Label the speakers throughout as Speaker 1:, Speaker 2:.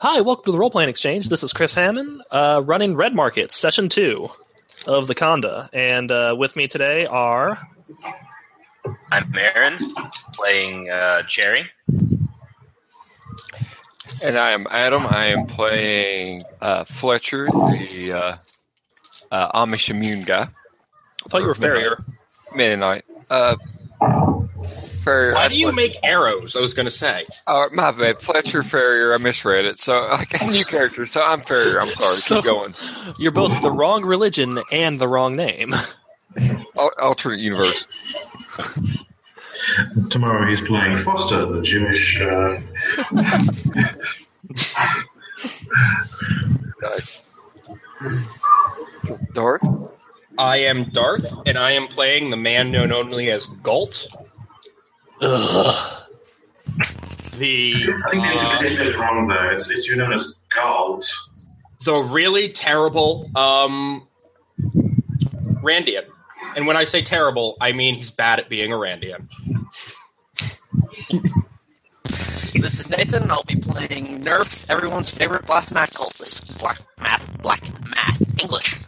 Speaker 1: Hi, welcome to the Role Playing Exchange. This is Chris Hammond, uh, running Red Market, Session 2 of the Conda. And uh, with me today are.
Speaker 2: I'm Aaron, playing uh, Cherry.
Speaker 3: And I am Adam. I am playing uh, Fletcher, the uh, uh, Amish immune guy,
Speaker 1: I thought you were Farrier.
Speaker 3: Mennonite. Uh, Farrier,
Speaker 4: Why
Speaker 3: I
Speaker 4: do you
Speaker 3: played-
Speaker 4: make arrows? I was going to say.
Speaker 3: Uh, my bad, Fletcher Farrier. I misread it. So like, new character. So I'm Farrier. I'm sorry.
Speaker 1: So-
Speaker 3: Keep going.
Speaker 1: You're both the wrong religion and the wrong name.
Speaker 3: Al- alternate universe.
Speaker 5: Tomorrow he's playing Foster, the Jewish. Uh,
Speaker 3: Nice. Darth.
Speaker 4: I am Darth, and I am playing the man known only as Galt.
Speaker 1: Ugh.
Speaker 4: The
Speaker 5: I think the
Speaker 4: uh,
Speaker 5: interpretation is wrong though. It's, it's you're known as Galt.
Speaker 4: the really terrible um, Randian. And when I say terrible, I mean he's bad at being a Randian.
Speaker 6: This is Nathan. I'll be playing Nerf, everyone's favorite black math cult. This is black math, black math, English.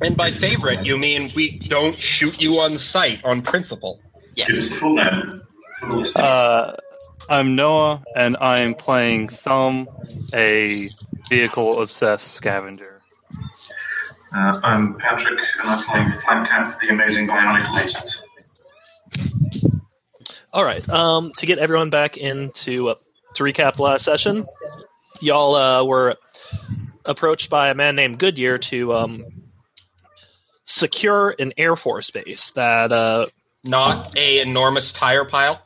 Speaker 4: And by favorite, you mean we don't shoot you on sight on principle.
Speaker 5: Give
Speaker 6: Yes.
Speaker 5: us the full name. for the listening.
Speaker 7: Uh, I'm Noah, and I am playing Thumb, a vehicle obsessed scavenger.
Speaker 5: Uh, I'm Patrick, and I'm playing Flamcamp, the amazing bionic mutant.
Speaker 1: All right. Um, to get everyone back into uh, to recap last session, y'all uh, were approached by a man named Goodyear to um, secure an air force base that. Uh,
Speaker 4: Not a enormous tire pile.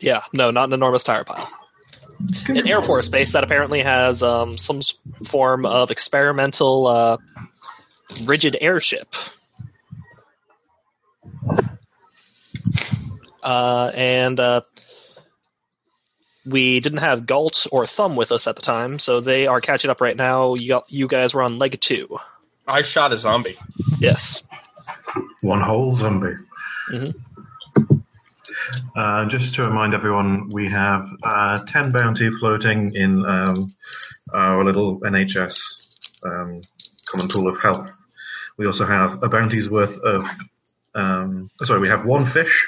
Speaker 1: yeah, no, not an enormous tire pile. An air force base that apparently has um, some s- form of experimental uh, rigid airship. Uh, and uh, we didn't have Galt or Thumb with us at the time, so they are catching up right now. You, you guys were on leg two.
Speaker 4: I shot a zombie.
Speaker 1: Yes.
Speaker 5: One whole zombie.
Speaker 1: Mhm.
Speaker 5: Uh, just to remind everyone, we have uh, 10 bounty floating in um, our little NHS um, common pool of health. We also have a bounty's worth of. Um, sorry, we have one fish,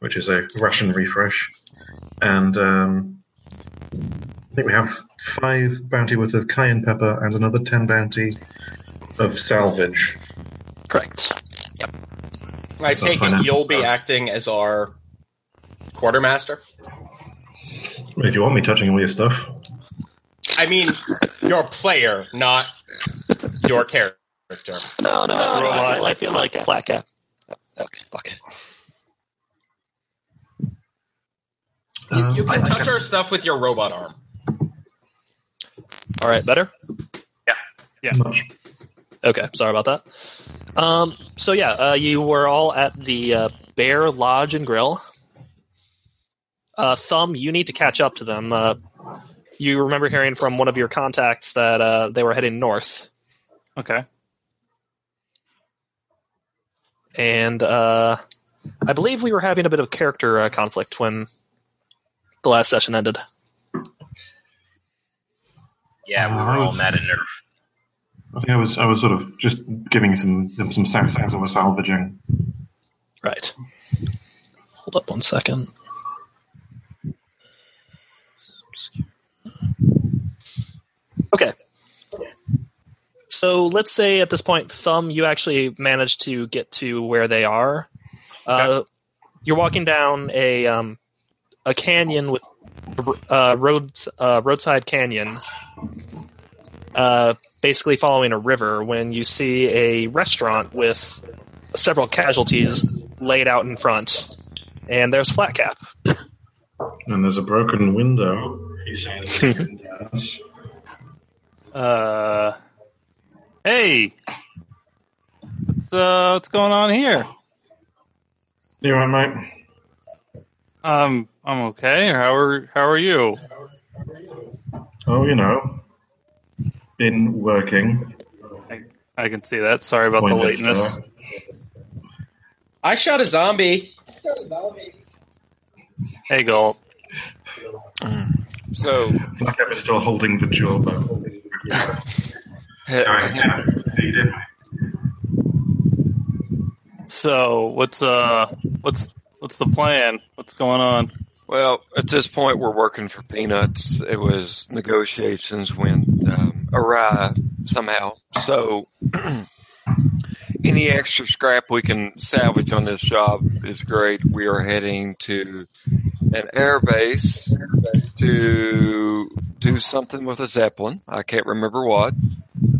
Speaker 5: which is a ration refresh, and um, I think we have five bounty worth of cayenne pepper and another 10 bounty of salvage.
Speaker 1: Correct.
Speaker 4: I
Speaker 5: So
Speaker 4: take it
Speaker 5: financial
Speaker 4: you'll be
Speaker 5: stars.
Speaker 4: acting as our quartermaster.
Speaker 5: If you want me touching all your stuff,
Speaker 4: I mean, your player, not your character.
Speaker 6: No, no, no, no, I feel like, I feel like black cat.
Speaker 1: Okay, fuck it.
Speaker 4: You, you
Speaker 5: Um, I
Speaker 4: can
Speaker 5: like
Speaker 4: touch our stuff with your robot arm.
Speaker 1: All right, better?
Speaker 5: it much.
Speaker 1: Okay, sorry about that. Um, so yeah, uh, you were all at the uh, Bear Lodge and Grill. Uh, Thumb, you need to catch up to them. Uh, you remember hearing from one of your contacts that uh, they were heading north,
Speaker 7: Okay.
Speaker 1: and uh, I believe we were having a bit of character uh, conflict when the last session ended.
Speaker 2: Yeah, we were all mad at Nerf.
Speaker 5: I think I was I was sort of just giving some them some sound sounds I was salvaging.
Speaker 1: Right. Hold up one second. Okay. So let's say at this point, Thumb, you actually managed to get to where they are. Uh, you're walking down a um, a canyon with uh, roads uh, roadside canyon, uh, basically following a river. When you see a restaurant with several casualties laid out in front, and there's Flatcap.
Speaker 5: And there's a broken window. He said. Yes.
Speaker 7: Uh, hey, what's uh, what's going on here?
Speaker 5: You all right, mate?
Speaker 7: Um, I'm okay. How are How are you?
Speaker 5: Oh, you know, been working.
Speaker 7: I can see that. Sorry about the
Speaker 5: Windows
Speaker 7: lateness.
Speaker 5: store.
Speaker 4: I shot a zombie.
Speaker 7: Hey, Galt.
Speaker 3: So
Speaker 5: Black Ev is still holding the jawbone. Sorry,
Speaker 3: uh,
Speaker 5: yeah, he did.
Speaker 7: So what's uh what's what's the plan? What's going on?
Speaker 3: Well, at this point, we're working for peanuts. It was negotiations went um, awry somehow. So, any extra scrap we can salvage on this job is great. We are heading to an air base to do something with a zeppelin. I can't remember what.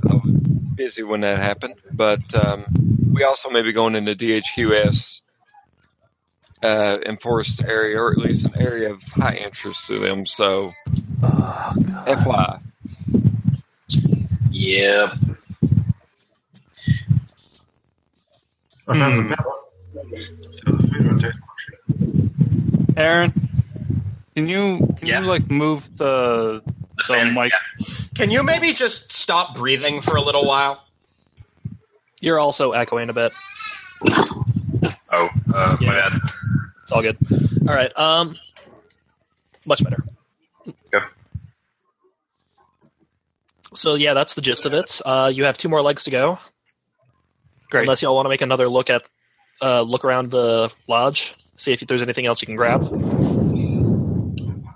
Speaker 3: I was busy when that happened, but um, we also may be going into DHQS uh, enforced area, or at least an area of high interest to them. So, FYI,
Speaker 2: Yep.
Speaker 5: I found the map. So the food rotation.
Speaker 7: Aaron, can you can
Speaker 2: Yeah.
Speaker 7: you like move the
Speaker 2: The
Speaker 7: the
Speaker 2: fan-
Speaker 7: mic?
Speaker 4: Can you maybe just stop breathing for a little while?
Speaker 1: You're also echoing a bit.
Speaker 2: Oh, uh, my
Speaker 1: Yeah.
Speaker 2: bad.
Speaker 1: It's all good. All right. Um, much better.
Speaker 2: Go.
Speaker 1: So yeah, that's the gist of it. Uh, you have two more legs to go. Great. Unless y'all want to make another look at, uh, look around the lodge, see if there's anything else you can grab.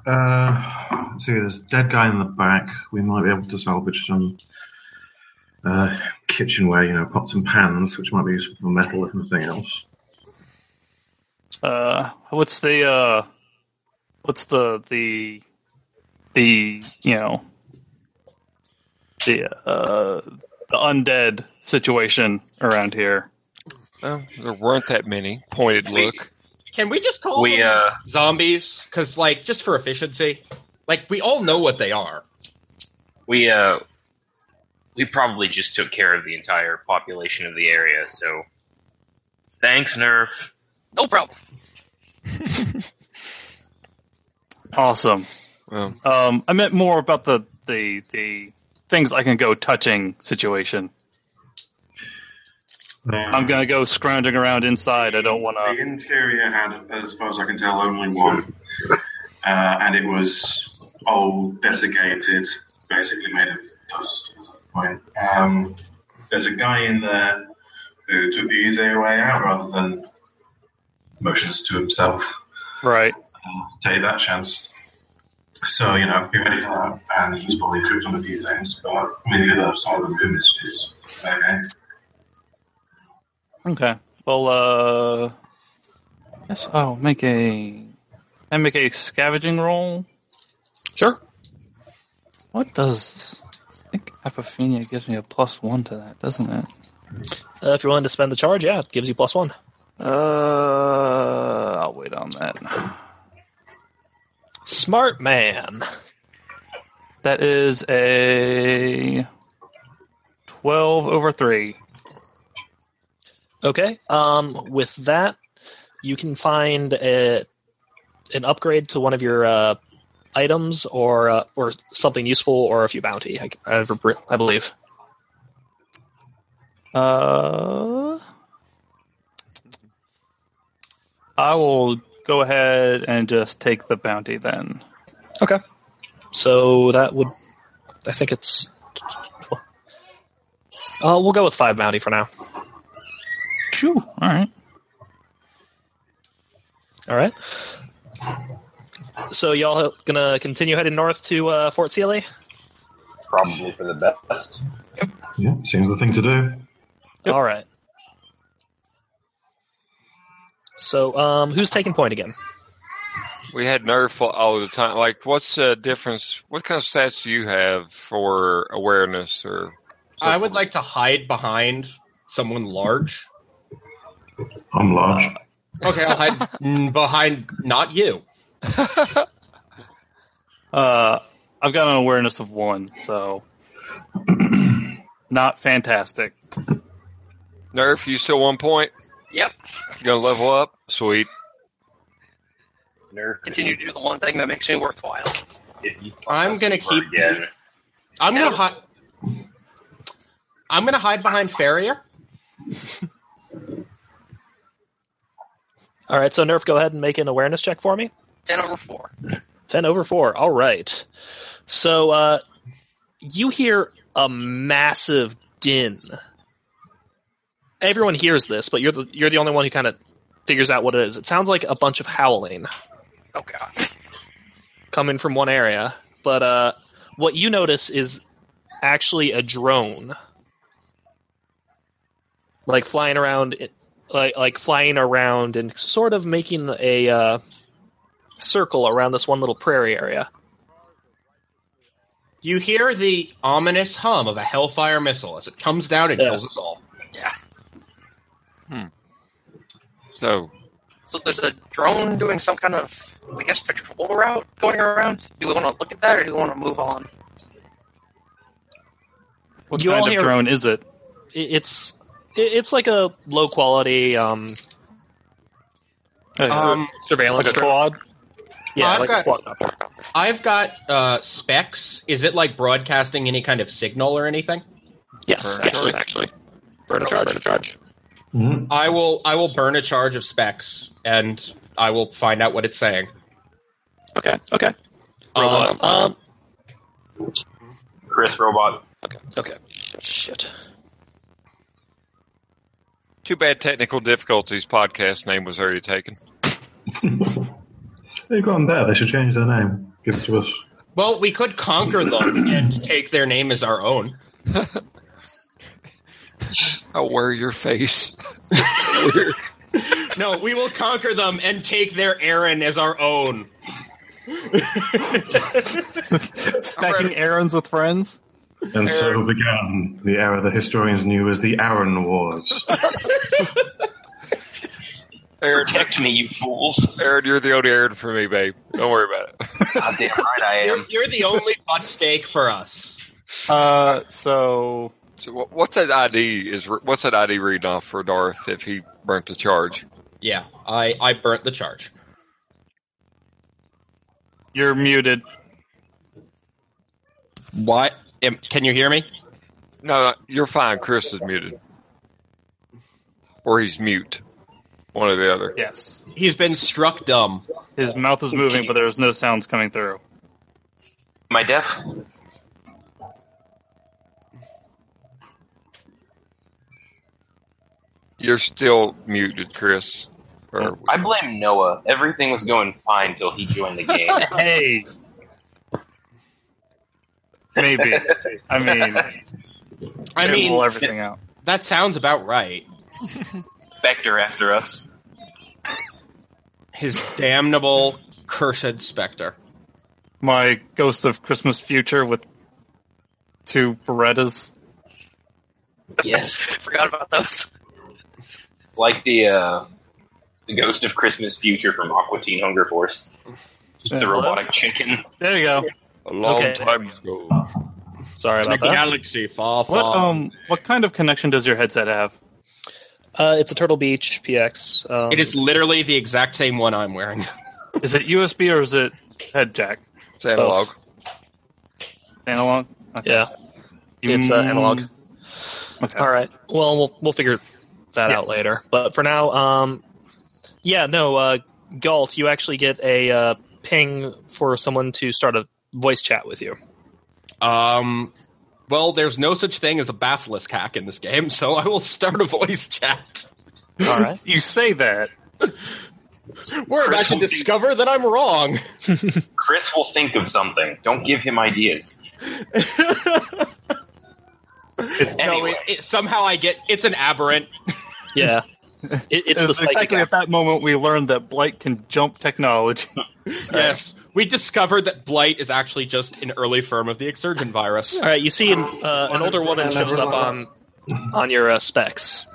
Speaker 5: Uh, let's see, there's a dead guy in the back. We might be able to salvage some uh, kitchenware, you know, pots and pans, which might be useful for metal if nothing else.
Speaker 7: Uh, what's the uh, what's the the the you know the uh the undead situation around here?
Speaker 3: well, there weren't that many. Pointed
Speaker 4: We-
Speaker 3: look.
Speaker 4: Can we just call
Speaker 2: We,
Speaker 4: them
Speaker 2: uh,
Speaker 4: zombies? Because, like, just for efficiency, like we all know what they are.
Speaker 2: we, uh, we probably just took care of the entire population of the area, so. Thanks, Nerf.
Speaker 6: No problem.
Speaker 7: Awesome.
Speaker 3: Well,
Speaker 7: Um, I meant more about the the the things I can go touching situation. I'm gonna uh, go scrounging around inside. I don't want
Speaker 5: The
Speaker 7: to.
Speaker 5: interior had, as far as I can tell, only one, uh, and it was old, desiccated, basically made of dust. at that point. Um, there's a guy in there who took the easier way out rather than motions to himself.
Speaker 7: Right.
Speaker 5: take that chance. So, you know, be ready for that. And he's probably tripped on a few things, but maybe the other side of the room is, is okay.
Speaker 7: Okay. Well, uh, yes. Oh, make a. Can I make a scavenging roll.
Speaker 1: Sure.
Speaker 7: What does? I think apophenia gives me a plus one to that, doesn't it?
Speaker 1: Uh, if you're willing to spend the charge, yeah, it gives you plus one.
Speaker 7: Uh, I'll wait on that.
Speaker 1: Smart man.
Speaker 7: That is a twelve over three.
Speaker 1: Okay. Um, with that, you can find a, an upgrade to one of your uh, items, or uh, or something useful, or a few bounty. I, I, I believe.
Speaker 7: Uh, I will go ahead and just take the bounty then.
Speaker 1: Okay. So that would, I think it's. Uh, we'll go with five bounty for now.
Speaker 7: Shoo! All right.
Speaker 1: All right. So y'all gonna continue heading north to uh, Fort Sealy?
Speaker 2: Probably for the best.
Speaker 5: Yeah, seems the thing to do.
Speaker 7: Yep.
Speaker 1: All right. So, um, who's taking point again?
Speaker 3: we had nerf all the time. Like, what's the difference? What kind of stats do you have for awareness or? so
Speaker 4: I would
Speaker 3: forth?
Speaker 4: like to hide behind someone large.
Speaker 5: I'm large.
Speaker 4: Okay, I'll hide mm, behind not you.
Speaker 7: Uh, I've got an awareness of one, so not fantastic.
Speaker 3: nerf. You still one point.
Speaker 6: Yep.
Speaker 3: You gonna level up? Sweet.
Speaker 2: Nerf.
Speaker 6: Continue to do the one thing that makes me worthwhile.
Speaker 2: If you-
Speaker 4: I'm gonna keep.
Speaker 2: Again.
Speaker 4: I'm gonna hide. I'm gonna hide behind Farrier.
Speaker 1: All right. So Nerf, go ahead and make an awareness check for me.
Speaker 6: Ten over four.
Speaker 1: 10 over 4. All right. So uh, you hear a massive din. Everyone hears this, but you're the, you're the only one who kind of figures out what it is. It sounds like a bunch of howling
Speaker 6: Oh god.
Speaker 1: coming from one area, but uh, what you notice is actually a drone, like flying around, i- like, like flying around and sort of making a uh, circle around this one little prairie area.
Speaker 4: You hear the ominous hum of a Hellfire missile as it comes down and
Speaker 1: Yeah.
Speaker 4: kills us all.
Speaker 3: So
Speaker 6: So there's a drone doing some kind of, I guess, patrol route going around. Do we want to look at that, or do we want to move on?
Speaker 7: What
Speaker 1: You all
Speaker 7: kind
Speaker 1: hear-
Speaker 7: of drone is it?
Speaker 1: I- It's i- it's like a low quality um,
Speaker 4: Um,
Speaker 1: surveillance
Speaker 7: like a
Speaker 1: drone.
Speaker 7: quad?
Speaker 1: Yeah,
Speaker 4: I've
Speaker 1: like Oh, a
Speaker 4: got-
Speaker 1: quadcopter.
Speaker 4: I've got uh, specs. Is it like broadcasting any kind of signal or anything?
Speaker 6: Yes,
Speaker 3: Burn a
Speaker 6: yes,
Speaker 3: charge.
Speaker 6: actually. Burn a charge. Burn a charge.
Speaker 5: Mhm.
Speaker 4: I will. I will burn a charge of specs, and I will find out what it's saying.
Speaker 6: Okay, okay,
Speaker 4: Um,
Speaker 1: Um,
Speaker 2: Chris Robot.
Speaker 6: okay.
Speaker 1: shit.
Speaker 3: too bad technical difficulties podcast name was already taken.
Speaker 5: They've gotten better. They should change their name. Give it to us.
Speaker 4: well, we could conquer them and take their name as our own.
Speaker 3: I'll wear your face.
Speaker 4: No, we will conquer them and take their Aaron as our own.
Speaker 7: Stacking errands with friends?
Speaker 5: And so began the era the historians knew as the Aaron Wars.
Speaker 3: Aaron,
Speaker 2: Protect me, you fools.
Speaker 3: Aaron, you're the only Aaron for me, babe. Don't worry about it.
Speaker 2: God damn right I am.
Speaker 4: You're the only butt stake for us.
Speaker 7: Uh, so
Speaker 3: So what- what's that ID? Is what's that ID reading off for Darth if he burnt the charge?
Speaker 4: Yeah, I I burnt the charge.
Speaker 7: you're muted.
Speaker 4: What? Am- Can you hear me?
Speaker 3: No, you're fine. Chris is muted, or he's mute. One or the other.
Speaker 7: Yes.
Speaker 4: He's been struck dumb.
Speaker 7: His mouth is moving, but there's no sounds coming through.
Speaker 2: Am I deaf?
Speaker 3: You're still muted, Chris. Or,
Speaker 2: I blame Noah. Everything was going fine till he joined the game.
Speaker 7: Hey. Maybe. I mean,
Speaker 4: I
Speaker 7: it
Speaker 4: mean,
Speaker 7: will everything out.
Speaker 4: that sounds about right.
Speaker 2: Spectre after us.
Speaker 4: His damnable cursed specter.
Speaker 7: My Ghost of Christmas Future with two Berettas.
Speaker 2: Yes.
Speaker 6: Forgot about those.
Speaker 2: Like the uh, the ghost of Christmas future from Aqua Teen Hunger Force. Just the
Speaker 7: Yeah.
Speaker 2: robotic chicken.
Speaker 7: There you go.
Speaker 3: a long
Speaker 1: Okay.
Speaker 3: time ago.
Speaker 1: Sorry about that.
Speaker 4: galaxy far,
Speaker 7: What um what kind of connection does your headset have?
Speaker 1: Uh, it's a Turtle Beach PX. Um,
Speaker 4: It is literally the exact same one I'm wearing.
Speaker 7: Is it USB or is it head jack?
Speaker 3: It's analog.
Speaker 7: Analog?
Speaker 1: Yeah, it's uh,
Speaker 7: Mm,
Speaker 1: analog.
Speaker 7: okay.
Speaker 1: All right. Well, we'll we'll figure that
Speaker 7: Yeah.
Speaker 1: out later. But for now, um, yeah, no, uh, Galt, you actually get a uh, ping for someone to start a voice chat with you.
Speaker 4: Um, well, there's no such thing as a basilisk hack in this game, so I will start a voice chat.
Speaker 7: All right. you say that.
Speaker 4: We're about
Speaker 2: Chris
Speaker 4: to
Speaker 2: will be-
Speaker 4: discover that I'm wrong.
Speaker 2: Chris will think of something. Don't give him ideas.
Speaker 7: It's-
Speaker 4: No, it,
Speaker 2: Anyway,
Speaker 4: it, somehow I get it's an aberrant.
Speaker 1: Yeah, it, it's the psychic
Speaker 7: exactly at that moment we learned that Blight can jump technology.
Speaker 4: Yes, we discovered that blight is actually just an early form of the exurgent virus.
Speaker 1: All right, you see an, uh, an older woman shows up on on your uh, specs.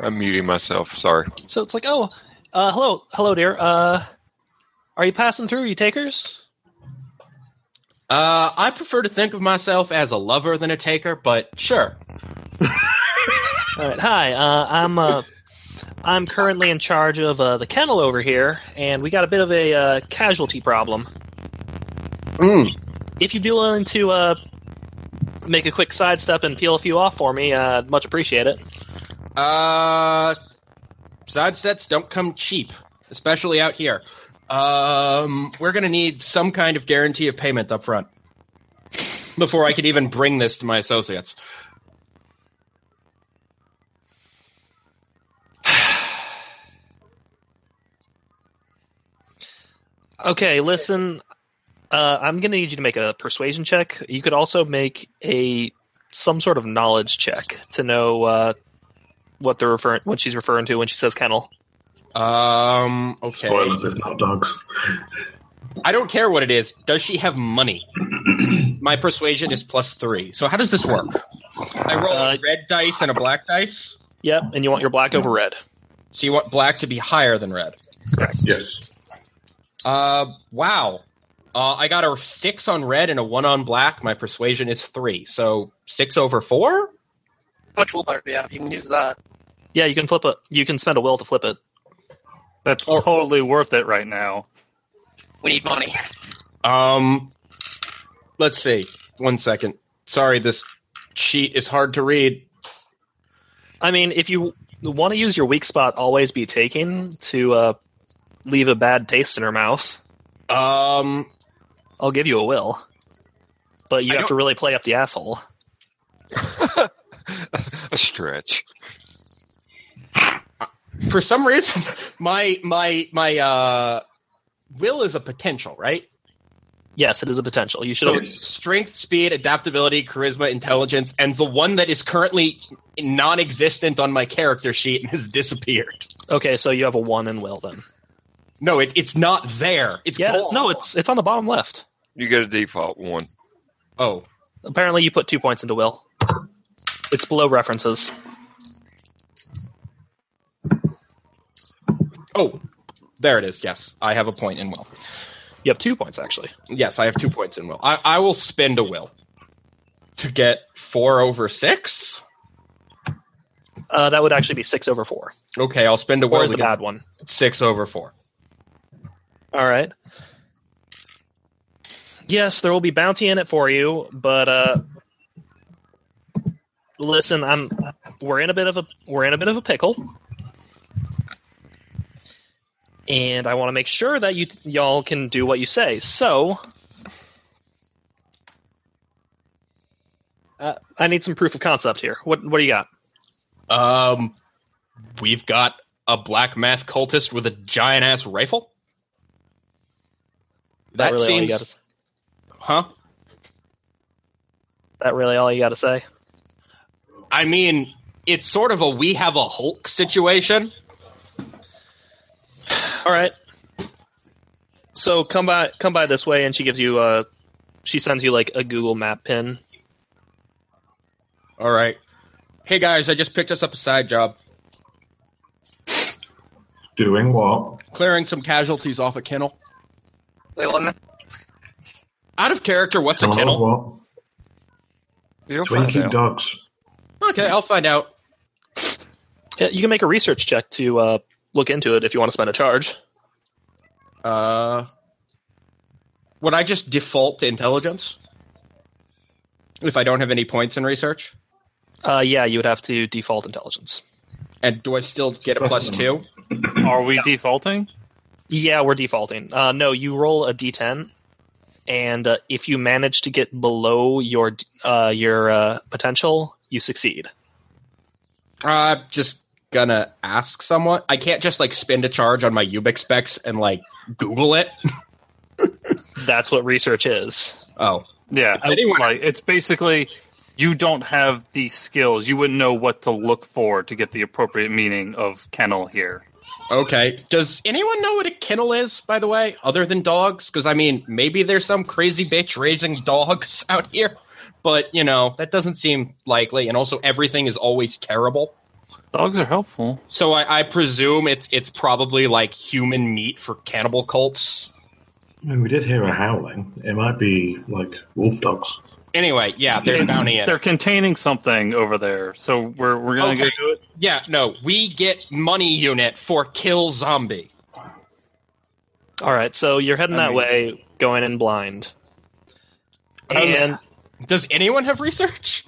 Speaker 3: I'm muting myself. Sorry.
Speaker 1: So it's like, oh, uh, hello, hello, dear. Uh, are you passing through? You takers?
Speaker 4: Uh, I prefer to think of myself as a lover than a taker, but sure.
Speaker 1: All right. Hi. Uh, I'm uh, I'm currently in charge of uh, the kennel over here, and we got a bit of a uh, casualty problem. If you'd be willing to uh, make a quick sidestep and peel a few off for me, uh, I'd much appreciate it.
Speaker 4: Uh, sidesteps don't come cheap. especially out here. Um, we're going to need some kind of guarantee of payment up front before I could even bring this to my associates.
Speaker 1: Okay, listen. Uh, I'm going to need you to make a persuasion check. You could also make a some sort of knowledge check to know uh, what they're referring, what she's referring to when she says kennel.
Speaker 4: Um, okay.
Speaker 5: Spoilers, it's not dogs.
Speaker 4: I don't care what it is. Does she have money? My persuasion is plus three. So how does this work? I roll
Speaker 1: Uh,
Speaker 4: a red dice and a black dice.
Speaker 1: Yep, and you want your black over red.
Speaker 4: So you want black to be higher than red.
Speaker 5: Yes.
Speaker 4: Uh, wow. Uh, I got a six on red and a one on black. My persuasion is three. So six over four?
Speaker 6: Much willpower do you have? You can use that.
Speaker 1: Yeah, you can flip it. You can spend a will to flip it.
Speaker 7: That's
Speaker 4: Oh.
Speaker 7: totally worth it right now.
Speaker 6: We need money.
Speaker 4: Um, let's see. One second. Sorry, this sheet is hard to read.
Speaker 1: I mean, if you want to use your weak spot, always be taking to uh, leave a bad taste in her mouth.
Speaker 4: Um,
Speaker 1: I'll give you a will, but you
Speaker 4: I
Speaker 1: have to really play up the asshole.
Speaker 3: A stretch.
Speaker 4: for some reason, my my my uh, will is a potential, right?
Speaker 1: Yes, it is a potential. You should.
Speaker 4: So
Speaker 1: always
Speaker 4: it's strength, speed, adaptability, charisma, intelligence, and the one that is currently non-existent on my character sheet and has disappeared.
Speaker 1: Okay, so you have a one in will then.
Speaker 4: No, it, it's not there. It's
Speaker 1: yeah,
Speaker 4: gone.
Speaker 1: no, it's it's on the bottom left.
Speaker 3: You get a default one.
Speaker 4: oh
Speaker 1: Apparently, you put two points into will. It's below references.
Speaker 4: oh, there it is. Yes, I have a point in will.
Speaker 1: You have two points actually.
Speaker 4: Yes, I have two points in will. I, I will spend a will to get four over six.
Speaker 1: Uh, that would actually be six over four.
Speaker 4: Okay, I'll spend a
Speaker 1: Four
Speaker 4: will
Speaker 1: is
Speaker 4: to
Speaker 1: a
Speaker 4: get
Speaker 1: bad one.
Speaker 4: six over four.
Speaker 1: All right. Yes, there will be bounty in it for you, but uh, listen, I'm we're in a bit of a we're in a bit of a pickle, and I want to make sure that you y'all can do what you say. So, uh, I need some proof of concept here. What what do you got?
Speaker 4: Um, we've got a black math cultist with a giant ass rifle. That
Speaker 1: That really all you
Speaker 4: seems,
Speaker 1: got is-
Speaker 4: huh?
Speaker 1: that really all you got to say?
Speaker 4: I mean, it's sort of a we have a Hulk situation.
Speaker 1: All right. So come by, come by this way, and she gives you a, she sends you like a Google Map pin.
Speaker 4: All right. Hey guys, I just picked us up a side job,
Speaker 5: Doing what?
Speaker 4: clearing some casualties off a kennel.
Speaker 6: They want it.
Speaker 4: Out of character, what's a
Speaker 5: Someone
Speaker 4: kennel?
Speaker 5: what?
Speaker 3: You'll find
Speaker 5: Twinkie
Speaker 3: out.
Speaker 5: dogs.
Speaker 4: Okay, I'll find out.
Speaker 1: Yeah, You can make a research check to uh, look into it if you want to spend a charge.
Speaker 4: Uh, would I just default to intelligence if I don't have any points in research?
Speaker 1: Uh, yeah, you would have to default intelligence.
Speaker 4: And do I still get a plus two?
Speaker 7: Are we defaulting?
Speaker 1: Yeah, we're defaulting. Uh, no, you roll a d10, and uh, if you manage to get below your d- uh, your uh, potential, you succeed.
Speaker 4: I'm just gonna ask someone. I can't just like spend a charge on my Ubix specs and like Google it.
Speaker 1: That's what research is.
Speaker 4: Oh,
Speaker 7: Yeah,
Speaker 4: anyone-
Speaker 7: like it's basically you don't have the skills. You wouldn't know what to look for to get the appropriate meaning of kennel here.
Speaker 4: okay. Does anyone know what a kennel is, by the way, other than dogs? Because I mean, maybe there's some crazy bitch raising dogs out here, but you know that doesn't seem likely. And also, everything is always terrible.
Speaker 7: Dogs are helpful.
Speaker 4: So I, I presume it's it's probably like human meat for cannibal cults.
Speaker 5: I mean, we did hear a howling. It might be like wolf dogs.
Speaker 4: Anyway, yeah, there's
Speaker 7: It's-
Speaker 4: bounty in. it.
Speaker 7: They're containing something over there, so we're we're gonna
Speaker 4: Okay.
Speaker 7: go do it.
Speaker 4: Yeah, no, we get money unit for kill zombie.
Speaker 1: All right, so you're heading
Speaker 4: I
Speaker 1: that
Speaker 4: mean-
Speaker 1: way, going in blind.
Speaker 4: I was-
Speaker 1: And
Speaker 4: Does anyone have research?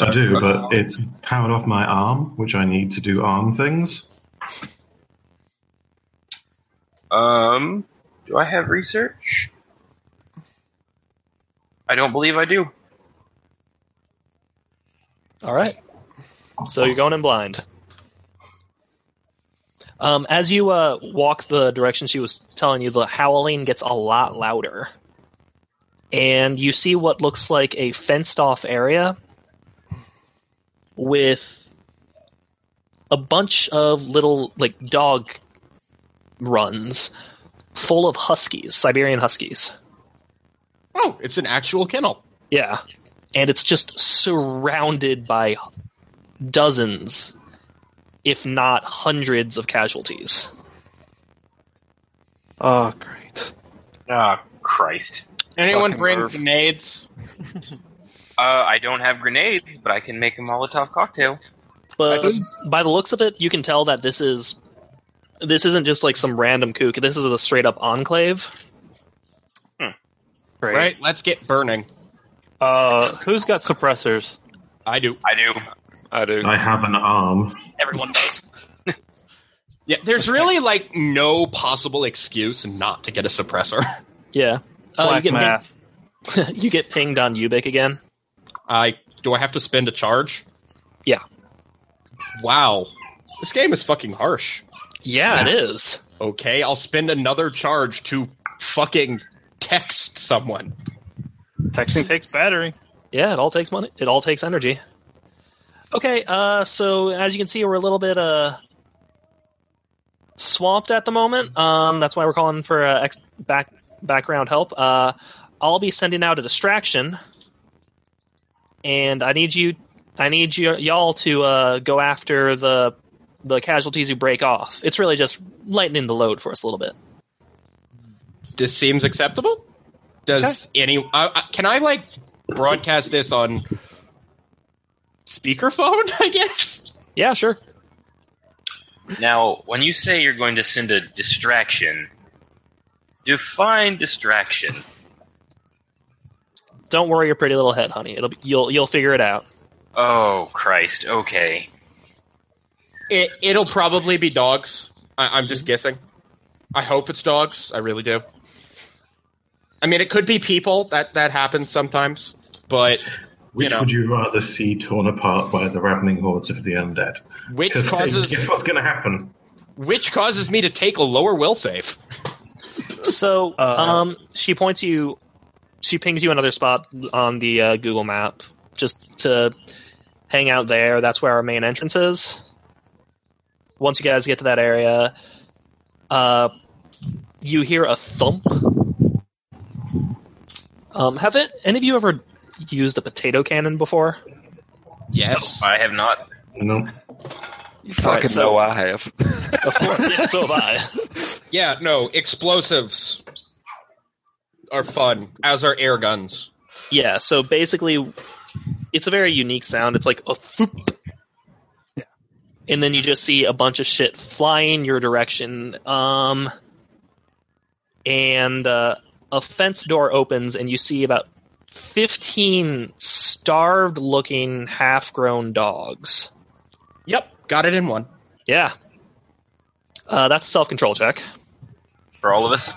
Speaker 5: I do, but it's powered off my arm, which I need to do arm things.
Speaker 2: Um, do I have research? I don't believe I do.
Speaker 1: All right. So you're going in blind. Um, as you uh, walk the direction she was telling you, the howling gets a lot louder. And you see what looks like a fenced off area with a bunch of little, like, dog runs full of huskies, Siberian huskies.
Speaker 4: Oh, it's an actual kennel.
Speaker 1: Yeah. And it's just surrounded by dozens, if not hundreds, of casualties.
Speaker 7: Oh, great.
Speaker 2: Ah, Christ.
Speaker 4: Anyone
Speaker 3: Fucking
Speaker 4: bring
Speaker 3: perv.
Speaker 4: grenades?
Speaker 2: Uh, I don't have grenades, but I can make a Molotov cocktail.
Speaker 1: But
Speaker 4: Nice.
Speaker 1: by the looks of it, you can tell that this is this isn't just like some random kook. This is a straight up enclave.
Speaker 7: Great.
Speaker 4: Right, let's get burning.
Speaker 7: Uh, who's got suppressors?
Speaker 4: I do.
Speaker 2: I do.
Speaker 3: I do.
Speaker 5: I have an arm.
Speaker 6: Everyone does.
Speaker 4: Yeah, there's really like no possible excuse not to get a suppressor.
Speaker 1: Yeah. Uh,
Speaker 7: Black
Speaker 1: you, get
Speaker 7: math.
Speaker 1: Pinged, you get pinged on Ubik again.
Speaker 4: I do I have to spend a charge?
Speaker 1: Yeah.
Speaker 4: Wow. This game is fucking harsh.
Speaker 1: Yeah, it is.
Speaker 4: Okay, I'll spend another charge to fucking text someone.
Speaker 7: Texting takes battery.
Speaker 1: Yeah, it all takes money. It all takes energy. Okay, uh, so as you can see, we're a little bit uh, swamped at the moment. Um, that's why we're calling for uh, ex- back background help. Uh, I'll be sending out a distraction, and I need you, I need you y'all to uh, go after the the casualties who break off. It's really just lightening the load for us a little bit.
Speaker 4: This seems acceptable? Does any uh, uh, can I like broadcast this on speakerphone, I guess?
Speaker 1: Yeah, sure.
Speaker 2: Now, when you say you're going to send a distraction, define distraction.
Speaker 1: Don't worry your pretty little head, honey. It'll be, you'll you'll figure it out.
Speaker 2: Oh, Christ. Okay.
Speaker 4: It it'll probably be dogs. I, I'm just guessing. I hope it's dogs. I really do. I mean, it could be people. That that happens sometimes. But
Speaker 5: Which
Speaker 4: know.
Speaker 5: would you rather see torn apart by the ravening hordes of the undead?
Speaker 4: which
Speaker 5: Because
Speaker 4: causes
Speaker 5: guess what's going to happen?
Speaker 4: which causes me to take a lower will save.
Speaker 1: So,
Speaker 7: Uh,
Speaker 1: um, she points you, she pings you another spot on the uh, Google map just to hang out there. That's where our main entrance is. Once you guys get to that area, uh, you hear a thump. Um, have it, any of you ever used a potato cannon before?
Speaker 4: Yes.
Speaker 2: I have not.
Speaker 5: No.
Speaker 3: You fucking
Speaker 1: so-
Speaker 3: know I have.
Speaker 1: Of course, so have I.
Speaker 4: Yeah. No. Explosives are fun, as are air guns.
Speaker 1: Yeah, so basically, it's a very unique sound. It's like a thoop. And then you just see a bunch of shit flying your direction. Um, and uh, a fence door opens, and you see about 15 starved looking, half grown dogs.
Speaker 4: Yep. Got it in one.
Speaker 1: Yeah. Uh, that's a self control check.
Speaker 2: For all of us?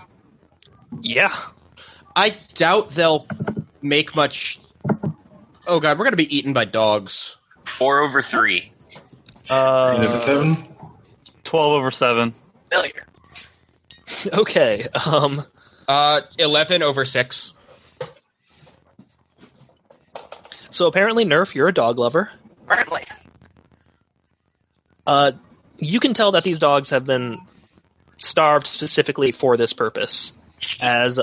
Speaker 1: Yeah.
Speaker 4: I doubt they'll make much. Oh god, we're gonna be eaten by dogs.
Speaker 2: Four over three.
Speaker 5: You know,
Speaker 7: Uh,
Speaker 5: seven?
Speaker 7: 12 over 7.
Speaker 6: Failure.
Speaker 1: Okay. Um,
Speaker 4: Uh, eleven over six.
Speaker 1: so apparently, Nerf, you're a dog lover.
Speaker 6: Apparently.
Speaker 1: Uh, you can tell that these dogs have been starved specifically for this purpose, as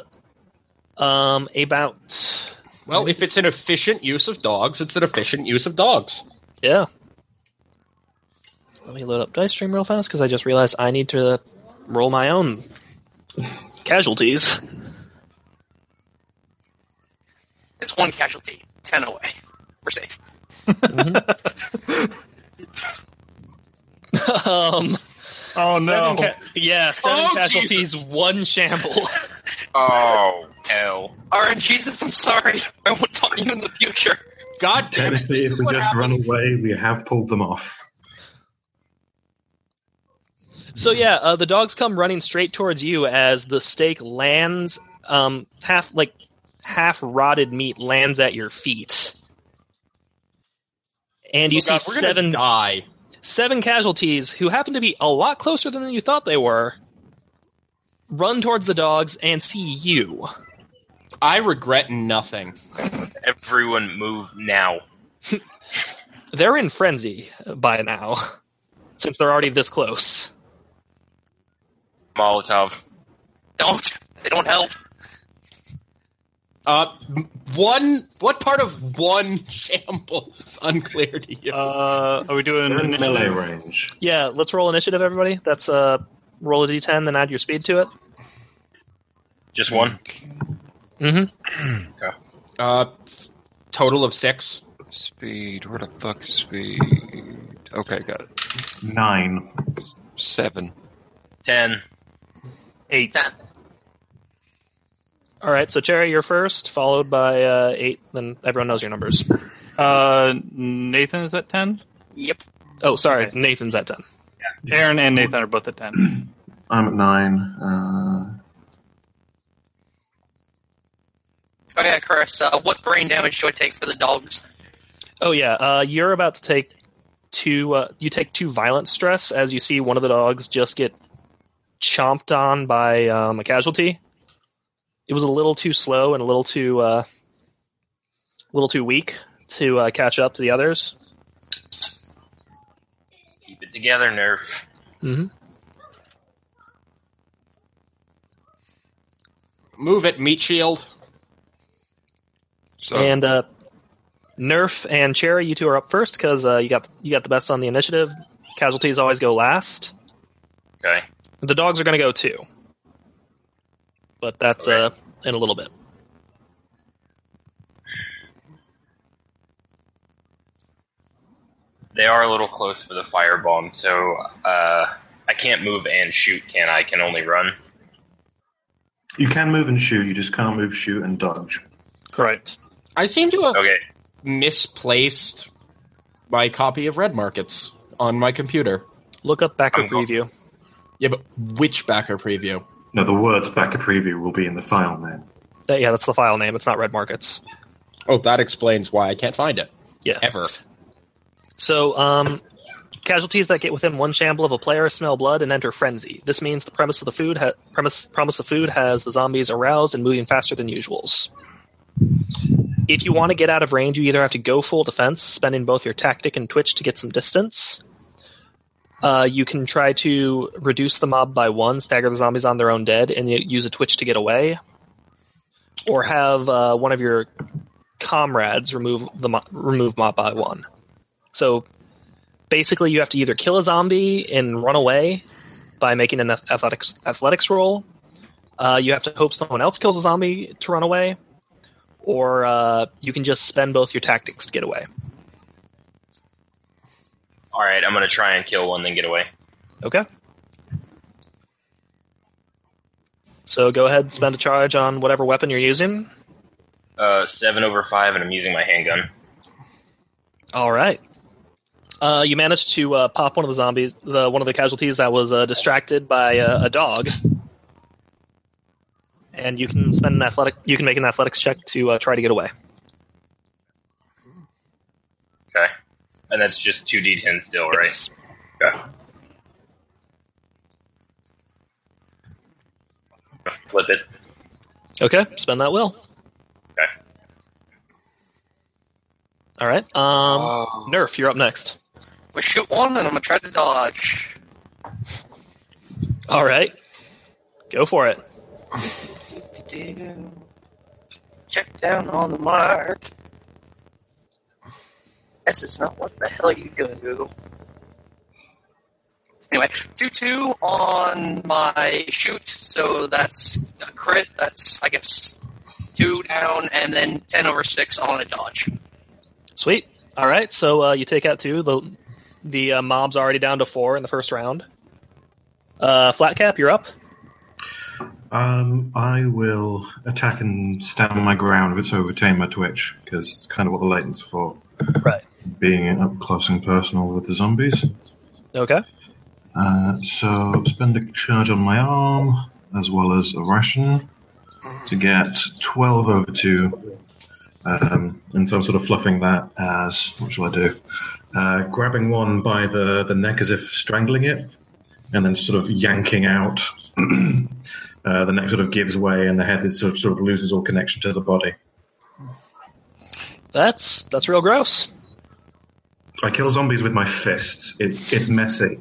Speaker 1: um about
Speaker 4: Well, if it's an efficient use of dogs, it's an efficient use of dogs.
Speaker 1: yeah. Let me load up dice stream real fast because I just realized I need to roll my own casualties.
Speaker 6: It's one casualty. Ten away. We're safe.
Speaker 1: um,
Speaker 7: Oh, no.
Speaker 1: yeah, seven
Speaker 6: Oh,
Speaker 1: casualties, one shamble.
Speaker 2: Oh, hell.
Speaker 6: Alright, Jesus, I'm sorry. I won't taunt you in the future.
Speaker 4: God damn it!
Speaker 5: Technically, if we
Speaker 4: What
Speaker 5: just run away, we have pulled them off.
Speaker 1: So yeah, uh, the dogs come running straight towards you as the steak lands um, half like half rotted meat lands at your feet, and you
Speaker 4: Oh, God,
Speaker 1: see
Speaker 4: we're gonna
Speaker 1: seven
Speaker 4: die.
Speaker 1: seven casualties who happen to be a lot closer than you thought they were. Run towards the dogs and see you.
Speaker 4: I regret nothing.
Speaker 2: Everyone move now.
Speaker 1: They're in frenzy by now, since they're already this close.
Speaker 2: Molotov.
Speaker 6: Don't. They don't help.
Speaker 4: Uh, m- one. What part of one shamble is unclear to you?
Speaker 7: Uh, are we doing
Speaker 5: They're in
Speaker 7: initiative?
Speaker 5: melee range.
Speaker 1: Yeah, let's roll initiative, everybody. That's uh, roll a d10, then add your speed to it.
Speaker 2: Just one.
Speaker 1: Mm-hmm.
Speaker 4: Uh, total of six.
Speaker 3: Speed. Where the fuck is speed? Okay, got it.
Speaker 5: Nine.
Speaker 3: Seven.
Speaker 2: Ten.
Speaker 7: Eight.
Speaker 1: All right, so Cherry, you're first, followed by uh, eight. Then everyone knows your numbers.
Speaker 7: Uh, Nathan is at ten.
Speaker 6: Yep.
Speaker 1: Oh, sorry, Nathan's at ten.
Speaker 7: Aaron and Nathan are both at ten.
Speaker 5: I'm at nine. Uh,
Speaker 6: Oh yeah, Chris. Uh, what brain damage do I take for the dogs?
Speaker 1: Oh yeah, uh, you're about to take two. Uh, you take two violent stress as you see one of the dogs just get chomped on by um, a casualty. It was a little too slow and a little too, uh, a little too weak to uh, catch up to the others.
Speaker 2: Keep it together, Nerf.
Speaker 1: Mm-hmm.
Speaker 4: Move it, meat shield.
Speaker 3: So
Speaker 1: And uh, Nerf and Cherry, you two are up first because uh, you got you got the best on the initiative. Casualties always go last.
Speaker 2: Okay.
Speaker 1: The dogs are going to go too, but that's uh, in a little bit.
Speaker 2: They are a little close for the firebomb, so uh, I can't move and shoot, can I? I can only run.
Speaker 5: you can move and shoot. You just can't move, shoot, and dodge.
Speaker 1: Correct.
Speaker 4: I seem to have
Speaker 2: Okay.
Speaker 4: misplaced my copy of Red Markets on my computer.
Speaker 1: Look up backer
Speaker 2: I'm going-
Speaker 1: preview.
Speaker 4: Yeah, but which backer preview?
Speaker 5: No, the words back a preview will be in the file name.
Speaker 1: That- yeah, that's the file name. It's not Red Markets.
Speaker 4: Oh, that explains why I can't find it
Speaker 1: Yeah.
Speaker 4: ever.
Speaker 1: So, um, casualties that get within one shamble of a player smell blood and enter frenzy. This means the premise of the food ha- premise promise of food has the zombies aroused and moving faster than usuals. If you want to get out of range, you either have to go full defense, spending both your tactic and twitch to get some distance. Uh, you can try to reduce the mob by one, stagger the zombies on their own dead, and y- use a twitch to get away. Or have uh, one of your comrades remove the mo- remove mob by one. So basically, you have to either kill a zombie and run away by making an ath- athletics athletics roll. Uh, you have to hope someone else kills a zombie to run away, or uh, you can just spend both your tactics to get away.
Speaker 2: Alright, I'm gonna try and kill one, then get away.
Speaker 1: Okay. So go ahead, spend a charge on whatever weapon you're using.
Speaker 2: Uh, 7 over 5, and I'm using my handgun.
Speaker 1: All right. Uh, you managed to uh, pop one of the zombies, the, one of the casualties that was uh, distracted by uh, a dog, and you can spend an athletic. You can make an athletics check to uh, try to get away.
Speaker 2: Okay. And that's just 2d10 still, right?
Speaker 1: Yes.
Speaker 2: Okay. Flip it.
Speaker 1: Okay. Spend that will.
Speaker 2: Okay.
Speaker 1: All right. Um,
Speaker 3: Oh,
Speaker 1: Nerf, you're up next.
Speaker 6: We shoot one, and I'm gonna try to dodge.
Speaker 1: All right. Go for it.
Speaker 6: Do. Check down on the mark. Guess it's not what the hell you do. Anyway, two two on my shoot, so that's a crit. That's I guess two down, and then ten over six on a dodge.
Speaker 1: Sweet. All right. So uh, you take out two. The the uh, mob's already down to four in the first round. Uh, flat cap, you're up.
Speaker 5: Um, I will attack and stand my ground, but so retain my twitch because it's kind of what the laten's for.
Speaker 1: Right.
Speaker 5: Being up close and personal with the zombies.
Speaker 1: Okay.
Speaker 5: Uh, so spend a charge on my arm as well as a ration to get 12 over 2. Um, and so I'm sort of fluffing that as what shall I do? Uh, grabbing one by the, the neck as if strangling it, and then sort of yanking out. uh, the neck sort of gives way, and the head is sort of, sort of loses all connection to the body.
Speaker 1: That's that's real gross.
Speaker 5: I kill zombies with my fists. It, it's messy.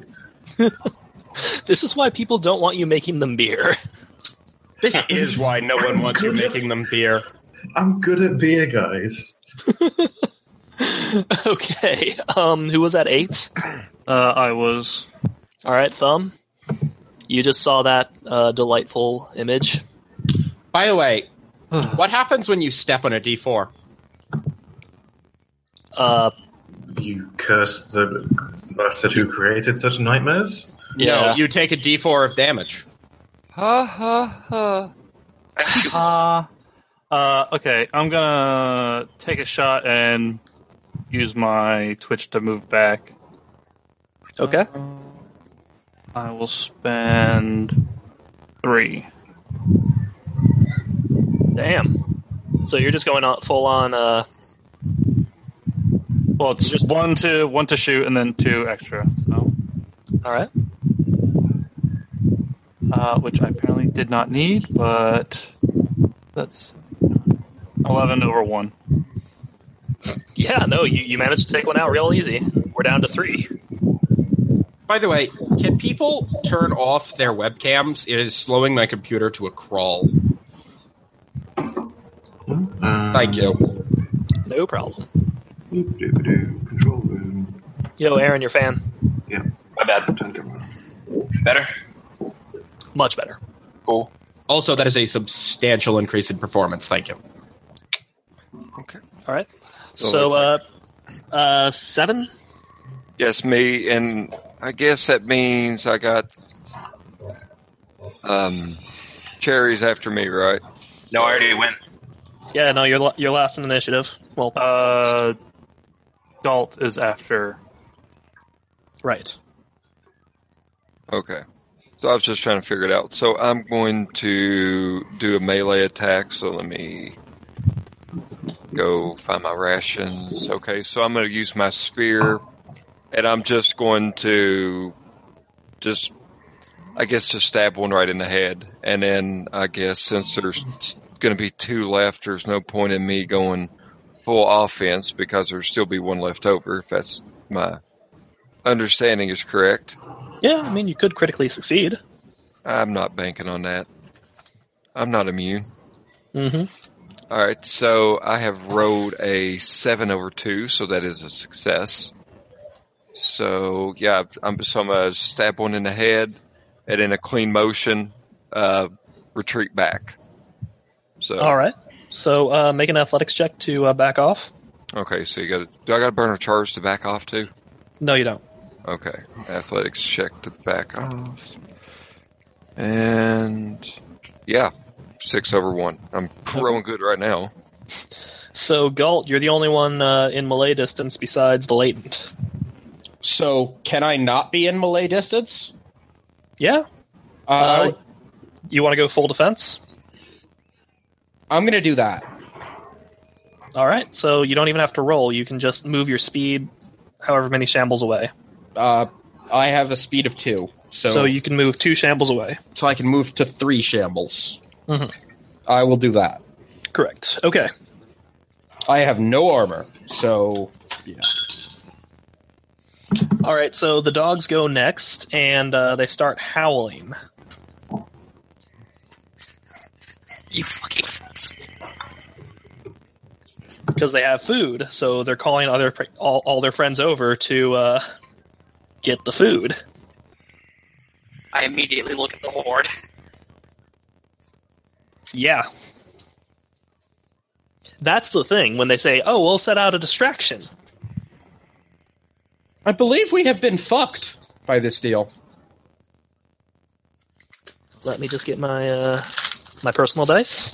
Speaker 1: This is why people don't want you making them beer.
Speaker 4: This is why no one wants you making them beer.
Speaker 5: I'm good at beer, guys.
Speaker 1: okay. Um, who was at eight?
Speaker 7: Uh, I was.
Speaker 1: All right, thumb. You just saw that uh, delightful image.
Speaker 4: By the way, what happens when you step on a D4?
Speaker 1: Uh,
Speaker 5: You curse the bastard who created such nightmares.
Speaker 1: Yeah.
Speaker 4: No, you take a D4 of damage.
Speaker 3: Ha ha ha.
Speaker 7: Uh, uh, okay, I'm gonna take a shot and use my Twitch to move back.
Speaker 1: okay.
Speaker 7: I will spend three.
Speaker 1: Damn. So you're just going on full on. Uh,
Speaker 7: Well, it's just one to one to shoot and then two extra. So,
Speaker 1: all right.
Speaker 7: uh, which I apparently did not need, but that's eleven over one.
Speaker 1: Yeah. No. You, you managed to take one out real easy. We're down to three.
Speaker 4: By the way, can people turn off their webcams? It is slowing my computer to a crawl.
Speaker 5: Um,
Speaker 4: Thank you.
Speaker 1: No problem.
Speaker 5: doop-doop-doop, Control room.
Speaker 1: Yo, Aaron, your fan.
Speaker 5: Yeah.
Speaker 2: My bad.
Speaker 5: Don't get one.
Speaker 2: Better.
Speaker 1: Much better.
Speaker 2: Cool.
Speaker 4: Also, that is a substantial increase in performance. Thank you.
Speaker 1: All right. So, uh, uh, seven.
Speaker 3: Yes, me, and I guess that means I got um, cherries after me, right?
Speaker 2: No, I already went.
Speaker 1: Yeah. No, you're la- you're last in initiative. Well,
Speaker 7: Uh, Galt is after.
Speaker 1: right.
Speaker 3: Okay. So I was just trying to figure it out. So I'm going to do a melee attack. So let me go find my rations. Okay. So I'm going to use my spear, and I'm just going to just, I guess, just stab one right in the head. And then I guess since there's going to be two left, there's no point in me going full offense because there'll still be one left over. If that's my understanding is correct.
Speaker 1: Yeah. I mean, you could critically succeed.
Speaker 3: I'm not banking on that. I'm not immune.
Speaker 1: Mm-hmm.
Speaker 3: All right, so I have rolled a seven over two, so that is a success. So yeah, I'm so I'm gonna stab one in the head, and in a clean motion, uh, retreat back. So
Speaker 1: All right. So uh, make an athletics check to uh, back off.
Speaker 3: okay, so you got do I got to burn a charge to back off too?
Speaker 1: No, you don't.
Speaker 3: Okay, athletics check to back off, and yeah, six over one. I'm rolling good right now.
Speaker 1: So, Galt, you're the only one uh, in melee distance besides the latent.
Speaker 4: So, can I not be in melee distance?
Speaker 1: Yeah.
Speaker 4: Uh,
Speaker 1: Uh, you want to go full defense?
Speaker 4: I'm going to do that.
Speaker 1: All right. So you don't even have to roll. You can just move your speed, however many shambles away.
Speaker 4: Uh, I have a speed of two, so
Speaker 1: So, you can move two shambles away.
Speaker 4: so I can move to three shambles.
Speaker 1: Mhm.
Speaker 4: Mm-hmm. I will do that.
Speaker 1: Correct. Okay.
Speaker 4: I have no armor, so
Speaker 1: All right. So the dogs go next, and uh, they start howling.
Speaker 6: You fucking fucks.
Speaker 1: because they have food, so they're calling other all, all their friends over to uh, get the food.
Speaker 6: I immediately look at the horde.
Speaker 1: Yeah, that's the thing. When they say, "Oh, we'll set out a distraction,"
Speaker 4: I believe we have been fucked by this deal.
Speaker 1: let me just get my uh, my personal dice.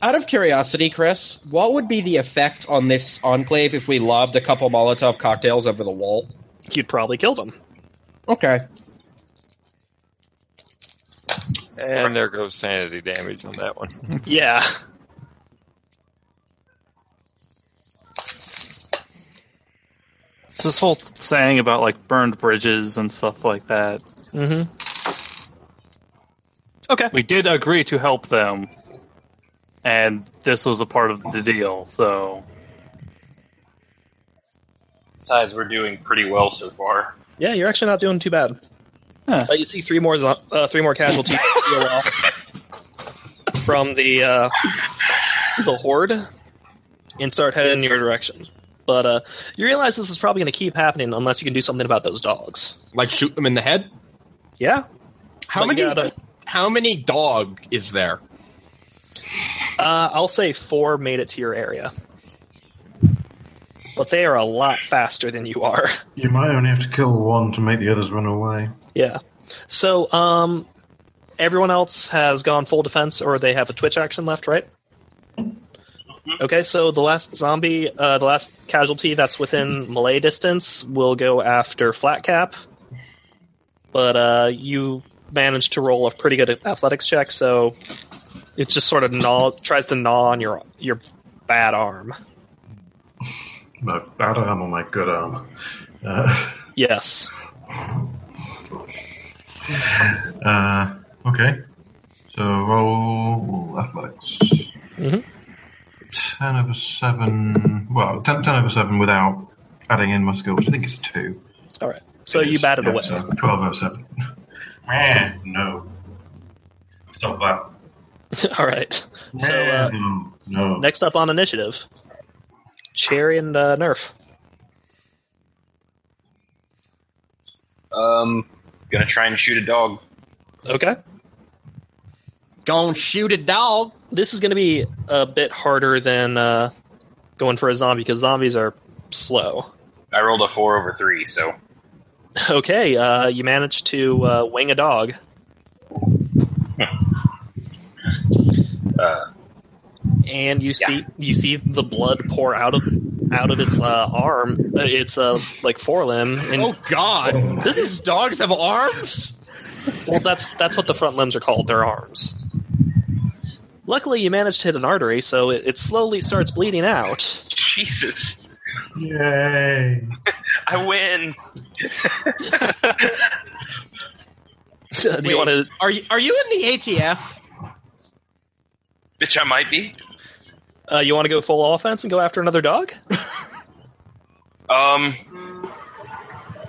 Speaker 4: Out of curiosity, Chris, what would be the effect on this enclave if we lobbed a couple Molotov cocktails over the wall?
Speaker 1: you'd probably kill them.
Speaker 4: Okay.
Speaker 3: And there goes sanity damage on that one.
Speaker 1: Yeah.
Speaker 7: It's this whole saying about like burned bridges and stuff like that.
Speaker 1: Mm-hmm. Okay.
Speaker 7: We did agree to help them, and this was a part of the deal. So
Speaker 2: Besides, we're doing pretty well so far.
Speaker 1: Yeah, you're actually not doing too bad.
Speaker 7: Huh.
Speaker 1: Uh, you see three more zo- uh, three more casualties peel off from the uh, the horde and start heading in your direction. But uh, you realize this is probably going to keep happening unless you can do something about those dogs.
Speaker 4: Like shoot them in the head?
Speaker 1: Yeah.
Speaker 4: How
Speaker 1: But
Speaker 4: many
Speaker 1: you gotta-
Speaker 4: how many dog is there?
Speaker 1: Uh, I'll say four made it to your area, but they are a lot faster than you are.
Speaker 5: You might only have to kill one to make the others run away.
Speaker 1: Yeah. So, um, everyone else has gone full defense, or they have a twitch action left, right? Okay, so the last zombie, uh, the last casualty that's within melee distance will go after Flat Cap, but uh, you managed to roll a pretty good athletics check, so it just sort of gnaw, tries to gnaw on your your bad arm.
Speaker 5: My bad arm or my good arm? Uh,
Speaker 1: Yes.
Speaker 5: uh, okay. So roll athletics.
Speaker 1: Mhm.
Speaker 5: Ten over seven. Well, ten, 10 over seven without adding in my skill, which I think is two.
Speaker 1: All right. So
Speaker 5: It
Speaker 1: you
Speaker 5: is,
Speaker 1: batted
Speaker 5: yeah,
Speaker 1: away.
Speaker 5: so Twelve over seven. Meh, no. Stop that.
Speaker 1: All right. So uh,
Speaker 5: no, no.
Speaker 1: Next up on initiative, Cherry and uh, Nerf.
Speaker 2: Um, gonna try and shoot a dog.
Speaker 1: Okay.
Speaker 4: Gonna shoot a dog.
Speaker 1: This is going to be a bit harder than uh, going for a zombie because zombies are slow.
Speaker 2: I rolled a four over three, so
Speaker 1: Okay, uh, you managed to uh, wing a dog.
Speaker 2: uh,
Speaker 1: and you see you see the blood pour out of out of its uh, arm, uh, its uh, like forelimb, and
Speaker 4: Oh god.
Speaker 1: This
Speaker 4: This is dogs have arms?
Speaker 1: well, that's that's what the front limbs are called, their arms. Luckily, you managed to hit an artery, so it, it slowly starts bleeding out.
Speaker 2: Jesus,
Speaker 5: Yay!
Speaker 2: I win.
Speaker 1: Do
Speaker 4: Wait.
Speaker 1: you want to?
Speaker 4: Are you are you in the ATF?
Speaker 2: Bitch, I might be.
Speaker 1: Uh, you want to go full offense and go after another dog?
Speaker 2: Um,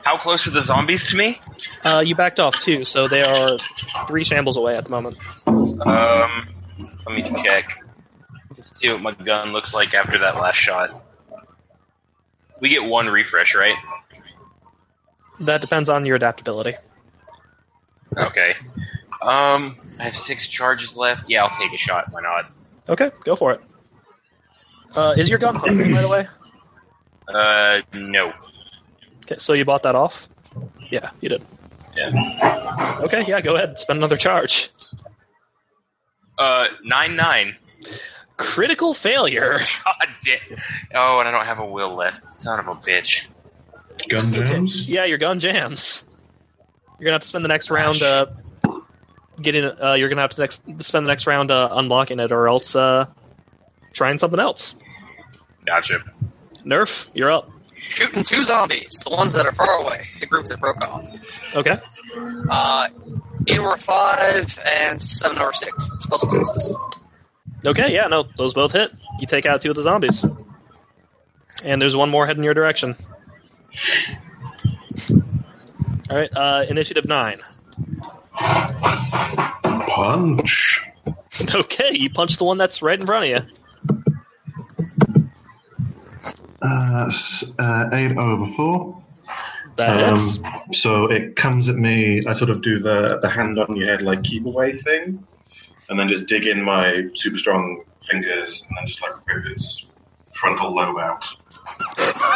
Speaker 2: how close are the zombies to me?
Speaker 1: Uh, you backed off too, so they are three shambles away at the moment.
Speaker 2: Um, let me check. Let's see what my gun looks like after that last shot. We get one refresh, right?
Speaker 1: That depends on your adaptability.
Speaker 2: Okay. Um, I have six charges left. Yeah, I'll take a shot. Why not?
Speaker 1: Okay, go for it. Uh, is your gun hunting, by the way?
Speaker 2: Uh, no.
Speaker 1: Okay, so you bought that off? Yeah, you did.
Speaker 2: Yeah.
Speaker 1: Okay, yeah, go ahead. Spend another charge.
Speaker 2: Uh, nine nine.
Speaker 1: Critical failure.
Speaker 2: God damn. Oh, and I don't have a will left. Son of a bitch.
Speaker 5: Gun jams.
Speaker 1: Yeah, your gun jams. You're gonna have to spend the next round uh, getting. Uh, you're gonna have to next spend the next round uh, unlocking it, or else uh, trying something else.
Speaker 2: Gotcha.
Speaker 1: Nerf, you're up.
Speaker 6: Shooting two zombies, the ones that are far away, the group that broke off.
Speaker 1: Okay.
Speaker 6: Uh, eight over five and seven over six. Spell successes.
Speaker 1: Okay, yeah, no, those both hit. You take out two of the zombies. And there's one more heading your direction. All right, uh, initiative nine.
Speaker 5: Punch.
Speaker 1: Okay, you punch the one that's right in front of you.
Speaker 5: Uh, s- uh, eight over four.
Speaker 1: That
Speaker 5: Um,
Speaker 1: hits.
Speaker 5: so it comes at me. I sort of do the the hand on your head like keep away thing, and then just dig in my super strong fingers and then just like rip its frontal lobe out.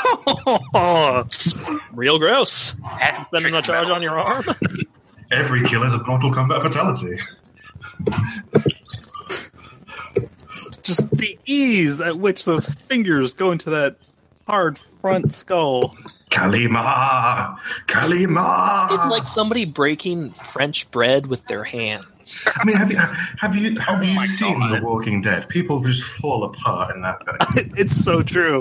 Speaker 1: Real gross.
Speaker 2: Hat
Speaker 1: Spending a
Speaker 2: tricks
Speaker 1: charge
Speaker 2: metal.
Speaker 1: on your arm.
Speaker 5: Every kill is a Mortal Kombat fatality.
Speaker 7: just the ease at which those fingers go into that hard front skull.
Speaker 5: Kalima! Kalima!
Speaker 1: It's like somebody breaking French bread with their hands.
Speaker 5: I mean, have you have you have you seen The Walking Dead? People just fall apart in that uh, thing.
Speaker 8: it's so true.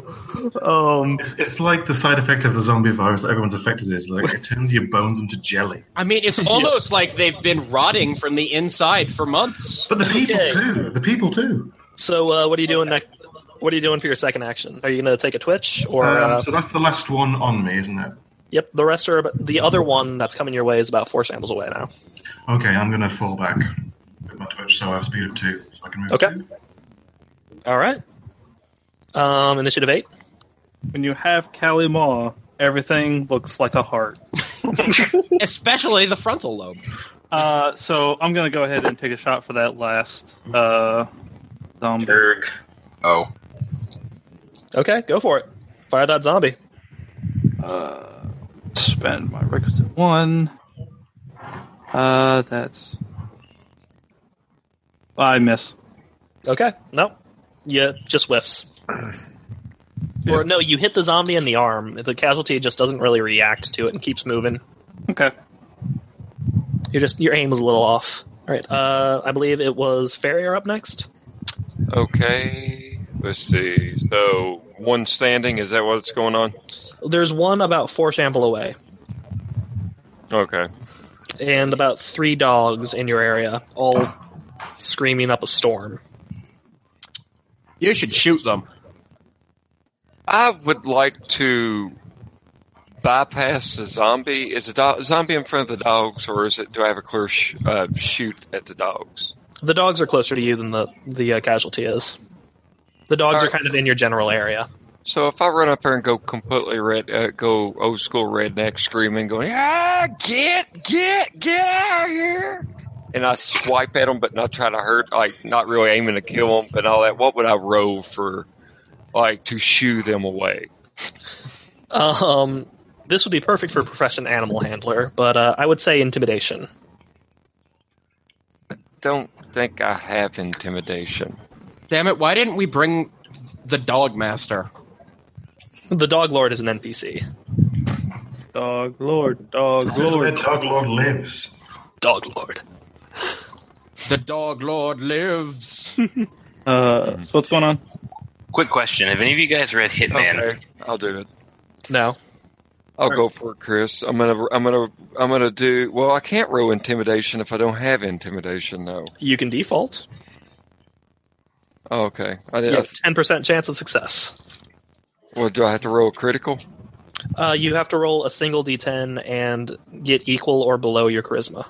Speaker 8: Um,
Speaker 5: It's, it's like the side effect of the zombie virus that everyone's affected is like it turns your bones into jelly.
Speaker 4: I mean, it's almost like they've been rotting from the inside for months.
Speaker 5: But the people
Speaker 1: Okay.
Speaker 5: too. The people too.
Speaker 1: So uh, what are you doing next? What are you doing for your second action? Are you going to take a twitch or?
Speaker 5: Um,
Speaker 1: uh,
Speaker 5: so that's the last one on me, isn't it?
Speaker 1: yep. The rest are the other one that's coming your way is about four shambles away now.
Speaker 5: Okay, I'm gonna fall back with my twitch, so I have speed of two, so I can move.
Speaker 1: Okay.
Speaker 5: two.
Speaker 1: All right. Um, initiative eight.
Speaker 7: When you have Kali Maw, everything looks like a heart.
Speaker 4: Especially the frontal lobe.
Speaker 7: Uh, so I'm gonna go ahead and take a shot for that last uh, zombie.
Speaker 2: Erg. Oh.
Speaker 1: Okay, go for it. Fire that zombie.
Speaker 7: Uh, spend my requisite one. Uh, that's. I miss.
Speaker 1: Okay. No. Yeah, just whiffs. Or no, you hit the zombie in the arm. The casualty just doesn't really react to it and keeps moving.
Speaker 7: Okay.
Speaker 1: You're just your aim was a little off. All right. Uh, I believe it was Farrier up next.
Speaker 3: Okay. Let's see. So one standing. Is that what's going on?
Speaker 1: There's one about four shamble away,
Speaker 3: Okay.
Speaker 1: and about three dogs in your area, all screaming up a storm.
Speaker 4: You should shoot them.
Speaker 3: I would like to bypass the zombie. Is the do- zombie in front of the dogs, or is it? Do I have a clear sh- uh, shoot at the dogs?
Speaker 1: The dogs are closer to you than the the uh, casualty is. The dogs
Speaker 3: All
Speaker 1: are
Speaker 3: right.
Speaker 1: kind of in your general area.
Speaker 3: So if I run up there and go completely red, uh, go old school redneck screaming, going ah, get, get, get out of here, and I swipe at them, but not try to hurt, like not really aiming to kill them, but all that. What would I roll for, like to shoo them away?
Speaker 1: Um, this would be perfect for a profession animal handler, but uh, I would say intimidation.
Speaker 3: Don't think I have intimidation.
Speaker 4: Damn it, why didn't we bring the dog master?
Speaker 1: The dog lord is an NPC.
Speaker 7: Dog Lord, Dog
Speaker 5: This is where
Speaker 7: Lord.
Speaker 5: Dog Lord lives.
Speaker 1: Dog lord.
Speaker 4: The dog lord lives.
Speaker 7: Uh, so what's going on?
Speaker 2: Quick question: Have any of you guys read Hitman?
Speaker 3: Okay, I'll do it.
Speaker 1: No.
Speaker 3: I'll go for it, Chris. I'm gonna, I'm gonna, I'm gonna do. Well, I can't roll intimidation if I don't have intimidation. No.
Speaker 1: You can default.
Speaker 3: Oh, okay. I
Speaker 1: You
Speaker 3: did.
Speaker 1: have ten percent chance of success.
Speaker 3: well, do I have to roll critical?
Speaker 1: Uh, you have to roll a single d10 and get equal or below your charisma.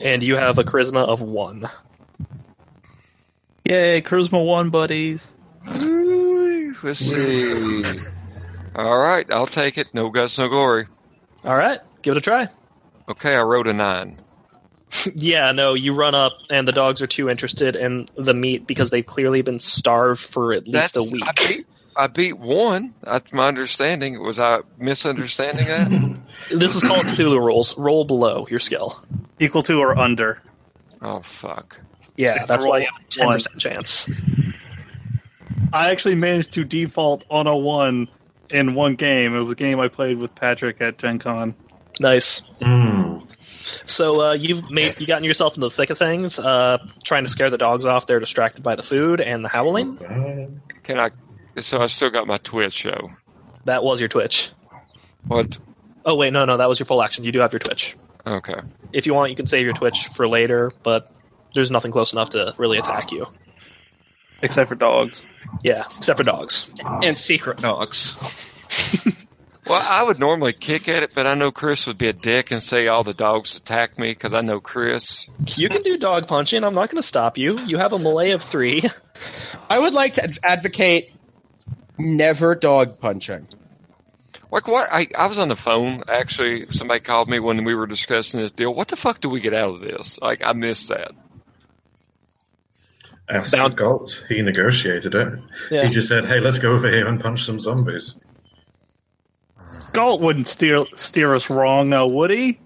Speaker 1: And you have a charisma of one.
Speaker 7: Yay, Charisma One buddies.
Speaker 3: Ooh, Let's see. All right, I'll take it. No guts, no glory.
Speaker 1: All right, give it a try.
Speaker 3: Okay, I rolled a nine.
Speaker 1: Yeah, no, you run up, and the dogs are too interested in the meat because they've clearly been starved for at least a
Speaker 3: I
Speaker 1: week.
Speaker 3: beat, I beat one. That's my understanding. Was I misunderstanding that?
Speaker 1: This is called Cthulhu rules. Roll below your skill.
Speaker 7: Equal to or under.
Speaker 3: oh fuck.
Speaker 1: Yeah, that's why you have a ten
Speaker 7: Roll one.
Speaker 1: percent chance.
Speaker 7: I actually managed to default on a one in one game. It was a game I played with Patrick at Gen Con.
Speaker 1: Nice.
Speaker 5: Mm.
Speaker 1: So uh, you've made you gotten yourself into the thick of things, uh, trying to scare the dogs off. They're distracted by the food and the howling.
Speaker 5: Uh,
Speaker 3: Can I? So I still got my Twitch show.
Speaker 1: That was your twitch.
Speaker 3: What?
Speaker 1: Oh wait, no, no, that was your full action. You do have your twitch.
Speaker 3: Okay.
Speaker 1: If you want, you can save your twitch for later, but there's nothing close enough to really attack you.
Speaker 7: Except for dogs.
Speaker 1: Yeah, except for dogs.
Speaker 4: and secret dogs.
Speaker 3: Well, I would normally kick at it, but I know Chris would be a dick and say all the dogs attack me because I know Chris.
Speaker 1: You can do dog punching. I'm not going to stop you. You have a melee of three.
Speaker 4: I would like to advocate never dog punching.
Speaker 3: Like what? I, I was on the phone actually. Somebody called me when we were discussing this deal. What the fuck do we get out of this? Like I missed that.
Speaker 5: Ask Sound Galt. He negotiated it. He just said, "Hey, let's go over here and punch some zombies."
Speaker 7: Galt wouldn't steer steer us wrong, now would he?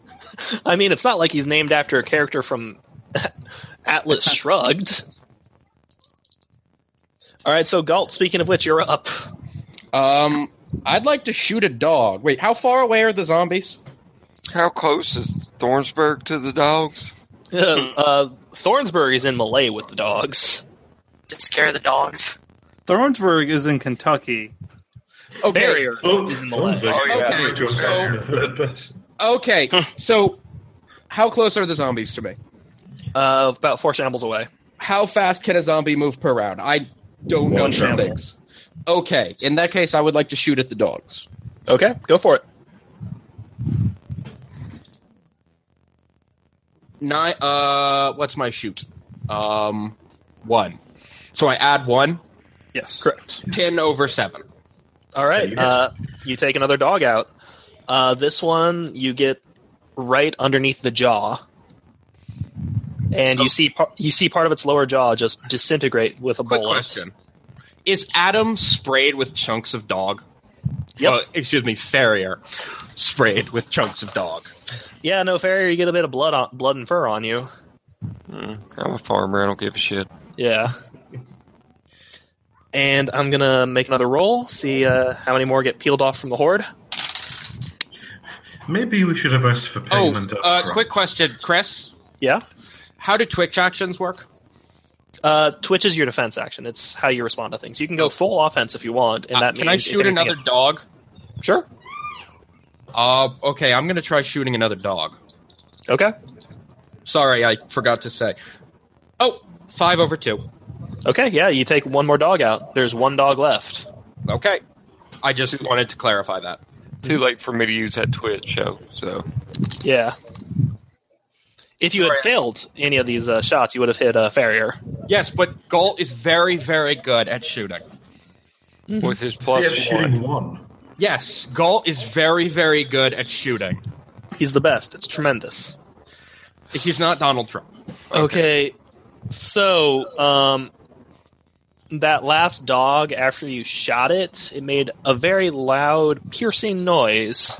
Speaker 1: I mean, it's not like he's named after a character from Atlas Shrugged. All right, so Galt. Speaking of which, you're up.
Speaker 4: Um, I'd like to shoot a dog. Wait, how far away are the zombies?
Speaker 3: How close is Thornsburg to the dogs?
Speaker 1: uh, Thornsburg is in Malay with the dogs.
Speaker 6: to scare the dogs.
Speaker 7: Thornsburg is in Kentucky.
Speaker 4: Okay.
Speaker 1: Barrier
Speaker 5: Oh,
Speaker 1: is in Malay.
Speaker 5: Thornsburg.
Speaker 3: Oh, yeah.
Speaker 5: Put yourself in the third person.
Speaker 4: Okay. so, how close are the zombies to me?
Speaker 1: Uh, about four shambles away.
Speaker 4: How fast can a zombie move per round? I don't know
Speaker 5: One
Speaker 4: these
Speaker 5: round.
Speaker 4: things. Okay. In that case, I would like to shoot at the dogs.
Speaker 1: Okay, go for it.
Speaker 4: Nine. Uh, what's my shoot? Um, one. So I add one.
Speaker 7: Yes.
Speaker 1: Correct.
Speaker 4: Ten over seven.
Speaker 1: All
Speaker 5: Yeah, you
Speaker 1: right.
Speaker 5: hit.
Speaker 1: Uh, you take another dog out. Uh, this one you get right underneath the jaw, and you see par- you see part of its lower jaw just disintegrate with a
Speaker 4: Quick
Speaker 1: bullet.
Speaker 4: question. Is Adam sprayed with chunks of dog?
Speaker 1: Yep.
Speaker 4: Uh, excuse me, Farrier sprayed with chunks of dog.
Speaker 1: Yeah, no fair. You get a bit of blood on blood and fur on you.
Speaker 3: Hmm, I'm a farmer. I don't give a shit.
Speaker 1: Yeah. And I'm gonna make another roll. See uh, how many more get peeled off from the horde.
Speaker 5: Maybe we should have asked for
Speaker 4: Oh,
Speaker 5: payment up
Speaker 4: uh,
Speaker 5: front.
Speaker 4: quick question, Chris.
Speaker 1: Yeah.
Speaker 4: How do Twitch actions work?
Speaker 1: Uh, Twitch is your defense action. It's how you respond to things. You can go full offense if you want, and
Speaker 4: Uh,
Speaker 1: that means
Speaker 4: can I
Speaker 1: if
Speaker 4: shoot
Speaker 1: anything-
Speaker 4: another dog?
Speaker 1: Sure.
Speaker 4: Uh, okay, I'm gonna try shooting another dog.
Speaker 1: Okay.
Speaker 4: Sorry, I forgot to say. Oh, five over two.
Speaker 1: Okay. Yeah, you take one more dog out. There's one dog left.
Speaker 4: Okay, I just wanted to clarify that.
Speaker 3: Too late for me to use that Twitch show. So
Speaker 1: Yeah. If you had
Speaker 4: Sorry.
Speaker 1: failed any of these uh, shots, you would have hit uh, Farrier.
Speaker 4: Yes, but Galt is very, very good at shooting.
Speaker 3: with his
Speaker 5: Yeah,
Speaker 3: plus one,
Speaker 5: shooting one.
Speaker 4: Yes, Galt is very, very good at shooting.
Speaker 1: He's the best. It's tremendous.
Speaker 4: He's not Donald Trump.
Speaker 1: Okay. So, um, that last dog, after you shot it, it made a very loud, piercing noise,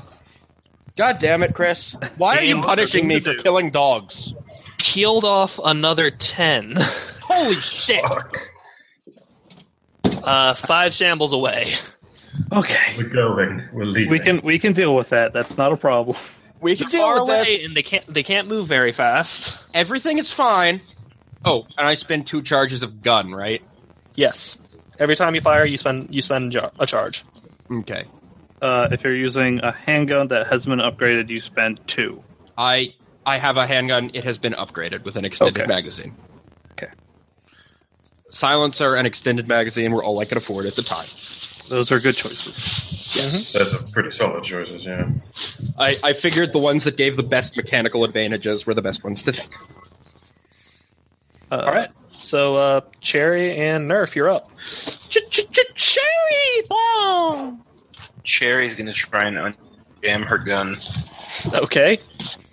Speaker 4: God damn it, Chris. Why are
Speaker 7: Hey,
Speaker 4: you
Speaker 7: what's
Speaker 4: punishing me
Speaker 7: the thing to
Speaker 4: for
Speaker 7: do?
Speaker 4: killing dogs?
Speaker 1: peeled off another 10,
Speaker 4: Holy shit.
Speaker 1: uh, five shambles away.
Speaker 8: Okay.
Speaker 5: We're going. We're leaving.
Speaker 7: We can we can deal with that. That's not a problem.
Speaker 4: We
Speaker 1: They're
Speaker 4: can deal
Speaker 1: far
Speaker 4: with
Speaker 1: away,
Speaker 4: this.
Speaker 1: and they can't, they can't move very fast.
Speaker 4: Everything is fine. Oh, and I spend two charges of gun, right?
Speaker 1: Yes. Every time you fire, you spend, you spend jar- a charge.
Speaker 4: Okay.
Speaker 7: Uh, if you're using a handgun that has been upgraded, you spend two.
Speaker 4: I I have a handgun. It has been upgraded with an extended
Speaker 7: Okay.
Speaker 4: magazine.
Speaker 7: Okay.
Speaker 4: Silencer and extended magazine were all I could afford at the time.
Speaker 7: Those are good choices.
Speaker 5: Those are pretty solid choices, yeah.
Speaker 4: I, I figured the ones that gave the best mechanical advantages were the best ones to take.
Speaker 7: Uh,
Speaker 1: All right. So, uh, Cherry and Nerf, you're up.
Speaker 4: Cherry bomb!
Speaker 2: Cherry's gonna try and unjam her gun.
Speaker 1: Okay.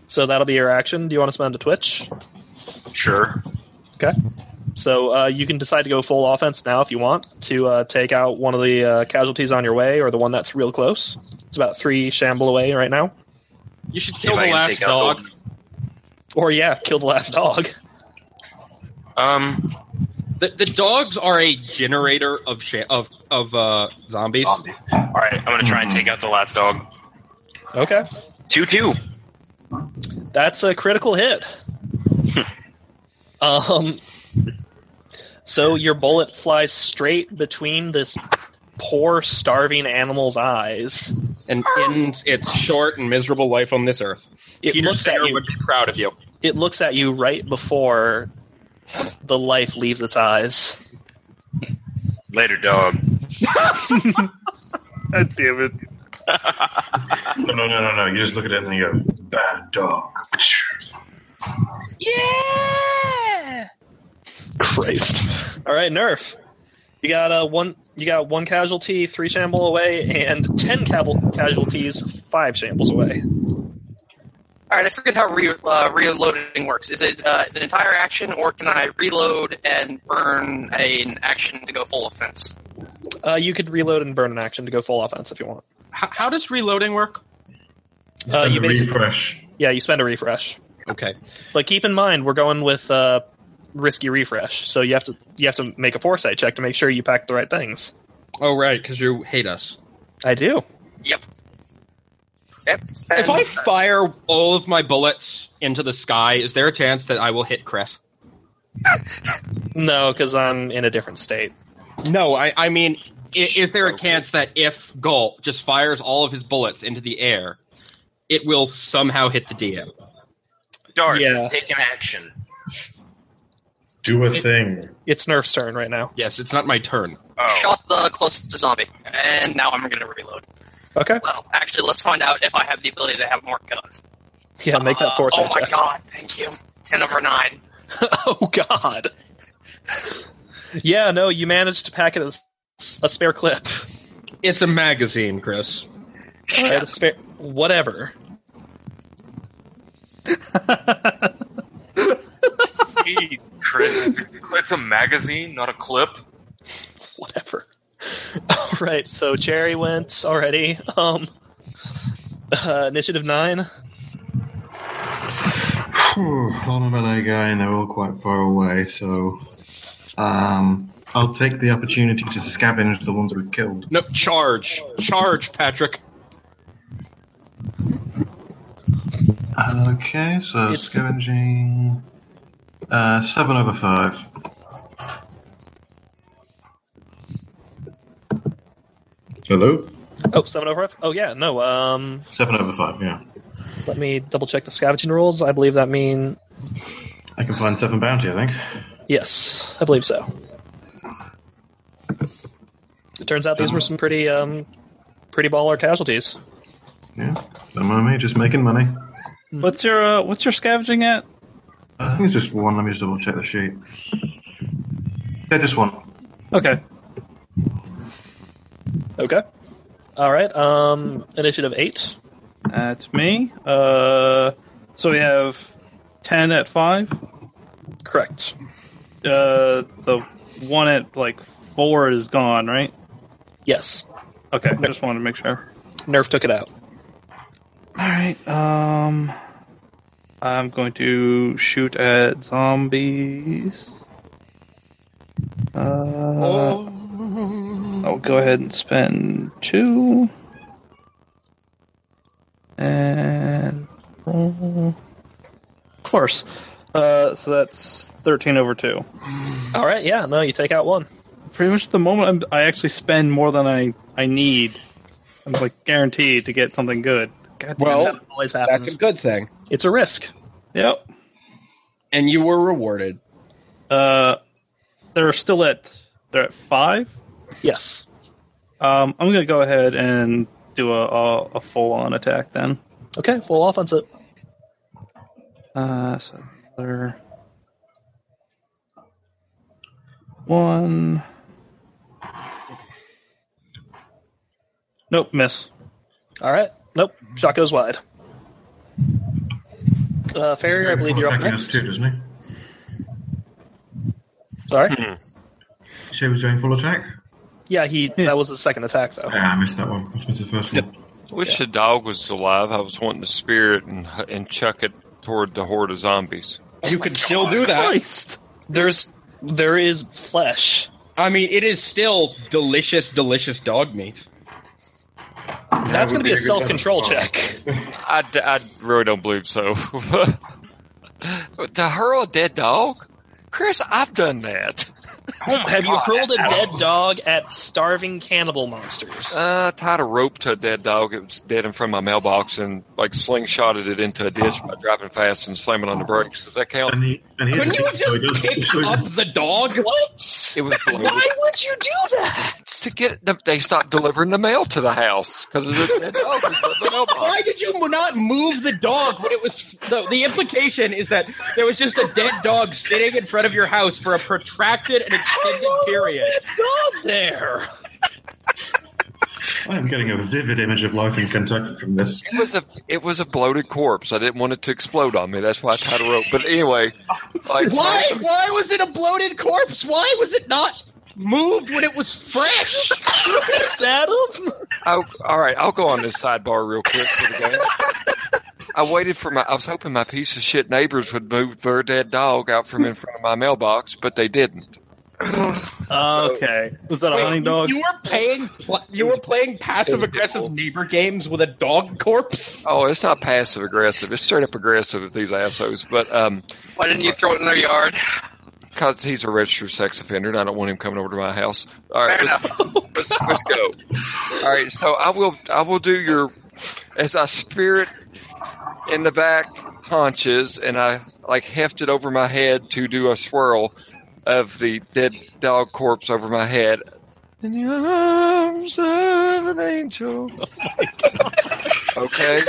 Speaker 1: So that'll be your action. Do you want to spend a twitch?
Speaker 2: Sure.
Speaker 1: Okay. So uh, you can decide to go full offense now if you want to uh, take out one of the uh, casualties on your way or the one that's real close. It's about three shamble away right now.
Speaker 4: You should
Speaker 2: See
Speaker 4: kill the
Speaker 2: if I can
Speaker 4: last
Speaker 2: take out
Speaker 4: dog.
Speaker 2: the-
Speaker 1: Or yeah, kill the last dog.
Speaker 2: Um,
Speaker 4: The, the dogs are a generator of sh- of of uh, zombies.
Speaker 2: zombie. All right, I'm gonna
Speaker 4: Mm-hmm.
Speaker 2: try and take out the last dog.
Speaker 1: Okay.
Speaker 2: Two two.
Speaker 1: That's a critical hit. um, so your bullet flies straight between this poor starving animal's eyes.
Speaker 4: and ends its short and miserable life on this earth.
Speaker 1: It
Speaker 4: Peter
Speaker 1: looks at
Speaker 4: Sayer
Speaker 1: you.
Speaker 4: would be proud of you.
Speaker 1: it looks at you right before the life leaves its eyes.
Speaker 2: Later, dog.
Speaker 7: God damn it.
Speaker 5: No, no, no, no, no. You just look at it and you go, bad dog.
Speaker 1: Christ! All right, Nerf. You got uh, one. You got one casualty, three shamble away, and ten caval- casualties, five shambles away.
Speaker 6: All right, I forget how re- uh, reloading works. Is it uh, an entire action, or can I reload and burn a- an action to go full offense?
Speaker 1: Uh, you could reload and burn an action to go full offense if you want.
Speaker 4: H- how does reloading work?
Speaker 1: Uh,
Speaker 5: And
Speaker 1: you
Speaker 5: the
Speaker 1: basically,
Speaker 5: refresh.
Speaker 1: yeah, you spend a refresh.
Speaker 4: Okay.
Speaker 1: But keep in mind, we're going with uh, risky refresh, so you have to you have to make a foresight check to make sure you pack the right things.
Speaker 4: Oh right, because you hate us. I do.
Speaker 6: Yep. Yep.
Speaker 4: If
Speaker 6: And-
Speaker 4: I fire all of my bullets into the sky, is there a chance that I will hit Chris?
Speaker 1: No, because I'm in a different state.
Speaker 4: No, I, I mean, i- is there a chance that if Gulp just fires all of his bullets into the air, it will somehow hit the DM?
Speaker 2: Dart,
Speaker 1: Yeah.
Speaker 2: take an action.
Speaker 5: Do a thing.
Speaker 1: It's Nerf's turn right now.
Speaker 4: Yes, it's not my turn.
Speaker 2: Oh,
Speaker 6: Shot the closest zombie, and now I'm gonna reload.
Speaker 1: Okay.
Speaker 6: Well, actually, let's find out if I have the ability to have more guns.
Speaker 1: Yeah, make that force.
Speaker 6: Oh my
Speaker 1: check.
Speaker 6: god! Thank you. Ten over nine.
Speaker 1: oh god. yeah, no, you managed to pack it as a spare clip.
Speaker 4: It's a magazine, Chris.
Speaker 1: All right, a spare whatever.
Speaker 2: gee, Chris, it's a magazine, not a clip.
Speaker 1: Whatever. All right, so Jerry went already. Um uh, initiative 9.
Speaker 5: Phew, on a melee guy, and they're all quite far away, so um, I'll take the opportunity to scavenge the ones we've killed.
Speaker 4: No, charge. Charge, Patrick.
Speaker 5: Okay, so
Speaker 1: It's-
Speaker 5: scavenging uh, seven over five. Hello,
Speaker 1: Oh, 7 over F. Oh yeah, no. Um
Speaker 5: seven over five. Yeah,
Speaker 1: let me double check the scavenging rules. I believe that mean
Speaker 5: I can find seven bounty. I think.
Speaker 1: yes, I believe so. It turns out these were some pretty um pretty baller casualties.
Speaker 5: Yeah, don't mind me, just making money.
Speaker 8: What's your uh, what's your scavenging at?
Speaker 5: I think it's just one. Let me just double check the sheet. Yeah, just one.
Speaker 8: Okay.
Speaker 1: Okay. All right. Um, initiative eight.
Speaker 8: That's me. Uh, so we have ten at five.
Speaker 1: Correct.
Speaker 8: Uh, the one at like four is gone, right?
Speaker 1: Yes.
Speaker 8: Okay, I just wanted to make sure.
Speaker 1: Nerf took it out.
Speaker 8: All right. Um, I'm going to shoot at zombies. Uh, I'll go ahead and spend two. And roll. Of course. Uh, so that's 13 over 2.
Speaker 1: All right. Yeah. No, you take out one.
Speaker 8: Pretty much the moment I'm, I actually spend more than I, I need, I'm like guaranteed to get something good. God damn
Speaker 4: Well,
Speaker 8: it.
Speaker 1: That always
Speaker 4: That's
Speaker 1: happens.
Speaker 4: a good thing.
Speaker 1: it's a risk.
Speaker 8: Yep.
Speaker 4: And you were rewarded.
Speaker 8: Uh, they're still at they're at five.
Speaker 1: Yes.
Speaker 8: Um, I'm gonna go ahead and do a a, a full on attack then.
Speaker 1: Okay. Full offense. It.
Speaker 8: Uh, so they're one. Nope, miss.
Speaker 1: All right. Nope. Shot goes wide. Uh, Farrier, I believe you're up
Speaker 5: Attacking us
Speaker 1: next.
Speaker 5: too, doesn't he?
Speaker 1: Sorry.
Speaker 5: She was doing full attack.
Speaker 1: Yeah. He. That was the second attack though.
Speaker 5: Yeah, I missed that one. This was the first one.
Speaker 3: Wish the dog was alive. I was wanting to spear it and, and chuck it toward the horde of zombies.
Speaker 4: You could still do that.
Speaker 8: Christ.
Speaker 1: There's. There is flesh.
Speaker 4: I mean, it is still delicious, delicious dog meat.
Speaker 1: That's
Speaker 5: would
Speaker 1: going to be a
Speaker 5: be a good challenge.
Speaker 1: self control check.
Speaker 3: I, d- I really don't believe so. to hurl a dead dog? Chris, I've done that.
Speaker 1: Have you hurled a dead dog at starving cannibal monsters?
Speaker 3: Uh, I tied a rope to a dead dog. It was dead in front of my mailbox and like slingshotted it into a ditch by driving fast and slamming on the brakes. Does that count?
Speaker 5: And he and he is
Speaker 4: Couldn't you
Speaker 5: a
Speaker 4: have
Speaker 5: thief, so he
Speaker 4: just
Speaker 5: does.
Speaker 4: picked
Speaker 5: so he
Speaker 4: up the dog?
Speaker 1: What?
Speaker 3: It was bloated.
Speaker 1: Why would you do that?
Speaker 3: to get the, they stopped delivering the mail to the house because of the dead dog in front of the
Speaker 4: Why
Speaker 3: mailbox.
Speaker 4: did you not move the dog when it was? The, the implication is that there was just a dead dog sitting in front of your house for a protracted and extended period.
Speaker 1: dog there.
Speaker 5: I am getting a vivid image of life in Kentucky from this.
Speaker 3: It was a it was a bloated corpse. I didn't want it to explode on me. That's why I tied a rope. But anyway, like,
Speaker 4: Why? Why was it a bloated corpse? Why was it not moved when it was fresh?
Speaker 3: I'll, all right, I'll go on this sidebar real quick for the game. I waited for my. I was hoping my piece of shit neighbors would move their dead dog out from in front of my mailbox, but they didn't.
Speaker 8: Okay. Was that a
Speaker 4: Wait,
Speaker 8: hunting dog?
Speaker 4: You were playing pl- you were playing passive aggressive neighbor games with a dog corpse.
Speaker 3: Oh, it's not passive aggressive. It's straight up aggressive with these assholes. But um,
Speaker 6: Why didn't you throw it in their yard?
Speaker 3: because he's a registered sex offender, and I don't want him coming over to my house. All right,
Speaker 6: Fair
Speaker 3: let's,
Speaker 6: enough.
Speaker 3: let's, let's go. All right, so I will I will do your as I spirit in the back haunches, and I like heft it over my head to do a swirl of the dead dog corpse over my head. In the arms of an angel. okay,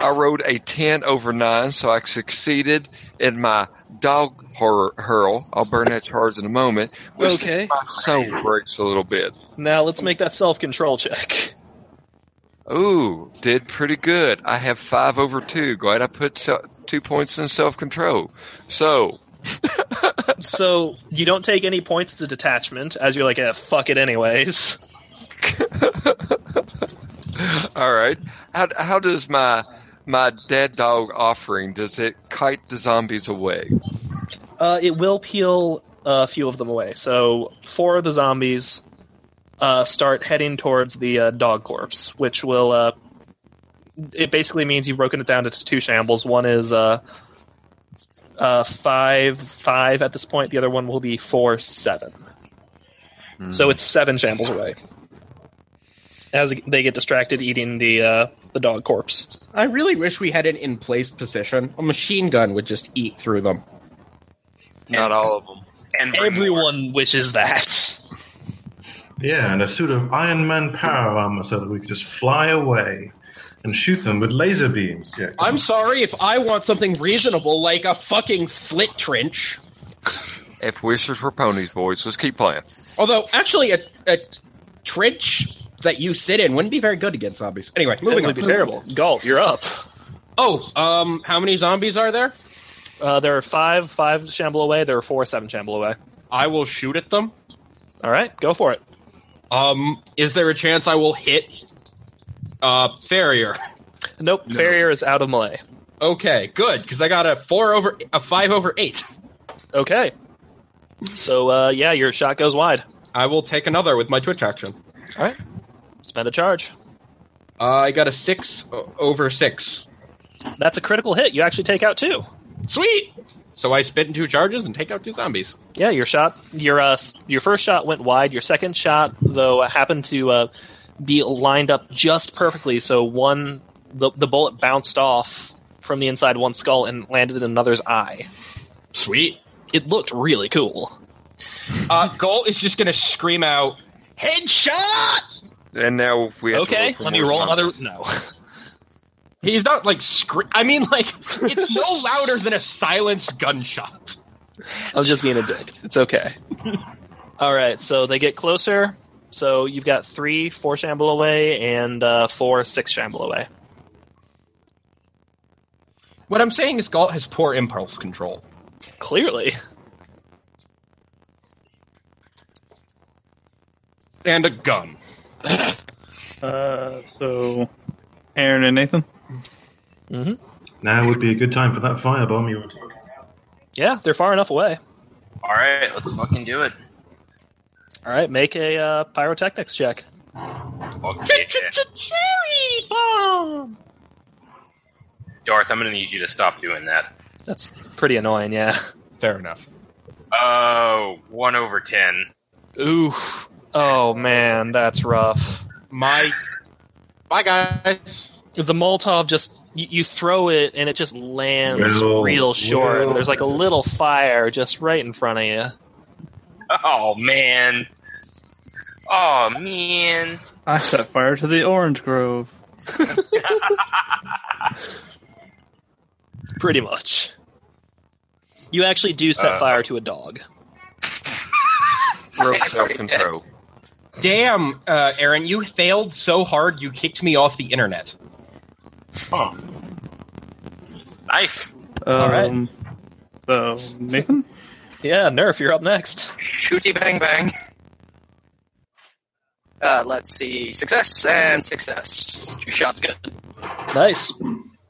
Speaker 3: I rolled a ten over nine, so I succeeded in my dog horror hurl. I'll burn that charge in a moment. which
Speaker 1: Okay.
Speaker 3: My soul breaks a little bit.
Speaker 1: Now let's make that self control check.
Speaker 3: Ooh, did pretty good. I have five over two. Glad I put se- two points in self control. So,
Speaker 1: So you don't take any points to detachment, as you're like, eh, fuck it anyways.
Speaker 3: all right. How, how does my my dead dog offering does it kite the zombies away?
Speaker 1: Uh, it will peel uh, a few of them away. So four of the zombies uh, start heading towards the uh, dog corpse, which will. Uh, it basically means you've broken it down into two shambles. One is uh, uh, five five at this point. The other one will be four seven. Hmm. So it's seven shambles away. As they get distracted eating the uh, the dog corpse.
Speaker 4: I really wish we had an in place position. A machine gun would just eat through them.
Speaker 3: Not all of them.
Speaker 2: And bring more.
Speaker 1: Everyone wishes that.
Speaker 5: Yeah, and a suit of Iron Man power armor so that we could just fly away and shoot them with laser beams. Yeah,
Speaker 4: I'm sorry if I want something reasonable like a fucking slit trench.
Speaker 3: If wishes were ponies, boys, let's keep playing.
Speaker 4: Although, actually, a, a trench that you sit in wouldn't be very good against zombies. Anyway, moving
Speaker 1: it
Speaker 4: on.
Speaker 1: would be terrible. Galt, you're up.
Speaker 4: Oh, um, how many zombies are there?
Speaker 1: Uh, there are five five shamble away. There are four seven shamble away.
Speaker 4: I will shoot at them.
Speaker 1: All right, go for it.
Speaker 4: Um, is there a chance I will hit? Uh, Farrier.
Speaker 1: Nope, Farrier is out of melee.
Speaker 4: Okay, good, because I got a four over, a five over eight.
Speaker 1: Okay. So uh, yeah, your shot goes wide.
Speaker 4: I will take another with my twitch action.
Speaker 1: All right, spend a charge.
Speaker 4: Uh, I got a six o- over six.
Speaker 1: That's a critical hit. You actually take out two.
Speaker 4: Sweet. So I spit in two charges and take out two zombies.
Speaker 1: Yeah, your shot, your uh, s- your first shot went wide. Your second shot, though, happened to uh, be lined up just perfectly. So one, the the bullet bounced off from the inside one skull and landed in another's eye.
Speaker 4: Sweet.
Speaker 1: It looked really cool.
Speaker 4: Uh, Goal is just gonna scream out, "Headshot!"
Speaker 3: And now we have to roll
Speaker 1: Okay,
Speaker 3: for
Speaker 1: let me
Speaker 3: more
Speaker 1: roll another.
Speaker 3: zombies.
Speaker 1: No.
Speaker 4: He's not like scream. I mean, like it's no louder than a silenced gunshot.
Speaker 1: I was just being a dick. It's okay. All right, so they get closer. So you've got three four shamble away and uh, four six shamble away.
Speaker 4: What I'm saying is, Galt has poor impulse control.
Speaker 1: Clearly,
Speaker 4: And a gun.
Speaker 8: Uh, so, Aaron and Nathan.
Speaker 5: now would be a good time for that firebomb you were talking about.
Speaker 1: yeah, they're far enough away.
Speaker 2: All right, let's fucking do it.
Speaker 1: All right, make a uh, pyrotechnics check.
Speaker 2: Fuck yeah.
Speaker 4: Cherry bomb.
Speaker 2: Darth, I'm gonna need you to stop doing that.
Speaker 1: That's pretty annoying. Yeah.
Speaker 4: Fair enough.
Speaker 2: Oh, one over ten.
Speaker 1: Ooh. Oh man, that's rough.
Speaker 4: My. Bye, guys.
Speaker 1: The Molotov just you, you throw it and it just lands
Speaker 5: Will.
Speaker 1: real short.
Speaker 5: Will.
Speaker 1: There's like a little fire just right in front of you.
Speaker 2: Oh man. Oh man.
Speaker 8: I set fire to the orange grove.
Speaker 1: Pretty much. You actually do set
Speaker 2: Uh,
Speaker 1: fire to a dog.
Speaker 3: Roll
Speaker 6: It's
Speaker 3: self
Speaker 6: already
Speaker 3: control.
Speaker 4: Damn, uh, Aaron, you failed so hard you kicked me off the internet.
Speaker 2: Oh. Nice.
Speaker 8: Um, So, Nathan.
Speaker 1: Yeah, Nerf, you're up next.
Speaker 6: Shooty bang bang. Uh, let's see. Success and success. Two shots good.
Speaker 1: Nice.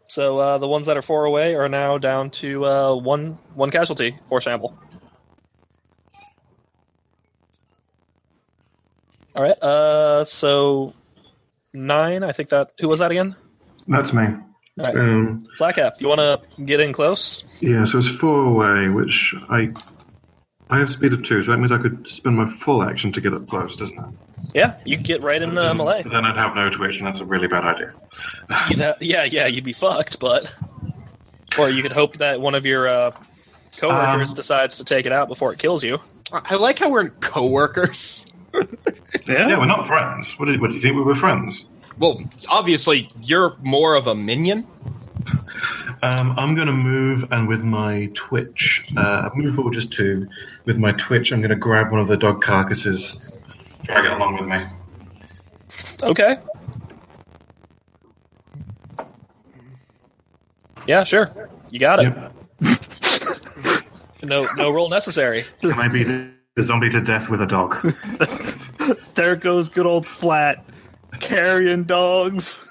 Speaker 1: So uh, the ones that are four away are now down to uh, one one casualty, four shamble. All right. Uh, so nine. I think that. Who was that again?
Speaker 5: That's me.
Speaker 1: All right.
Speaker 5: Um,
Speaker 1: Flackap, you want to get in close?
Speaker 5: yeah, so it's four away, which I I have speed of two, so that means I could spend my full action to get up close, doesn't it?
Speaker 1: Yeah, you could get right in the Uh, melee.
Speaker 5: But then I'd have no twitch, and that's a really bad idea.
Speaker 1: You'd ha- yeah, yeah, you'd be fucked, but or you could hope that one of your uh, coworkers
Speaker 5: Um.
Speaker 1: decides to take it out before it kills you.
Speaker 4: I I like how we're coworkers.
Speaker 5: Yeah, we're not friends. What do, you- what do you think? We were friends.
Speaker 4: Well, obviously, you're more of a minion.
Speaker 5: Um, I'm going to move, and with my twitch, uh, move forward just two. With my twitch, I'm going to grab one of the dog carcasses, drag it along with me.
Speaker 1: Okay. Yeah, sure. You got it.
Speaker 5: Yep.
Speaker 1: No, no roll necessary.
Speaker 5: Can I beat the zombie to death with a dog?
Speaker 8: There goes good old flat carrion dogs.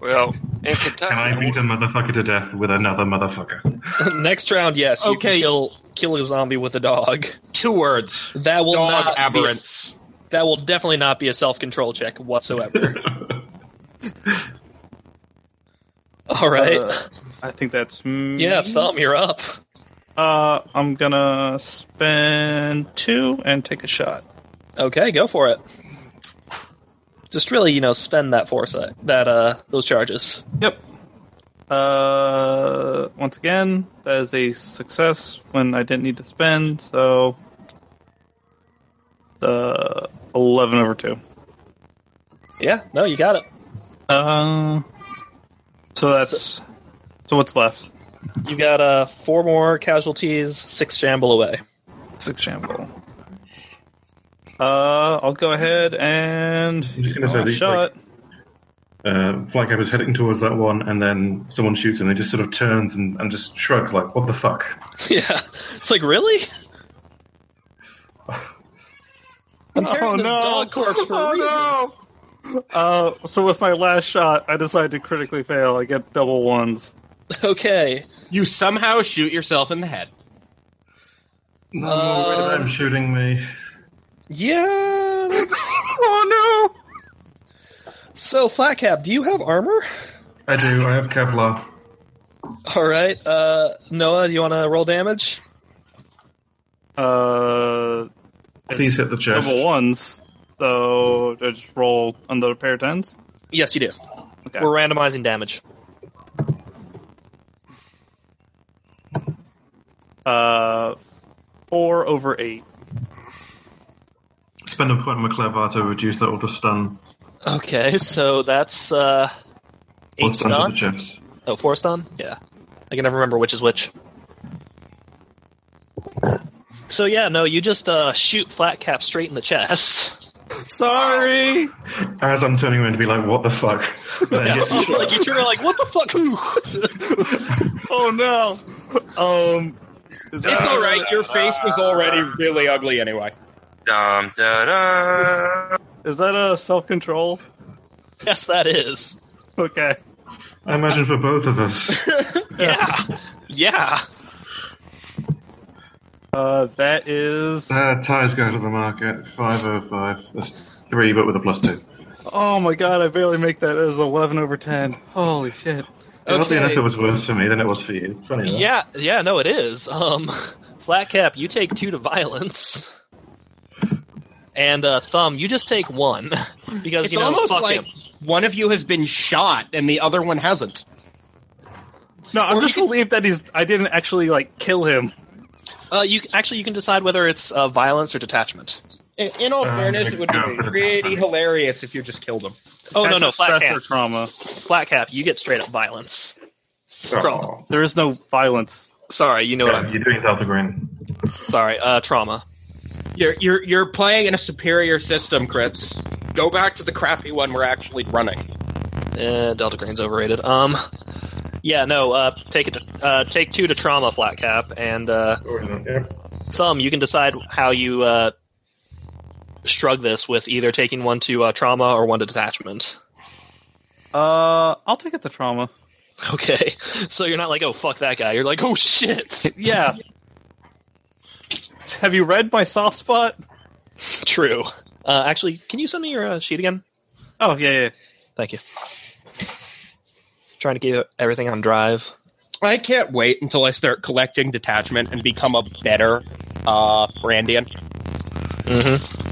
Speaker 3: Well, in
Speaker 5: Can I
Speaker 3: Kentucky,
Speaker 5: beat a motherfucker to death with another motherfucker?
Speaker 1: Next round, yes. You
Speaker 4: Okay.
Speaker 1: can kill kill a zombie with a dog.
Speaker 4: Two words.
Speaker 1: That will
Speaker 4: Dog
Speaker 1: not Be
Speaker 4: aberrance.
Speaker 1: a, that will definitely not be a self control check whatsoever. All right.
Speaker 8: Uh, I think that's me.
Speaker 1: yeah, thumb, you're up.
Speaker 8: Uh, I'm gonna spend two and take a shot.
Speaker 1: Okay, go for it. Just really, you know, spend that foresight, that uh, those charges.
Speaker 8: Yep. Uh, once again, that is a success when I didn't need to spend, so the eleven over two.
Speaker 1: Yeah, no, you got it.
Speaker 8: Uh, so that's so what's left?
Speaker 1: You got uh, four more casualties, six shamble away.
Speaker 8: Six shamble. Uh, I'll go ahead and
Speaker 5: I'm just gonna
Speaker 1: Oh,
Speaker 5: say that, like-
Speaker 8: shot.
Speaker 5: Uh, Flycap is heading towards that one, and then someone shoots him, and he just sort of turns and, and just shrugs, like, what the fuck?
Speaker 1: yeah, it's like really. I'm carrying this dog corpse for a reason.
Speaker 8: Uh, so with my last shot, I decide to critically fail. I get double ones.
Speaker 1: Okay.
Speaker 4: You somehow shoot yourself in the head.
Speaker 5: No, I'm worried about him
Speaker 1: Uh.
Speaker 5: shooting me.
Speaker 1: Yeah.
Speaker 8: oh no!
Speaker 1: so, Flatcap, do you have armor?
Speaker 5: I do, I have Kevlar.
Speaker 1: All right. Uh, Noah, you want to roll damage?
Speaker 8: Uh,
Speaker 5: Please hit the chest.
Speaker 8: double ones. So do I just roll another pair of tens.
Speaker 1: Yes, you do.
Speaker 8: Okay.
Speaker 1: We're randomizing damage.
Speaker 8: Uh, four over eight.
Speaker 5: Spend a point on my Clevar to reduce that auto stun.
Speaker 1: Okay, so that's uh,
Speaker 5: Or
Speaker 1: eight
Speaker 5: stun to
Speaker 1: stun.
Speaker 5: the chest.
Speaker 1: Oh, four stun. Yeah, I can never remember which is which. So yeah, no, you just uh, shoot Flatcap straight in the chest.
Speaker 8: Sorry.
Speaker 5: As I'm turning around to be like, what the fuck? Then I get shot.
Speaker 1: like you turn around, like what the fuck?
Speaker 8: oh no. Um,
Speaker 4: It's
Speaker 8: is that-
Speaker 4: all right. Your face was already really ugly anyway.
Speaker 2: Dum da da.
Speaker 8: is that a self control?
Speaker 1: yes, that is.
Speaker 8: Okay.
Speaker 5: I imagine for both of us.
Speaker 1: Yeah, yeah.
Speaker 8: Uh, that is.
Speaker 5: Uh, tires go to the market. 505. That's three, but with a plus two.
Speaker 8: Oh my god! I barely make that as eleven over ten. Holy shit!
Speaker 5: Oddly enough,
Speaker 1: Okay.
Speaker 5: it was worse for me than it was for you. Funny enough.
Speaker 1: Yeah, yeah, no, it is. Um, Flatcap, you take two to violence, and uh, Thumb, you just take one because
Speaker 4: It's
Speaker 1: you know
Speaker 4: almost
Speaker 1: fuck
Speaker 4: like
Speaker 1: him.
Speaker 4: one of you has been shot and the other one hasn't.
Speaker 8: No, I'm
Speaker 1: Or
Speaker 8: just
Speaker 1: you could-
Speaker 8: relieved that he's. I didn't actually like kill him.
Speaker 1: Uh, you actually you can decide whether it's uh, violence or detachment.
Speaker 4: In, in all
Speaker 5: Um,
Speaker 4: fairness, it would
Speaker 5: yeah,
Speaker 4: be
Speaker 5: but-
Speaker 4: pretty hilarious if you just killed him.
Speaker 1: Oh no
Speaker 8: That's
Speaker 1: no
Speaker 8: a stressor
Speaker 1: Flatcap,
Speaker 8: trauma.
Speaker 1: Flatcap, you get straight up violence. Trauma.
Speaker 5: Oh,
Speaker 8: There is no violence.
Speaker 1: Sorry, you know what I mean.
Speaker 5: you're doing Delta Green.
Speaker 1: Sorry, uh, trauma.
Speaker 4: You're you're you're playing in a superior system, Chris. Go back to the crappy one we're actually running.
Speaker 1: Eh, Delta Green's overrated. Um, yeah, no. Uh, take it. To, uh, take two to trauma, flat cap, and uh, thumb. You can decide how you uh, shrug this with either taking one to uh, trauma or one to detachment.
Speaker 8: Uh, I'll take it to trauma.
Speaker 1: Okay, so you're not like, oh fuck that guy. You're like, oh shit.
Speaker 8: Yeah. Have you read my soft spot?
Speaker 1: True. Uh, actually, can you send me your uh, sheet again?
Speaker 8: Oh yeah, yeah.
Speaker 1: Thank you. Trying to get everything on drive.
Speaker 4: I can't wait until I start collecting detachment and become a better uh Brandian.
Speaker 1: Mm-hmm.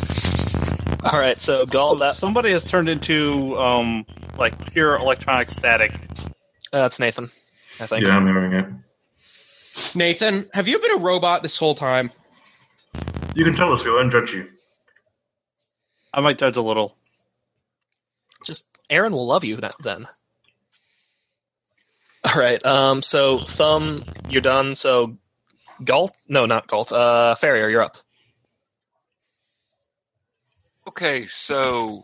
Speaker 1: All right, so Gaul,
Speaker 8: So
Speaker 1: that,
Speaker 8: somebody has turned into um like pure electronic static.
Speaker 1: uh, that's Nathan, I think.
Speaker 5: yeah, I'm hearing it.
Speaker 4: Nathan, have you been a robot this whole time?
Speaker 5: You can tell us. We won't judge you.
Speaker 8: I might judge a little.
Speaker 1: Just Aaron will love you th- then. All right, um, so Thumb, you're done. So Galt, no, not Galt. Uh, Farrier, you're up.
Speaker 3: Okay, so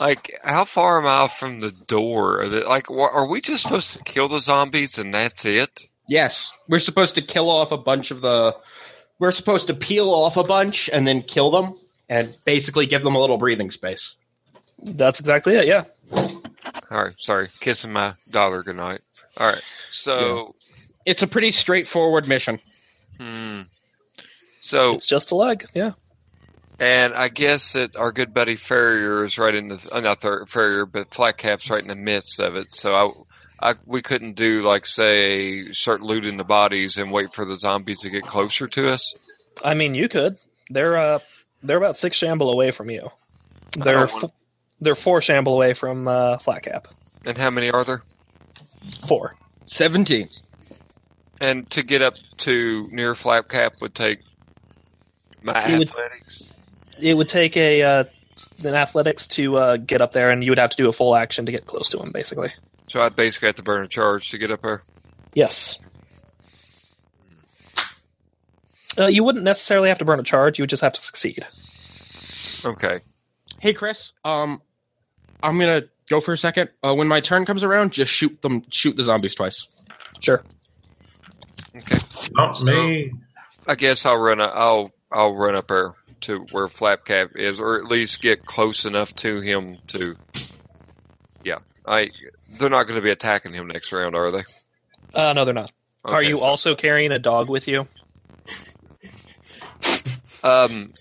Speaker 3: like how far am I from the door? Are they- Like wha- are we just supposed to kill the zombies and that's it?
Speaker 4: Yes. We're supposed to kill off a bunch of the we're supposed to peel off a bunch and then kill them and basically give them a little breathing space.
Speaker 1: That's exactly it. Yeah.
Speaker 3: All right, sorry. Kissing my daughter goodnight. All right. So,
Speaker 4: It's a pretty straightforward mission.
Speaker 3: hmm. So
Speaker 1: It's just a leg. Yeah.
Speaker 3: And I guess that our good buddy Farrier is right in the uh, not Fer- Farrier, but Flat Cap's right in the midst of it. So I, I we couldn't do like say start looting the bodies and wait for the zombies to get closer to us.
Speaker 1: I mean, you could. They're uh, they're about six shamble away from you. They're
Speaker 3: don't
Speaker 1: f-
Speaker 3: wanna-
Speaker 1: they're four shamble away from uh, flat cap.
Speaker 3: And how many are there?
Speaker 1: Four.
Speaker 4: Seventeen.
Speaker 3: And to get up to near Flat Cap would take my
Speaker 1: It would-
Speaker 3: athletics.
Speaker 1: It would take a uh, an athletics to uh, get up there, and you would have to do a full action to get close to him, basically.
Speaker 3: So I basically have to burn a charge to get up there.
Speaker 1: Yes. Uh, you wouldn't necessarily have to burn a charge. You would just have to succeed.
Speaker 3: Okay.
Speaker 4: Hey Chris, um I'm gonna go for a second. Uh, when my turn comes around, just shoot them shoot the zombies twice.
Speaker 1: Sure.
Speaker 3: Okay.
Speaker 5: Not me.
Speaker 3: I guess I'll run. A, I'll I'll run up there to where Flapcap is, or at least get close enough to him to. Yeah, I. They're not going to be attacking him next round, are they?
Speaker 1: Uh, no, they're not. Are
Speaker 3: Okay,
Speaker 1: you
Speaker 3: so-
Speaker 1: also carrying a dog with you?
Speaker 3: Um.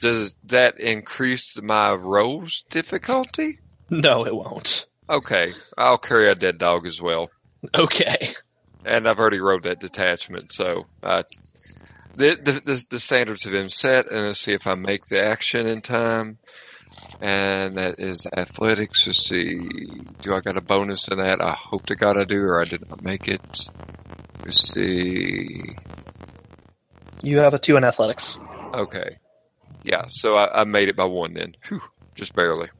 Speaker 3: Does that increase my rolls difficulty?
Speaker 1: No, it won't.
Speaker 3: Okay, I'll carry a dead dog as well,
Speaker 1: Okay.
Speaker 3: and I've already rolled that detachment, so uh, the, the the the standards have been set, and let's see if I make the action in time. And that is athletics. Let's see, do I got a bonus in that? I hope to God I do, or I did not make it. Let's see.
Speaker 1: You have a two in athletics.
Speaker 3: Okay. Yeah, so I, I made it by one then. Whew, just barely.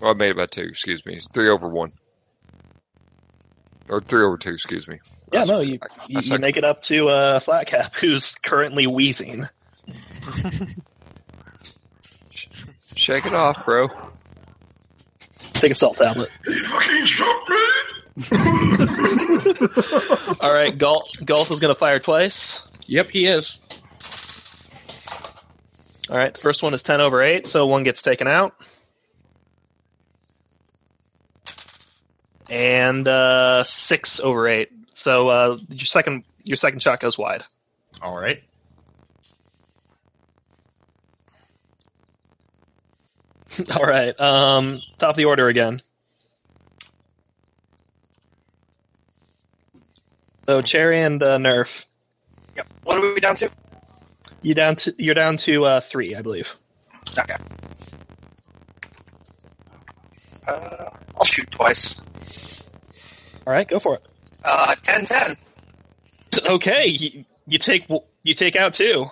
Speaker 3: Or I made it by two, excuse me. It's Three over one. Or three over two, excuse me.
Speaker 1: Yeah, no, you you, you
Speaker 3: suck.
Speaker 1: make it up to uh, flat cap, who's currently wheezing.
Speaker 3: Shake it off, bro.
Speaker 1: Take a salt tablet.
Speaker 5: He fucking shot me.
Speaker 1: All right, Golf, Golf is going to fire twice.
Speaker 4: Yep, he is.
Speaker 1: All right, the first one is 10 over 8, so one gets taken out. And uh, 6 over 8. So uh, your second your second shot goes wide.
Speaker 4: All right.
Speaker 1: All right. Um, top of the order again. So Cherry and uh, Nerf,
Speaker 6: What are we down to?
Speaker 1: you down to you're down to uh, 3, I believe.
Speaker 6: Okay. Uh, I'll shoot twice.
Speaker 1: All right, go for it.
Speaker 6: Uh, 10 10.
Speaker 1: Okay, you, you take you take out two.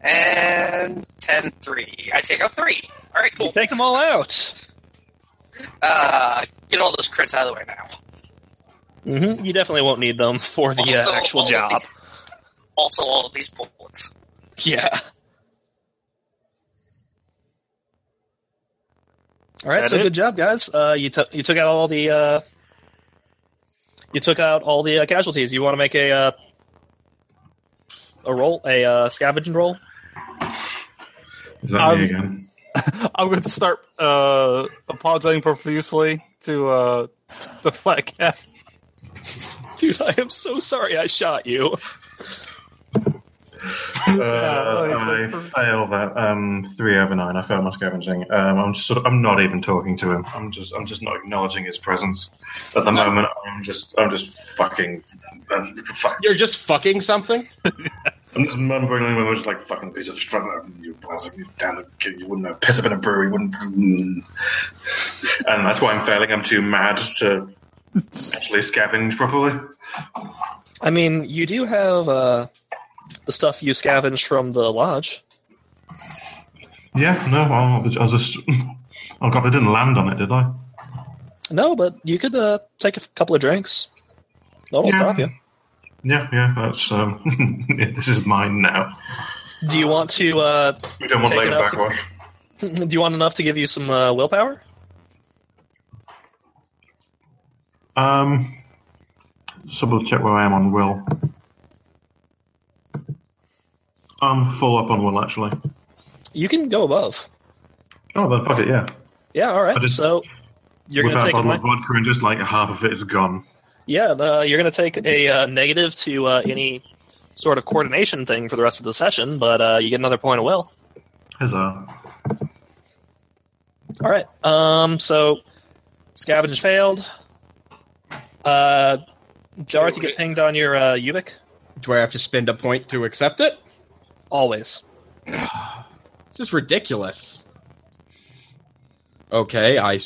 Speaker 6: And 10 3. I take out 3. Alright,
Speaker 1: You
Speaker 6: cool.
Speaker 1: take them all out.
Speaker 6: Uh, get all those crits out of the way now.
Speaker 1: hmm You definitely won't need them for the uh,
Speaker 6: Also,
Speaker 1: actual
Speaker 6: all
Speaker 1: job.
Speaker 6: of these- also, all of these bullets.
Speaker 1: Yeah. All right,
Speaker 7: That
Speaker 1: so
Speaker 7: it?
Speaker 1: good job, guys. Uh, you took you took out all the uh, you took out all the uh, casualties. You want to make a uh, a roll, a uh, scavenging roll?
Speaker 5: Is that
Speaker 7: Um,
Speaker 5: me again?
Speaker 7: I'm going to start uh, apologizing profusely to uh, to the flat cat.
Speaker 1: Dude, I am so sorry I shot you.
Speaker 5: Uh, I fail that. Um, three over nine. I fail my scavenging. Um, I'm sort of, I'm not even talking to him. I'm just I'm just not acknowledging his presence at the moment. I'm just I'm just fucking. I'm, fuck,
Speaker 4: You're just fucking something?
Speaker 5: I'm just mumbling and we're just like fucking piece of shit. You bastard! You damn it! kid, You wouldn't have piss up in a brewery. you Wouldn't. And that's why I'm failing. I'm too mad to actually scavenge properly.
Speaker 1: I mean, you do have uh, the stuff you scavenged from the lodge.
Speaker 5: Yeah, no, I was I was just. Oh god, I didn't land on it, did I?
Speaker 1: No, but you could uh, take a f- couple of drinks. No one will
Speaker 5: Yeah.
Speaker 1: stop you.
Speaker 5: Yeah, yeah, that's. Um, this is mine now.
Speaker 1: Do you want to? Uh,
Speaker 5: We don't want
Speaker 1: Take it
Speaker 5: later
Speaker 1: out to-
Speaker 5: backwash.
Speaker 1: do you want enough to give you some uh, willpower?
Speaker 5: Um, just double check where I am on will. I'm full up on will actually.
Speaker 1: You can go above.
Speaker 5: Oh, then fuck it, yeah.
Speaker 1: Yeah, all right.
Speaker 5: I just-
Speaker 1: so you're
Speaker 5: Whip
Speaker 1: gonna
Speaker 5: out a
Speaker 1: take a
Speaker 5: bottle
Speaker 1: mi-
Speaker 5: of vodka and just like half of it is gone.
Speaker 1: yeah, uh, you're gonna take a uh, negative to uh, any sort of coordination thing for the rest of the session, but uh, you get another point of will.
Speaker 5: Huzzah.
Speaker 1: All right. Um. So, scavenge failed. Uh, Jarth, you get pinged on your uh, Ubik.
Speaker 4: Do I have to spend a point to accept it?
Speaker 1: Always.
Speaker 4: This is ridiculous. Okay, I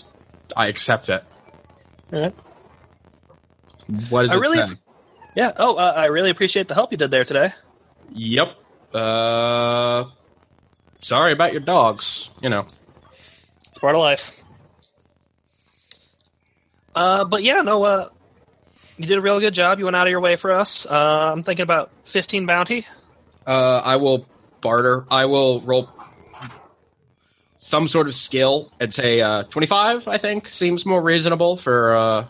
Speaker 4: I accept it.
Speaker 1: Alright.
Speaker 4: What does
Speaker 1: I
Speaker 4: it
Speaker 1: really-
Speaker 4: say?
Speaker 1: Yeah. Oh, uh, I really appreciate the help you did there today.
Speaker 4: Yep. Uh, sorry about your dogs. You know.
Speaker 1: It's part of life. Uh, but yeah, no. Uh, you did a real good job. You went out of your way for us. Uh, I'm thinking about 15 bounty.
Speaker 4: Uh, I will barter. I will roll some sort of skill and say uh, twenty-five. I think seems more reasonable for uh,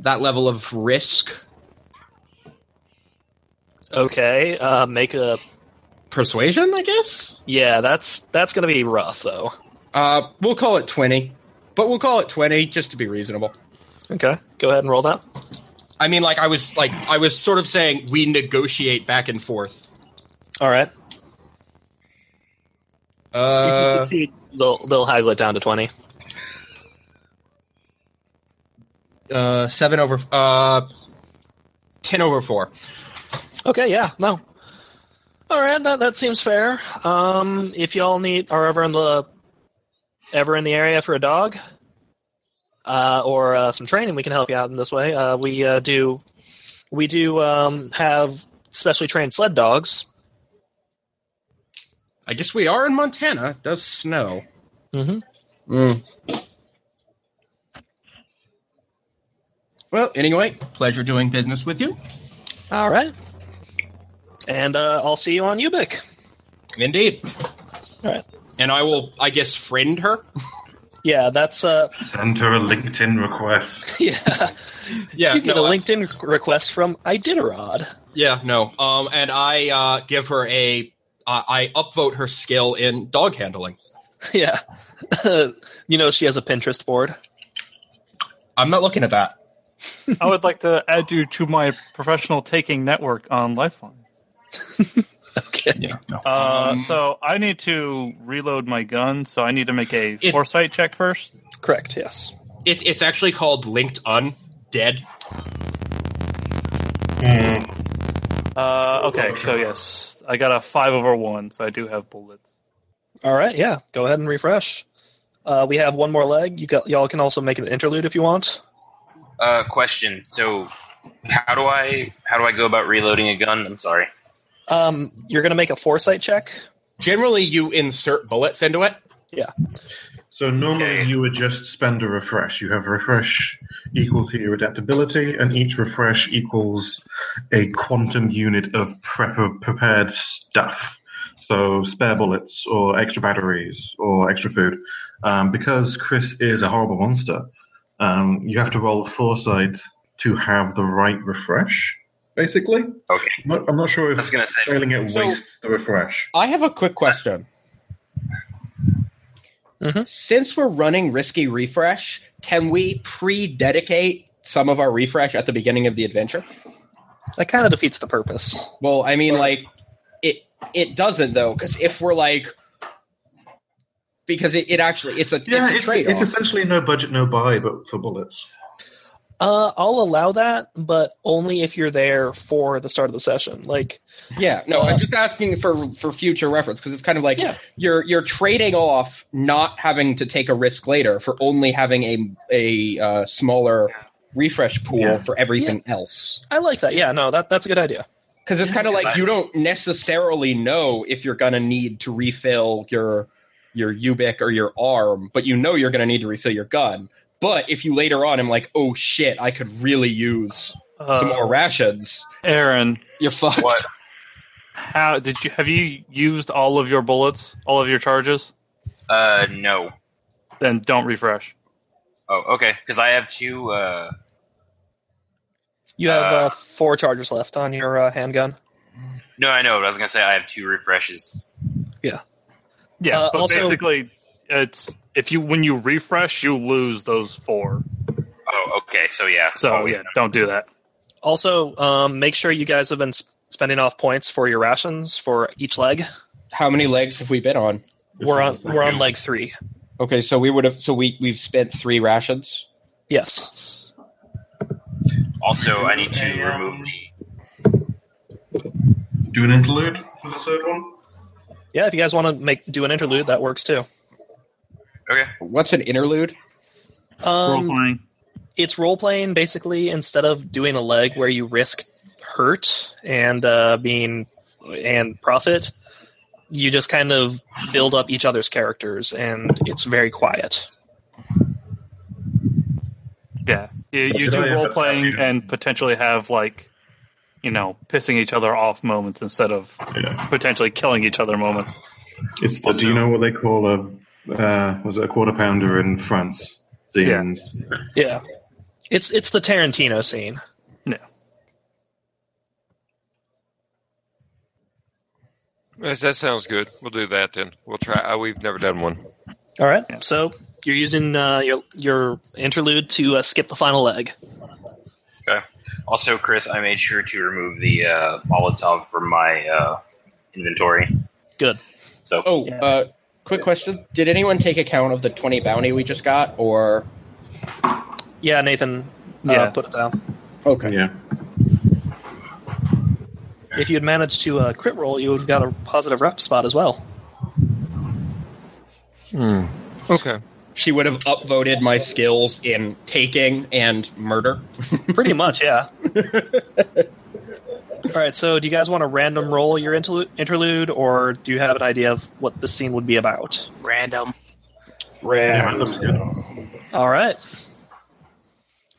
Speaker 4: that level of risk.
Speaker 1: Okay. Uh, make a.
Speaker 4: Persuasion, I guess.
Speaker 1: Yeah, that's that's gonna be rough though.
Speaker 4: Uh, we'll call it 20, but we'll call it 20 just to be reasonable.
Speaker 1: Okay. Go ahead and roll that.
Speaker 4: I mean, like I was like I was sort of saying we negotiate back and forth.
Speaker 1: All right.
Speaker 4: Uh,
Speaker 1: If you succeed, they'll they'll haggle it down to 20.
Speaker 4: uh, seven over, uh, ten over four.
Speaker 1: Okay, yeah, no. All right, that that seems fair. Um, if y'all need are ever in the ever in the area for a dog, uh, or uh, some training, we can help you out in this way. Uh, we uh, do we do um, have specially trained sled dogs.
Speaker 4: I guess we are in Montana. It does snow?
Speaker 1: Mm-hmm.
Speaker 4: Mm. Well, anyway, pleasure doing business with you.
Speaker 1: All right, and uh, I'll see you on Ubik.
Speaker 4: Indeed.
Speaker 1: All right.
Speaker 4: And I will, I guess, friend her.
Speaker 1: Yeah, that's uh,
Speaker 5: Send her a LinkedIn request.
Speaker 1: yeah.
Speaker 4: Yeah,
Speaker 1: you get
Speaker 4: no,
Speaker 1: a
Speaker 4: I-
Speaker 1: LinkedIn request from Iditarod.
Speaker 4: Yeah, no. Um, and I uh, give her a, uh, I upvote her skill in dog handling.
Speaker 1: yeah, you know she has a Pinterest board.
Speaker 4: I'm not looking at that.
Speaker 7: I would like to add you to my professional taking network on Lifeline.
Speaker 1: Okay.
Speaker 4: Yeah, no.
Speaker 7: Uh,
Speaker 4: Um,
Speaker 7: so I need to reload my gun, so I need to make a
Speaker 4: It-
Speaker 7: foresight check first.
Speaker 1: Correct. Yes.
Speaker 4: It, it's actually called linked undead.
Speaker 5: Hmm.
Speaker 7: Uh, okay, so yes, I got a five over one, so I do have bullets.
Speaker 1: All right, yeah. Go ahead and refresh. Uh, we have one more leg. You got, y'all can also make an interlude if you want.
Speaker 2: Uh, question. So, how do I how do I go about reloading a gun? I'm sorry.
Speaker 1: Um, you're going to make a foresight check.
Speaker 4: Generally, you insert bullets into it.
Speaker 5: So normally
Speaker 2: Okay.
Speaker 5: you would just spend a refresh. You have a refresh equal to your adaptability, and each refresh equals a quantum unit of prep- prepared stuff. So spare bullets, or extra batteries, or extra food. Um, because Chris is a horrible monster, um, you have to roll foresight to have the right refresh. Basically,
Speaker 2: Okay.
Speaker 5: I'm not, I'm not sure
Speaker 2: I was
Speaker 5: if
Speaker 2: gonna say.
Speaker 5: failing it
Speaker 4: So-
Speaker 5: wastes the refresh.
Speaker 4: I have a quick question.
Speaker 1: Mhm.
Speaker 4: Since we're running risky refresh, can we pre-dedicate some of our refresh at the beginning of the adventure?
Speaker 1: That kind of defeats the purpose.
Speaker 4: Well, I mean, like it it doesn't though, because if we're like, because it, it actually it's a
Speaker 5: Yeah,
Speaker 4: it's a
Speaker 5: it's,
Speaker 4: trade
Speaker 5: it's
Speaker 4: off.
Speaker 5: essentially no budget, no buy, but for bullets.
Speaker 1: Uh, I'll allow that, but only if you're there for the start of the session. Like,
Speaker 4: Yeah, no,
Speaker 1: Uh,
Speaker 5: Uh-huh.
Speaker 4: I'm just asking for for future reference because it's kind of like
Speaker 1: Yeah.
Speaker 4: you're you're trading off not having to take a risk later for only having a a uh, smaller refresh pool
Speaker 5: Yeah.
Speaker 4: for everything else.
Speaker 1: I like that. Yeah, no, that that's a good idea.
Speaker 4: Because it's kind of like you don't necessarily know if you're gonna need to refill your your ubic or your arm, but you know you're gonna need to refill your gun. But if you later on am like, oh shit, I could really use some more
Speaker 7: Uh,
Speaker 4: rations,
Speaker 7: Aaron,
Speaker 4: you're fucked.
Speaker 2: What?
Speaker 7: how did you have you used all of your bullets, all of your charges?
Speaker 2: Uh, no.
Speaker 7: Then don't refresh.
Speaker 2: Oh, okay. Because I have two. Uh,
Speaker 1: You have
Speaker 2: Uh,
Speaker 1: uh, four charges left on your uh, handgun.
Speaker 2: no, I know. But I was gonna say I have two refreshes.
Speaker 7: Yeah,
Speaker 1: Uh,
Speaker 7: but
Speaker 1: also-
Speaker 7: basically, it's if you when you refresh, you lose those four.
Speaker 2: Oh, okay. So yeah.
Speaker 7: So
Speaker 2: Oh,
Speaker 7: yeah, don't do that.
Speaker 1: Also, um, make sure you guys have been sp- spending off points for your rations for each leg.
Speaker 4: How many legs have we been on?
Speaker 5: This
Speaker 1: we're on
Speaker 5: one's
Speaker 1: we're on
Speaker 5: second.
Speaker 1: leg three.
Speaker 4: Okay, so we would have so we we've spent three rations.
Speaker 1: Yes.
Speaker 2: Also, I need to remove the.
Speaker 5: Do an interlude for the third one.
Speaker 1: Yeah, if you guys want to make do an interlude, that works too.
Speaker 2: Okay.
Speaker 4: What's an interlude?
Speaker 1: Um,
Speaker 7: Role-playing.
Speaker 1: it's role playing basically instead of doing a leg where you risk hurt and uh, being and profit you just kind of build up each other's characters and it's very quiet
Speaker 7: Yeah, you, you do
Speaker 5: Did I-
Speaker 7: role playing and potentially have like, you know, pissing each other off moments instead of
Speaker 5: Yeah.
Speaker 7: potentially killing each other moments.
Speaker 5: It's the, do you know what they call a uh, was it a quarter pounder in France? Zines.
Speaker 1: yeah it's it's the tarantino scene
Speaker 3: Yes, that sounds good. We'll do that then. We'll try. Uh, we've never done one.
Speaker 1: all right
Speaker 7: Yeah.
Speaker 1: so you're using uh, your your interlude to uh, skip the final leg
Speaker 2: Also, Chris, I made sure to remove the uh, Molotov from my uh, inventory.
Speaker 1: Good.
Speaker 2: So
Speaker 4: Oh,
Speaker 1: Yeah.
Speaker 4: uh, quick question: Did anyone take account of the twenty bounty we just got? Or
Speaker 1: yeah nathan
Speaker 7: Yeah.
Speaker 1: uh, put it down
Speaker 4: okay,
Speaker 5: Yeah.
Speaker 1: if you had managed to uh, crit roll you would have got a positive rep spot as well
Speaker 3: Okay.
Speaker 4: she would have upvoted my skills in taking and murder.
Speaker 1: Pretty much, yeah. All right, so do you guys want to random roll your interlude, interlude, or do you have an idea of what the scene would be about?
Speaker 6: Random.
Speaker 5: yeah that looks good.
Speaker 1: All right.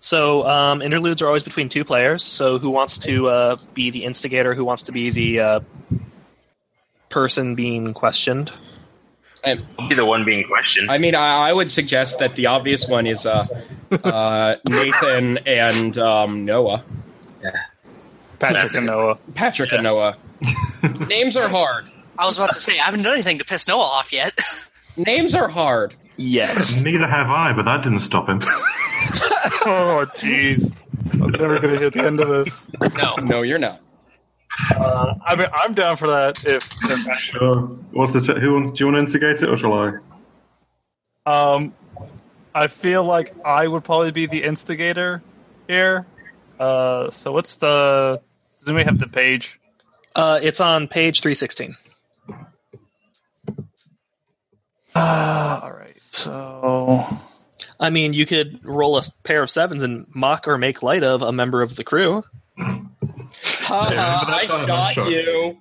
Speaker 1: So um, interludes are always between two players. So who wants to uh, be the instigator? Who wants to be the uh, person being questioned?
Speaker 4: And,
Speaker 2: I'll be the one being questioned.
Speaker 4: I mean, I, I would suggest that the obvious one is uh, uh, Nathan and um, Noah,
Speaker 7: Patrick and Noah.
Speaker 4: Patrick and Noah. Names are hard.
Speaker 6: I was about to say I haven't done anything to piss Noah off yet.
Speaker 4: Names are hard.
Speaker 1: Yes.
Speaker 5: Neither have I, but that didn't stop him.
Speaker 7: Oh jeez.
Speaker 8: I'm never going to hear the end of this.
Speaker 6: no.
Speaker 4: No, you're not.
Speaker 7: Uh, I mean, I'm down for that. If, if
Speaker 5: sure. What's the t- who wants, do you want to instigate it or shall I?
Speaker 7: um, I feel like I would probably be the instigator here. Uh, so what's the? Does anybody have the page?
Speaker 1: Uh, it's on page three sixteen.
Speaker 7: Uh, all right. So
Speaker 1: I mean, you could roll a pair of sevens and mock or make light of a member of the crew.
Speaker 4: Ha ha, Uh, I
Speaker 5: that's not a
Speaker 4: shot
Speaker 5: shot.
Speaker 4: you.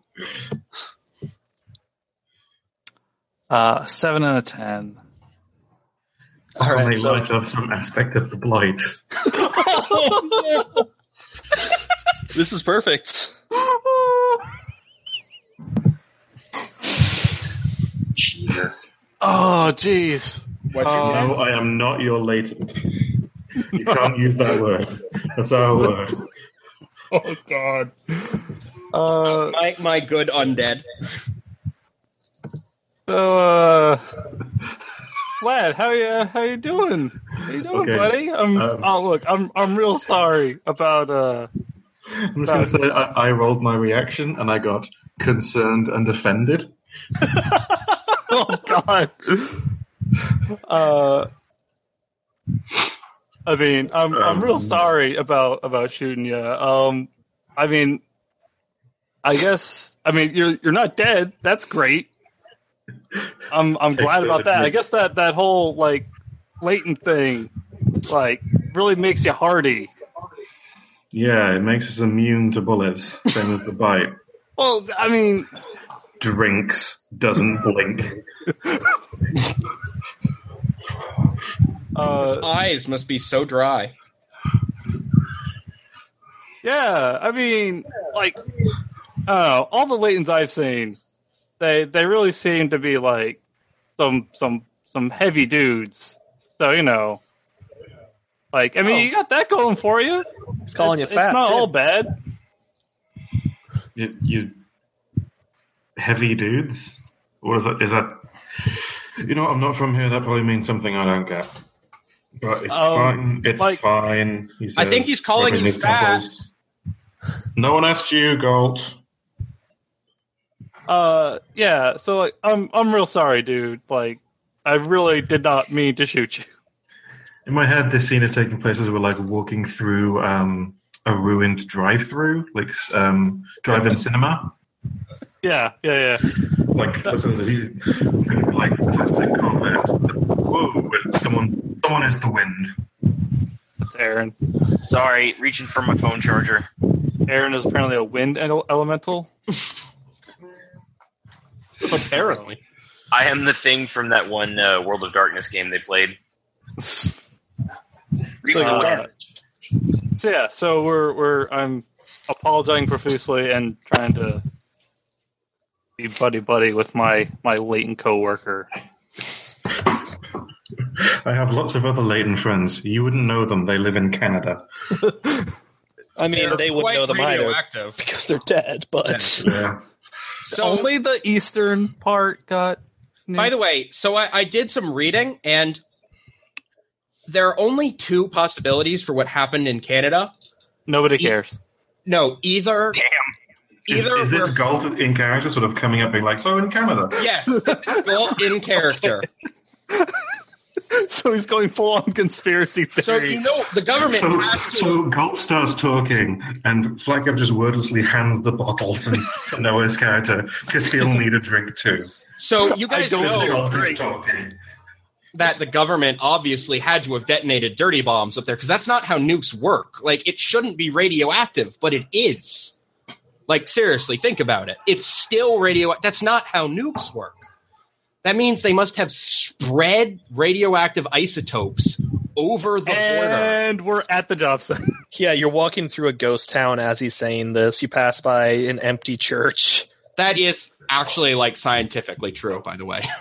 Speaker 7: uh, seven out of ten.
Speaker 1: All right,
Speaker 5: Only
Speaker 1: so-
Speaker 5: light up some aspect of the blight.
Speaker 1: This is perfect.
Speaker 2: Jesus.
Speaker 7: Oh jeez.
Speaker 4: What'd you
Speaker 7: Uh,
Speaker 5: No, I am not your latent. You can't use that word. That's our word.
Speaker 7: Oh god. Uh,
Speaker 4: My, my good undead.
Speaker 7: so uh, Vlad, how you how you doing? How you doing,
Speaker 5: Okay,
Speaker 7: buddy? I'm
Speaker 5: um,
Speaker 7: oh look, I'm I'm real sorry about uh
Speaker 5: I'm just going to say I, I rolled my reaction and I got concerned and offended.
Speaker 7: oh god. Uh, I mean, I'm I'm real
Speaker 5: Um.
Speaker 7: sorry about about shooting you. Um, I mean, I guess I mean you're you're not dead. That's great. I'm I'm glad about that. I guess that that whole like latent thing, like really makes you hardy.
Speaker 5: Yeah, it makes us immune to bullets, same as the bite.
Speaker 7: Well, I mean,
Speaker 5: Drinks, doesn't blink.
Speaker 7: uh,
Speaker 4: Eyes must be so dry.
Speaker 7: Yeah, I mean, like, uh, all the Laytons I've seen, they they really seem to be like some some some heavy dudes. So you know, like, I mean,
Speaker 1: Oh.
Speaker 7: you got that going for you.
Speaker 1: It's calling
Speaker 7: it's,
Speaker 1: you fat.
Speaker 7: It's not
Speaker 1: too.
Speaker 7: all bad.
Speaker 5: You, you heavy dudes? Or is that, is that. You know, I'm not from here, that probably means something I don't get. But it's
Speaker 7: Um,
Speaker 5: fine, it's
Speaker 7: like-
Speaker 5: fine. He
Speaker 4: Oh, I think
Speaker 5: says,
Speaker 4: he's calling
Speaker 5: rubbing
Speaker 4: you
Speaker 5: his
Speaker 4: fat.
Speaker 5: temples. No one asked you, Galt.
Speaker 7: Uh, yeah. So like, I'm I'm real sorry, dude. Like, I really did not mean to shoot you.
Speaker 5: In my head, this scene is taking place as we're like walking through um, a ruined drive-through, like um, drive-in cinema,
Speaker 7: Yeah, yeah, yeah.
Speaker 5: like listen to these like plastic converse. Whoa! and Someone, someone is the wind.
Speaker 7: That's Aaron.
Speaker 2: Sorry, reaching for my phone charger.
Speaker 7: Aaron is apparently a wind ele- elemental.
Speaker 4: Apparently.
Speaker 2: I am the thing from that one uh, World of Darkness game they played.
Speaker 7: So,
Speaker 2: Reach the
Speaker 7: uh,
Speaker 2: wind.
Speaker 7: so yeah, so we're we're I'm apologizing profusely and trying to be buddy buddy with my my latent coworker.
Speaker 5: I have lots of other Leighton friends. You wouldn't know them. They live in Canada.
Speaker 1: I mean,
Speaker 4: They're
Speaker 1: they wouldn't
Speaker 4: quite
Speaker 1: know them either
Speaker 4: radioactive.
Speaker 1: because they're dead. But
Speaker 5: Yeah.
Speaker 4: So,
Speaker 7: Only the eastern part got.
Speaker 4: by the way, so I, I did some reading, and there are only two possibilities for what happened in Canada.
Speaker 7: nobody cares.
Speaker 4: No, either
Speaker 2: Damn.
Speaker 5: Is,
Speaker 4: either
Speaker 5: is this
Speaker 4: we're-
Speaker 5: Galt in character sort of coming up being like, so in Canada?
Speaker 4: yes, all in character.
Speaker 7: so he's going full on conspiracy theory.
Speaker 4: So you know the government
Speaker 5: So,
Speaker 4: has to.
Speaker 5: so Galt starts talking, and Flagov just wordlessly hands the bottle to, to Noah's character because he'll need a drink too.
Speaker 4: so you guys
Speaker 7: don't
Speaker 4: know
Speaker 5: Galt is talking.
Speaker 4: that the government obviously had to have detonated dirty bombs up there because that's not how nukes work. Like it shouldn't be radioactive, but it is. Like seriously, think about it. It's still radio. That's not how nukes work. That means they must have spread radioactive isotopes over the
Speaker 8: Eh.
Speaker 4: border.
Speaker 7: and we're at the job site.
Speaker 1: yeah, you're walking through a ghost town as he's saying this. You pass by an empty church.
Speaker 4: That is actually like scientifically true, by the way.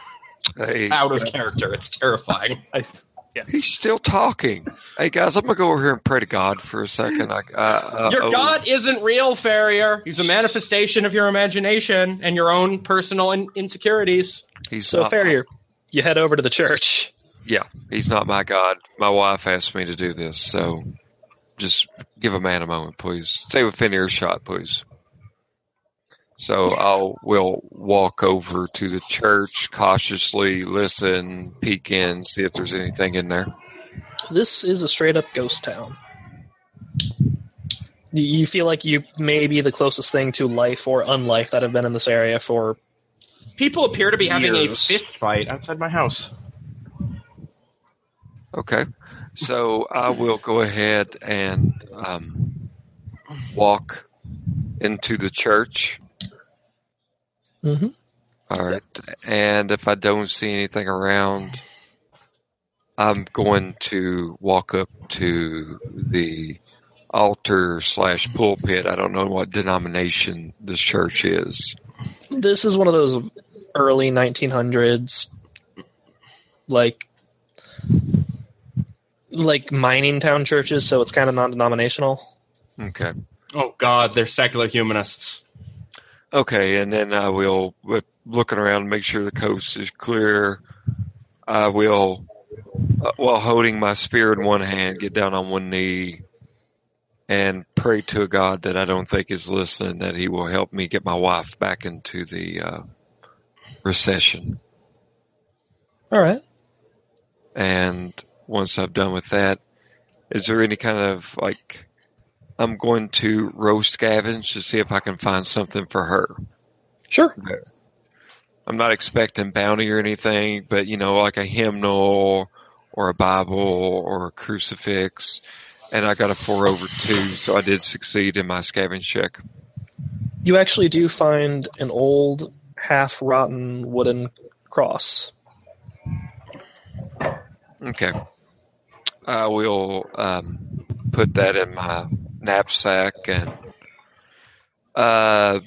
Speaker 3: Hey,
Speaker 4: Out of character, it's terrifying.
Speaker 7: I s-
Speaker 3: he's still talking. Hey guys, I'm gonna go over here and pray to God for a second. I, I, uh,
Speaker 4: Your
Speaker 3: oh,
Speaker 4: God isn't real, Farrier. He's a manifestation of your imagination and your own personal in- insecurities.
Speaker 3: He's
Speaker 1: So
Speaker 4: Uh-huh.
Speaker 3: not
Speaker 1: Farrier, you head over to the church.
Speaker 3: Yeah, he's not my God. My wife asked me to do this, so just give a man a moment, please. Stay within earshot, please. So I'll will walk over to the church cautiously, listen, peek in, see if there's anything in there.
Speaker 1: This is a straight up ghost town. You- You feel like you may be the closest thing to life or unlife that have been in this area for.
Speaker 4: People appear to be having
Speaker 1: Years.
Speaker 4: a fist fight outside my house.
Speaker 3: Okay, so I will go ahead and um, walk into the church.
Speaker 1: Mhm.
Speaker 3: All right. And if I don't see anything around, I'm going to walk up to the altar slash pulpit. I don't know what denomination this church is.
Speaker 1: This is one of those early 1900s, like, like mining town churches. So it's kind of non-denominational.
Speaker 3: Okay.
Speaker 4: Oh God, they're secular humanists.
Speaker 3: Okay. And then I will, with looking around, to make sure the coast is clear. I will, uh, while holding my spear in one hand, get down on one knee and pray to a God that I don't think is listening that He will help me get my wife back into the uh, recession.
Speaker 1: All right.
Speaker 3: And once I've done with that, is there any kind of like I'm going to roast scavenge to see if I can find something for her.
Speaker 1: Sure.
Speaker 3: I'm not expecting bounty or anything, but you know, like a hymnal or a Bible or a crucifix. And I got a four over two, so I did succeed in my scavenge check.
Speaker 1: You actually do find an old, half rotten wooden cross.
Speaker 3: Okay. I will um, put that in my knapsack and uh,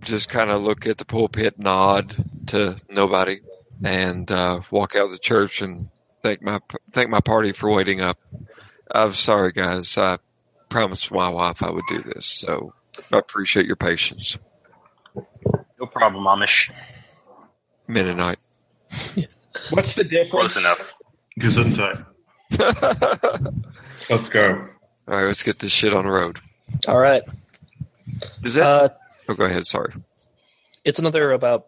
Speaker 3: just kind of look at the pulpit, nod to nobody, and uh, walk out of the church and thank my thank my party for waiting up. I'm sorry, guys. I promised my wife I would do this, so I appreciate your patience,
Speaker 2: No problem, Amish.
Speaker 3: Mennonite.
Speaker 4: What's the difference?
Speaker 2: Close enough.
Speaker 5: Gesundheit.
Speaker 3: All
Speaker 5: Let's go.
Speaker 3: right, let's get this shit on the road.
Speaker 1: All right.
Speaker 3: Is that?
Speaker 1: Uh,
Speaker 3: oh, go ahead. Sorry.
Speaker 1: it's another about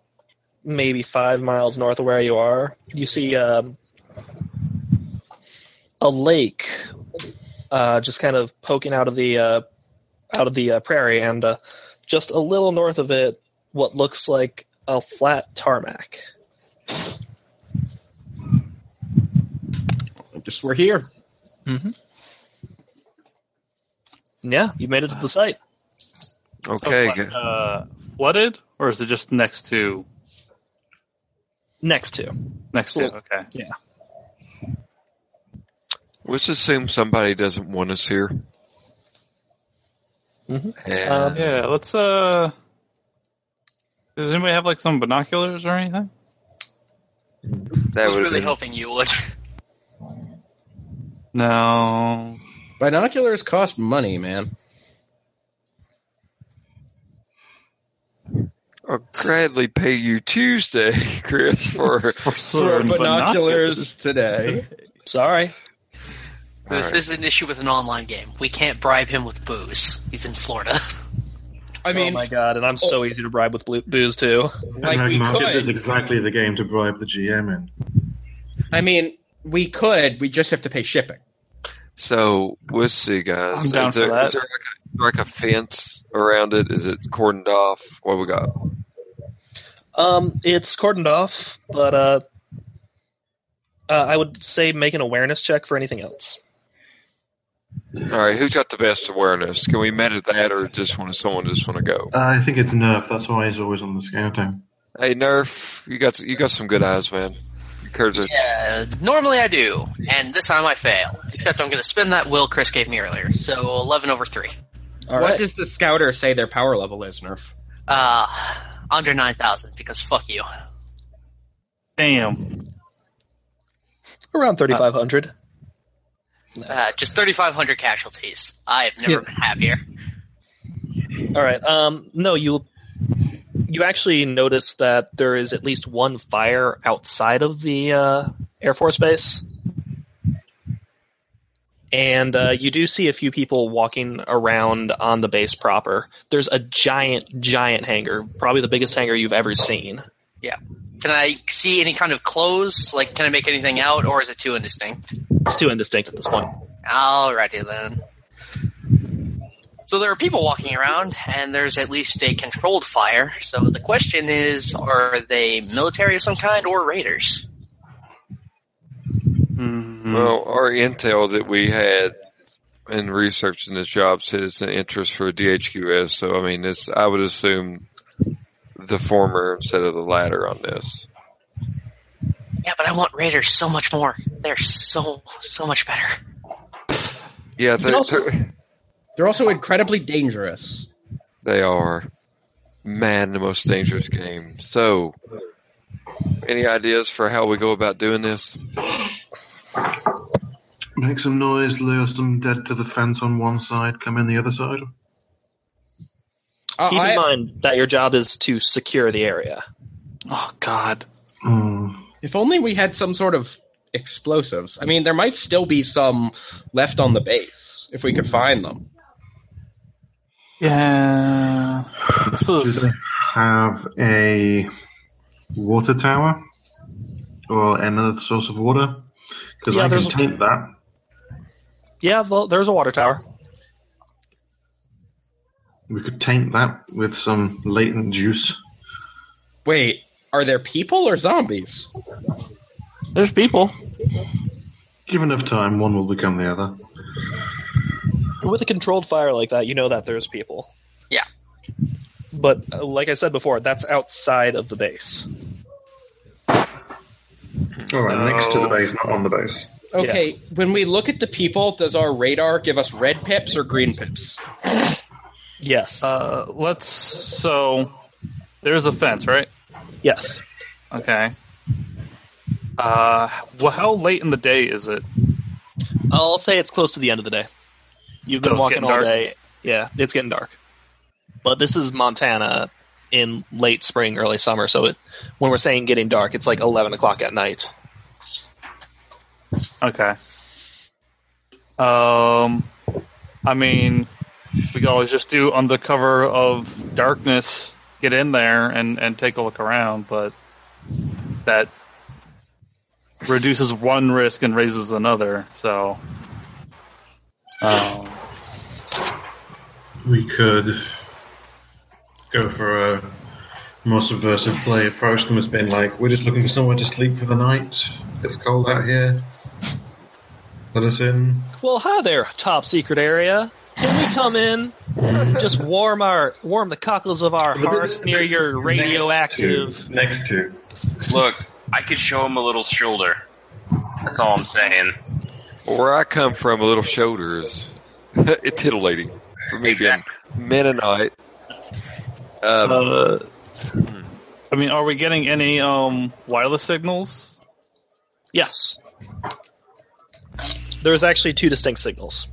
Speaker 1: maybe five miles north of where you are. You see um, a lake uh, just kind of poking out of the uh, out of the uh, prairie, and uh, just a little north of it, what looks like a flat tarmac.
Speaker 4: Just we're here.
Speaker 1: Yeah, you made it to the site.
Speaker 3: Okay.
Speaker 7: So,
Speaker 3: good.
Speaker 7: uh, flooded, or is it just next to
Speaker 1: Next to
Speaker 7: next to? Okay.
Speaker 3: Let's assume somebody doesn't want us here.
Speaker 7: Mm-hmm.
Speaker 1: Mhm.
Speaker 3: And
Speaker 1: Um,
Speaker 7: Yeah. Let's. uh Does anybody have like some binoculars or anything?
Speaker 3: that would
Speaker 6: was really
Speaker 3: really help.
Speaker 6: hoping you would.
Speaker 7: No.
Speaker 4: Binoculars cost money, man.
Speaker 3: I'll gladly pay you Tuesday, Chris, for
Speaker 7: For certain
Speaker 4: today.
Speaker 1: sorry.
Speaker 6: this
Speaker 3: All right.
Speaker 6: is an issue with an online game. We can't bribe him with booze. He's in Florida.
Speaker 4: I
Speaker 1: oh
Speaker 4: mean,
Speaker 1: my god, and I'm so easy to bribe with blue- booze too.
Speaker 4: like we
Speaker 5: Marcus is
Speaker 4: could.
Speaker 5: exactly the game to bribe the GM in.
Speaker 4: I mean, we could. We just have to pay shipping.
Speaker 3: So we'll see, guys.
Speaker 7: I'm down
Speaker 3: is there,
Speaker 7: for that.
Speaker 3: is there like, a, like a fence around it? Is it cordoned off? What we got?
Speaker 1: Um, it's cordoned off, but uh, uh, I would say make an awareness check for anything else.
Speaker 3: All right, who's got the best awareness? Can we measure that, or just want someone just want to go?
Speaker 5: Uh, I think it's Nerf. That's why he's always on the scouting.
Speaker 3: Hey, Nerf, you got you got some good eyes, man. You curves it.
Speaker 6: Yeah, Uh, normally I do, and this time I fail. Except I'm going to spin that will Chris gave me earlier. So 11 over 3.
Speaker 1: All right.
Speaker 4: what does the scouter say their power level is, Nerf?
Speaker 6: Uh, under 9,000, because fuck you.
Speaker 7: Damn.
Speaker 1: around 3500
Speaker 6: Uh, just 3,500 casualties. I have never
Speaker 1: Yeah.
Speaker 6: been happier.
Speaker 1: all right um no you you actually notice that there is at least one fire outside of the uh, air force base and uh, you do see a few people walking around on the base proper there's a giant giant hangar probably the biggest hangar you've ever seen
Speaker 6: Can I see any kind of clothes? Like, can I make anything out, or is it too indistinct?
Speaker 1: it's too indistinct at this point
Speaker 6: Alrighty then. So there are people walking around, and there's at least a controlled fire. So the question is, are they military of some kind or raiders?
Speaker 7: Mhm.
Speaker 3: Well, our intel that we had in researching this job said it's an interest for DHQS. So, I mean, it's I would assume the former instead of the latter on this.
Speaker 6: Yeah, but I want raiders so much more. They're so so much better.
Speaker 3: Yeah, they,
Speaker 1: also-
Speaker 4: They're also incredibly dangerous.
Speaker 3: they are. Man, the most dangerous game. So, any ideas for how we go about doing this?
Speaker 5: Make some noise, lure some dead to the fence on one side, come in the other side.
Speaker 4: Uh,
Speaker 1: keep in
Speaker 4: I-
Speaker 1: mind that your job is to secure the area
Speaker 7: Oh God.
Speaker 5: Hmm.
Speaker 4: If only we had some sort of explosives. I mean, there might still be some left on the base if we could find them.
Speaker 7: Yeah. This
Speaker 5: Do
Speaker 7: is.
Speaker 5: they have a water tower or another source of water? Because
Speaker 1: Yeah,
Speaker 5: I
Speaker 1: there's
Speaker 5: can
Speaker 1: a-
Speaker 5: take that.
Speaker 1: Yeah, well, there's a water tower.
Speaker 5: We could taint that with some latent juice.
Speaker 4: Wait, are there people or zombies?
Speaker 1: There's people
Speaker 5: Give enough time, one will become the other.
Speaker 1: with a controlled fire like that. You know that there's people.
Speaker 6: Yeah.
Speaker 1: But uh, like I said before, that's outside of the base.
Speaker 5: All right, next to the
Speaker 2: No.
Speaker 5: base, not on the base.
Speaker 4: Okay, when we look at the people, does our radar give us red pips or green pips?
Speaker 1: Yes.
Speaker 7: Uh, let's. So. There's a fence, right?
Speaker 1: yes.
Speaker 7: Okay. Uh, well, how late in the day is it?
Speaker 1: I'll say it's close to the end of the day. You've
Speaker 7: So
Speaker 1: been
Speaker 7: it's
Speaker 1: walking
Speaker 7: getting
Speaker 1: all
Speaker 7: dark?
Speaker 1: day. Yeah, it's getting dark. But this is Montana in late spring, early summer. So it, when we're saying getting dark, it's like eleven o'clock at night.
Speaker 7: Okay. Um, I mean, we could always just do under cover of darkness, get in there and and take a look around, but that reduces one risk and raises another. So, um,
Speaker 5: We could go for a more subversive play, approach them as being like, we're just looking for somewhere to sleep for the night. It's cold out here. Let us in.
Speaker 1: Well, hi there, top secret area. Can we come in? Just warm our warm the cockles of our
Speaker 5: The
Speaker 1: hearts
Speaker 5: bits-
Speaker 1: near
Speaker 5: bits
Speaker 1: your
Speaker 5: next
Speaker 1: radioactive.
Speaker 5: to- Next to.
Speaker 2: Look, I could show him a little shoulder. That's all I'm saying.
Speaker 3: Where I come from, a little shoulders, it's titillating for me being
Speaker 2: Exactly.
Speaker 3: Mennonite. Um,
Speaker 7: uh, I mean, are we getting any um wireless signals?
Speaker 1: Yes. There's actually two distinct signals.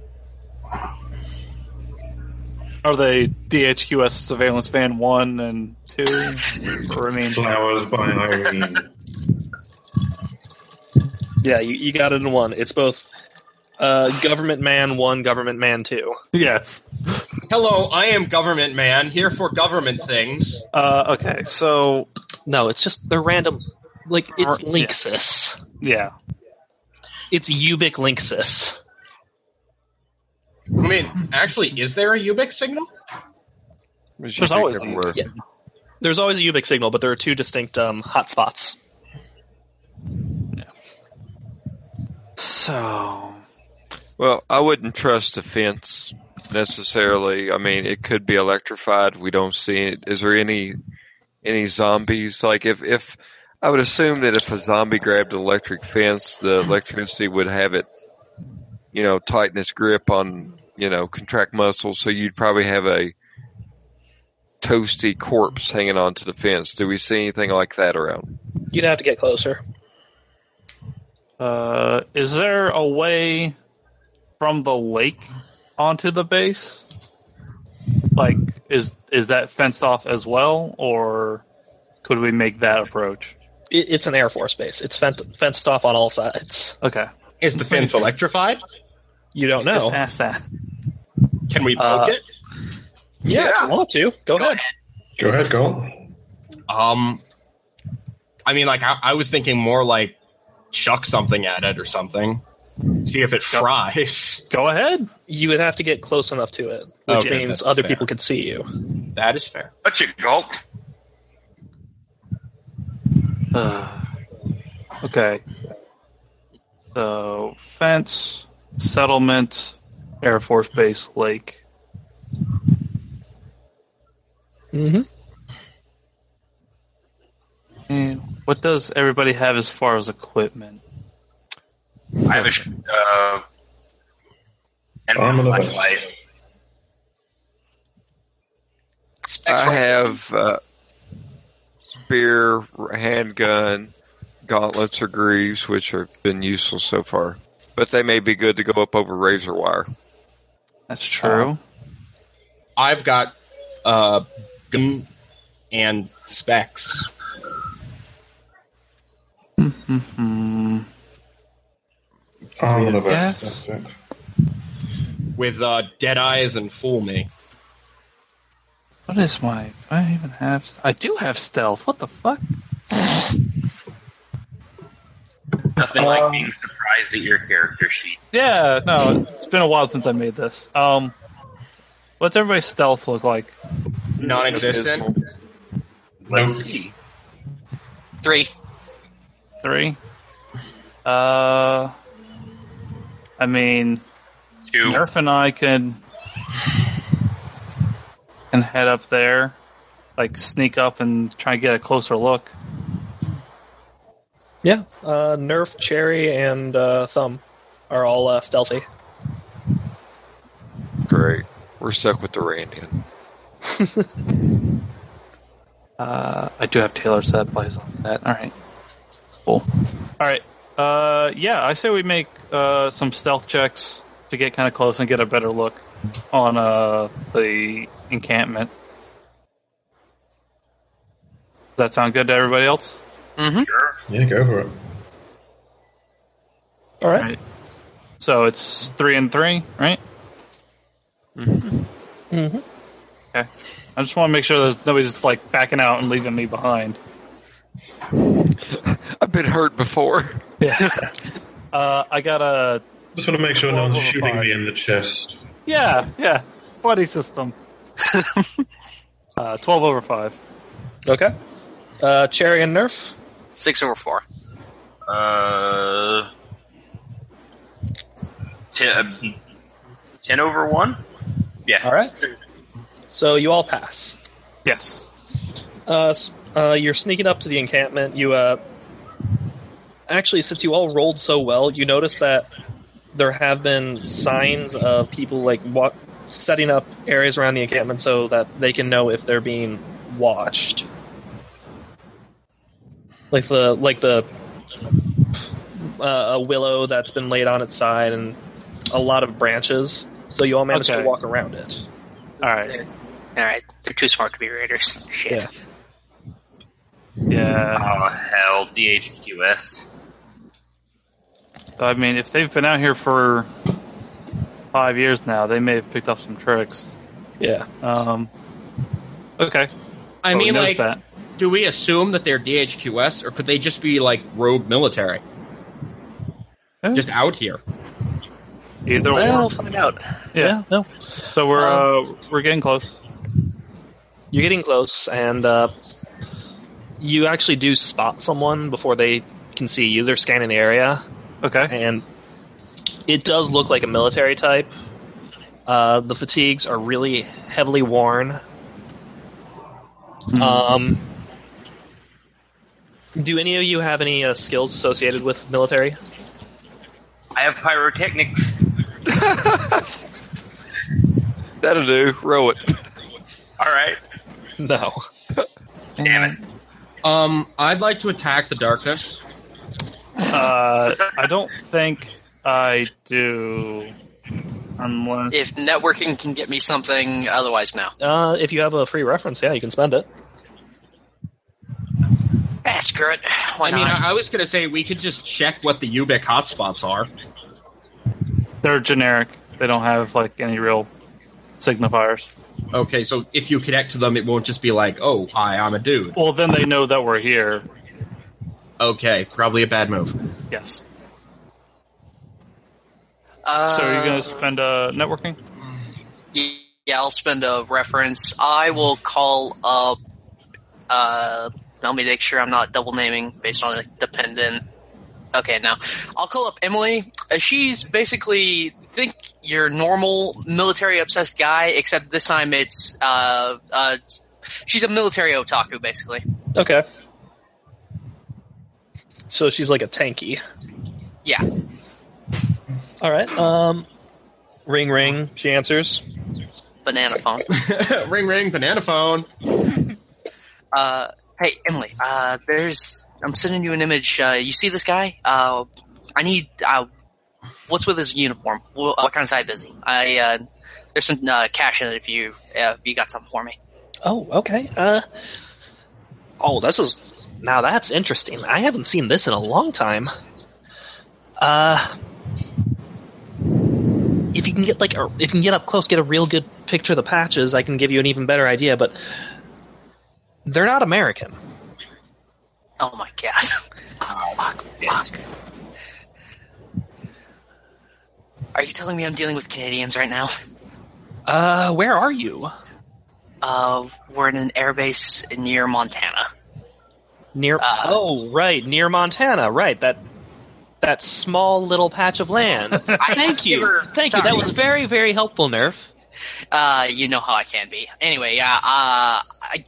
Speaker 7: Are they DHQS surveillance fan one and two? or I mean,
Speaker 5: Flowers by Irene.
Speaker 1: Yeah, you, you got it in one. It's both uh, government man one, government man two.
Speaker 7: yes.
Speaker 4: Hello, I am government man, here for government things.
Speaker 7: Uh, okay, so
Speaker 1: No, it's just they're random. Like
Speaker 7: R-
Speaker 1: it's
Speaker 7: yeah.
Speaker 1: Linksys.
Speaker 7: yeah,
Speaker 1: It's Ubik Linksys.
Speaker 4: I mean, actually, is there a Ubix signal?
Speaker 3: there's
Speaker 7: always-
Speaker 3: everywhere.
Speaker 1: yeah. There's always a Ubik signal, but there are two distinct um, hotspots.
Speaker 7: so
Speaker 3: Well, I wouldn't trust the fence necessarily. I mean, it could be electrified. We don't see it. Is there any any zombies? Like if if I would assume that if a zombie grabbed an electric fence, the electricity would have it, you know, tighten its grip on, you know, contract muscles. So you'd probably have a toasty corpse hanging onto the fence. Do we see anything like that around?
Speaker 1: You'd have to get closer.
Speaker 7: uh, is there a way from the lake onto the base? Like, is is that fenced off as well, or could we make that approach?
Speaker 1: It, it's an Air Force base. It's fen- fenced off on all sides.
Speaker 7: Okay,
Speaker 4: Is the fence electrified?
Speaker 1: You don't know.
Speaker 7: just ask that.
Speaker 4: Can we poke
Speaker 7: Uh,
Speaker 4: it?
Speaker 1: yeah, if you want to. Go,
Speaker 6: Go
Speaker 1: ahead.
Speaker 6: ahead.
Speaker 5: Go ahead, Cole.
Speaker 4: Um, I mean, like, I, I was thinking more like chuck something at it or something. See if it fries.
Speaker 7: Go ahead.
Speaker 1: You would have to get close enough to it, which
Speaker 4: Okay,
Speaker 1: means
Speaker 4: that's
Speaker 1: other
Speaker 4: fair.
Speaker 1: people could see you.
Speaker 4: That is fair.
Speaker 2: But you gulp.
Speaker 7: Uh, Okay. So fence, settlement, Air Force Base, lake.
Speaker 1: Mm-hmm.
Speaker 7: And what does everybody have as far as equipment?
Speaker 2: I have a sh- uh, and
Speaker 5: I'm
Speaker 2: a
Speaker 5: gonna-
Speaker 2: flashlight.
Speaker 6: Specs
Speaker 3: I
Speaker 6: for-
Speaker 3: have uh, spear, handgun, gauntlets, or greaves, which have been useless so far. But they may be good to go up over razor wire.
Speaker 7: That's true.
Speaker 4: I've got uh, gun and specs.
Speaker 7: Hmm.
Speaker 5: Armor of
Speaker 7: Yes.
Speaker 5: That's it.
Speaker 4: with uh, dead eyes and fool me.
Speaker 7: What is my? Do I even have? st- I do have stealth. What the fuck?
Speaker 2: Nothing like
Speaker 7: Um,
Speaker 2: being surprised at your character sheet.
Speaker 7: Yeah, no, it's been a while since I made this. Um, what's everybody's stealth look like?
Speaker 4: Non-existent.
Speaker 2: Let's see.
Speaker 6: Three.
Speaker 7: Three. Uh, I mean,
Speaker 2: Two.
Speaker 7: Nerf and I can can head up there, like sneak up and try and get a closer look.
Speaker 1: Yeah, uh, Nerf, Cherry, and uh, Thumb are all uh, stealthy.
Speaker 3: Great. We're stuck with the Randian.
Speaker 7: Uh, I do have Taylor, so that plays on that. All right, cool. All right, uh, yeah, I say we make uh, some stealth checks to get kind of close and get a better look on uh, the encampment. Does that sound good to everybody else?
Speaker 2: Sure.
Speaker 5: Yeah, go for it.
Speaker 1: All right.
Speaker 7: Right. So it's three and three, right?
Speaker 4: Mm-hmm.
Speaker 1: Mhm.
Speaker 7: Okay. I just want to make sure there's nobody's like backing out and leaving me behind.
Speaker 3: I've been hurt before.
Speaker 7: Uh, I got a
Speaker 5: Just want to make sure no
Speaker 7: Well,
Speaker 5: one's
Speaker 7: we're
Speaker 5: shooting
Speaker 7: fine.
Speaker 5: me in the chest.
Speaker 7: Yeah, yeah. Buddy system. uh, 12 over 5.
Speaker 1: Okay. Uh, Cherry and Nerf.
Speaker 6: Six over four.
Speaker 2: Uh, ten, uh, ten over one. Yeah.
Speaker 1: All right. So you all pass.
Speaker 7: Yes.
Speaker 1: Uh, s- uh, you're sneaking up to the encampment. You uh, actually, since you all rolled so well, you notice that there have been signs of people like wa- setting up areas around the encampment so that they can know if they're being watched. Like the like the uh, a willow that's been laid on its side and a lot of branches. So you all managed
Speaker 7: Okay.
Speaker 1: to walk around it.
Speaker 7: All right.
Speaker 6: All right, they're too smart to be raiders. Shit.
Speaker 7: Yeah.
Speaker 2: Oh hell, DHQS.
Speaker 7: I mean, if they've been out here for five years now, they may have picked up some tricks.
Speaker 1: Yeah.
Speaker 7: Um, okay.
Speaker 4: I
Speaker 7: Well, we
Speaker 4: mean, like,
Speaker 7: noticed Oh, that.
Speaker 4: do we assume that they're DHQS, or could they just be like rogue military,
Speaker 7: Yeah.
Speaker 4: just out here?
Speaker 7: Either
Speaker 6: Well,
Speaker 7: or.
Speaker 6: we'll find out.
Speaker 7: Yeah.
Speaker 1: No.
Speaker 7: So we're uh, we're getting close.
Speaker 1: You're getting close, and uh, you actually do spot someone before they can see you. They're scanning the area,
Speaker 7: Okay.
Speaker 1: and it does look like a military type. Uh, the fatigues are really heavily worn. Um, do any of you have any uh, skills associated with military?
Speaker 2: I have pyrotechnics.
Speaker 3: That'll do. Row it.
Speaker 2: All right.
Speaker 1: No.
Speaker 2: Damn it.
Speaker 4: Um, I'd like to attack the darkness.
Speaker 7: Uh, I don't think I do, unless
Speaker 6: If networking can get me something, otherwise no.
Speaker 1: Uh, if you have a free reference, yeah, you can spend it.
Speaker 6: Ah, screw it. Why
Speaker 4: I mean,
Speaker 6: not?
Speaker 4: I, I was gonna say we could just check what the Ubik hotspots are.
Speaker 7: they're generic. They don't have like any real signifiers.
Speaker 4: Okay, so if you connect to them, it won't just be like, "Oh, hi, I'm a dude."
Speaker 7: Well, then they know that we're here.
Speaker 4: Okay, probably a bad move.
Speaker 7: Yes.
Speaker 6: uh,
Speaker 7: So are you going to spend uh, networking?
Speaker 6: y- Yeah, I'll spend a reference. I will call up. Uh, let me make sure I'm not double naming based on a dependent. Okay, now I'll call up Emily. Uh, she's basically think your normal military obsessed guy, except this time it's uh, uh, she's a military otaku basically.
Speaker 1: Okay. So she's like a tanky.
Speaker 6: Yeah.
Speaker 1: All right. Um, ring, ring. She answers.
Speaker 6: banana phone.
Speaker 4: ring, ring, banana phone.
Speaker 6: Uh, hey, Emily. Uh, there's. I'm sending you an image. Uh, you see this guy? Uh, I need. Uh, what's with his uniform? What, what kind of type is he? I. Uh, there's some uh, cash in it if you uh, if you got something for me.
Speaker 1: Oh, okay. Uh, oh, this is now that's interesting. I haven't seen this in a long time. Uh, if you can get like a, if you can get up close, get a real good picture of the patches, I can give you an even better idea. But they're not American.
Speaker 6: Oh my god. fuck, fuck. Are you telling me I'm dealing with Canadians right now?
Speaker 1: Uh, where are you?
Speaker 6: Uh, we're in an airbase near Montana.
Speaker 1: Near
Speaker 6: Uh,
Speaker 1: oh right, near Montana, right? That that small little patch of land. Thank you,
Speaker 6: never-
Speaker 1: thank you.
Speaker 6: sorry.
Speaker 1: That was very very helpful, Nerf.
Speaker 6: Uh, you know how I can be. Anyway, yeah, uh, I,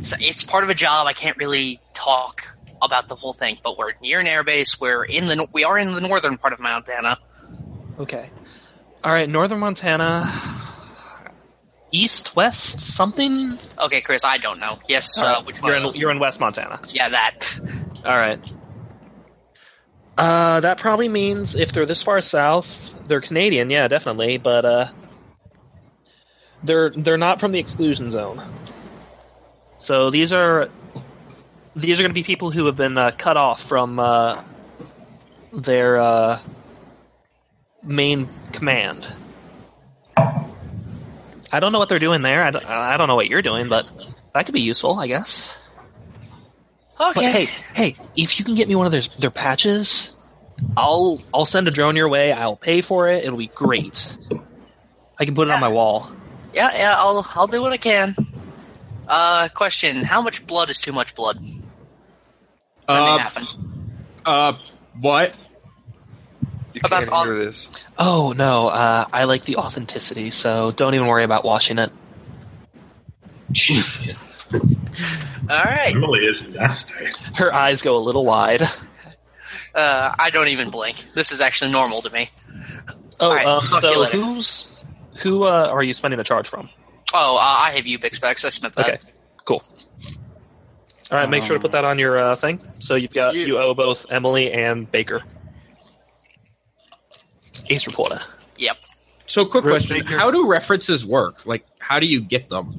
Speaker 6: so it's part of a job. I can't really talk about the whole thing, but we're near an airbase. We're in the we are in the northern part of Montana.
Speaker 1: Okay, all right, northern Montana, east west something.
Speaker 6: Okay, Chris, I don't know. Yes,
Speaker 1: All
Speaker 6: uh,
Speaker 1: right,
Speaker 6: which one?
Speaker 1: you're
Speaker 6: of
Speaker 1: in
Speaker 6: those?
Speaker 1: you're in West Montana.
Speaker 6: yeah, that.
Speaker 1: All right. Uh, that probably means if they're this far south, they're Canadian. Yeah, definitely. But uh, they're they're not from the exclusion zone. So these are these are going to be people who have been uh, cut off from uh, their uh, main command. I don't know what they're doing there. I don't, I don't know what you're doing, but that could be useful, I guess.
Speaker 6: Okay.
Speaker 1: But hey, hey, if you can get me one of their their patches, I'll I'll send a drone your way. I'll pay for it. It'll be great. I can put it on my wall.
Speaker 6: Yeah, yeah, I'll I'll do what I can. Uh, question: How much blood is too much blood? When
Speaker 4: Uh,
Speaker 6: it happen?
Speaker 4: uh, what?
Speaker 3: You
Speaker 6: About
Speaker 3: can't
Speaker 6: all-
Speaker 3: hear this.
Speaker 1: Oh no, uh, I like the authenticity, so don't even worry about washing it.
Speaker 6: All right.
Speaker 5: Emily is nasty.
Speaker 1: Her eyes go a little wide.
Speaker 6: Uh, I don't even blink. This is actually normal to me.
Speaker 1: Oh,
Speaker 6: Alright,
Speaker 1: um,
Speaker 6: talk to you
Speaker 1: so
Speaker 6: later.
Speaker 1: who's who uh, are you spending the charge from?
Speaker 6: Oh, uh, I have you, Big Specs. I spent that.
Speaker 1: Okay, cool. All right, make sure to put that on your uh, thing. So you've got
Speaker 6: You-
Speaker 1: you owe both Emily and Baker. Ace reporter.
Speaker 6: Yep.
Speaker 4: So, quick
Speaker 7: Real
Speaker 4: question:
Speaker 7: figure.
Speaker 4: How do references work? Like, how do you get them?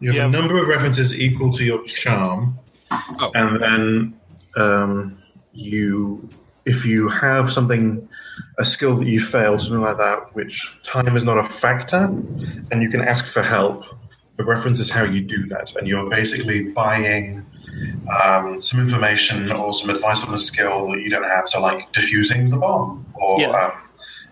Speaker 5: You have
Speaker 7: Yeah.
Speaker 5: a number of references equal to your charm,
Speaker 4: Oh.
Speaker 5: and then um, you, if you have something, a skill that you fail, something like that, which time is not a factor, and you can ask for help. The reference is how you do that, and you're basically buying um, some information or some advice on a skill that you don't have. So, like diffusing the bomb, or
Speaker 1: Yeah.
Speaker 5: um,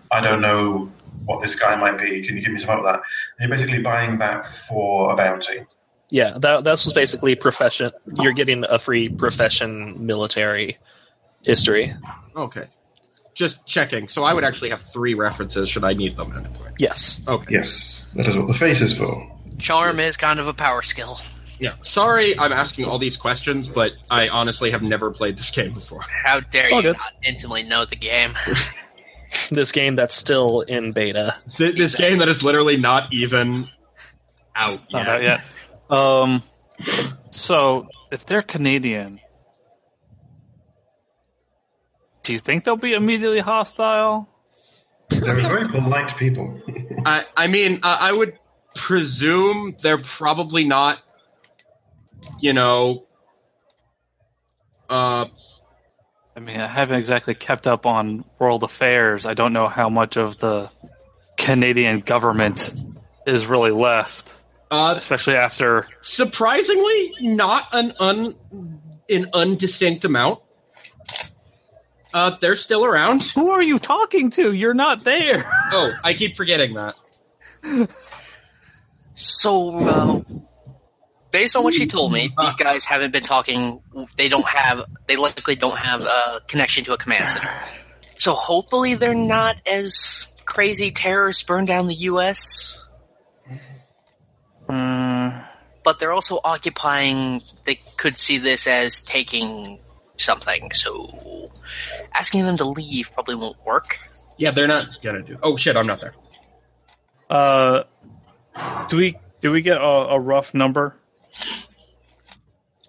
Speaker 5: I don't know what this guy might be. Can you give me some help with that? And you're basically buying that for a bounty.
Speaker 1: Yeah, that that's was basically profession. You're getting a free profession military history.
Speaker 4: Okay. Just checking. So I would actually have three references should I need them at any point.
Speaker 1: Yes.
Speaker 4: Okay.
Speaker 5: Yes, that is what the face is for.
Speaker 6: Charm is kind of a power skill.
Speaker 4: Yeah. Sorry I'm asking all these questions, but I honestly have never played this game before.
Speaker 6: How dare
Speaker 1: It's all
Speaker 6: you
Speaker 1: good.
Speaker 6: not intimately know the game?
Speaker 1: This game that's still in beta.
Speaker 4: Th- this game that is literally not even out
Speaker 7: Not
Speaker 4: yet.
Speaker 7: out yet.
Speaker 8: Um, so if they're Canadian, do you think they'll be immediately hostile?
Speaker 5: They're very polite people.
Speaker 4: I, I mean, I, I would presume they're probably not, you know, uh,
Speaker 8: I mean, I haven't exactly kept up on world affairs. I don't know how much of the Canadian government is really left,
Speaker 4: uh,
Speaker 8: especially after.
Speaker 4: surprisingly, not an un, an undistinct amount. Uh, they're still around.
Speaker 8: Who are you talking to? You're not there.
Speaker 4: Oh, I keep forgetting that.
Speaker 6: So, uh, based on what she told me, these
Speaker 1: Uh.
Speaker 6: guys haven't been talking. They don't have. They likely don't have a connection to a command center. So hopefully they're not as crazy terrorists burn down the U.S.
Speaker 1: Hmm.
Speaker 6: But they're also occupying. They could see this as taking something. So asking them to leave probably won't work.
Speaker 4: Yeah, they're not gonna do. Oh shit, I'm not there.
Speaker 8: Uh, do we do we get a, a rough number?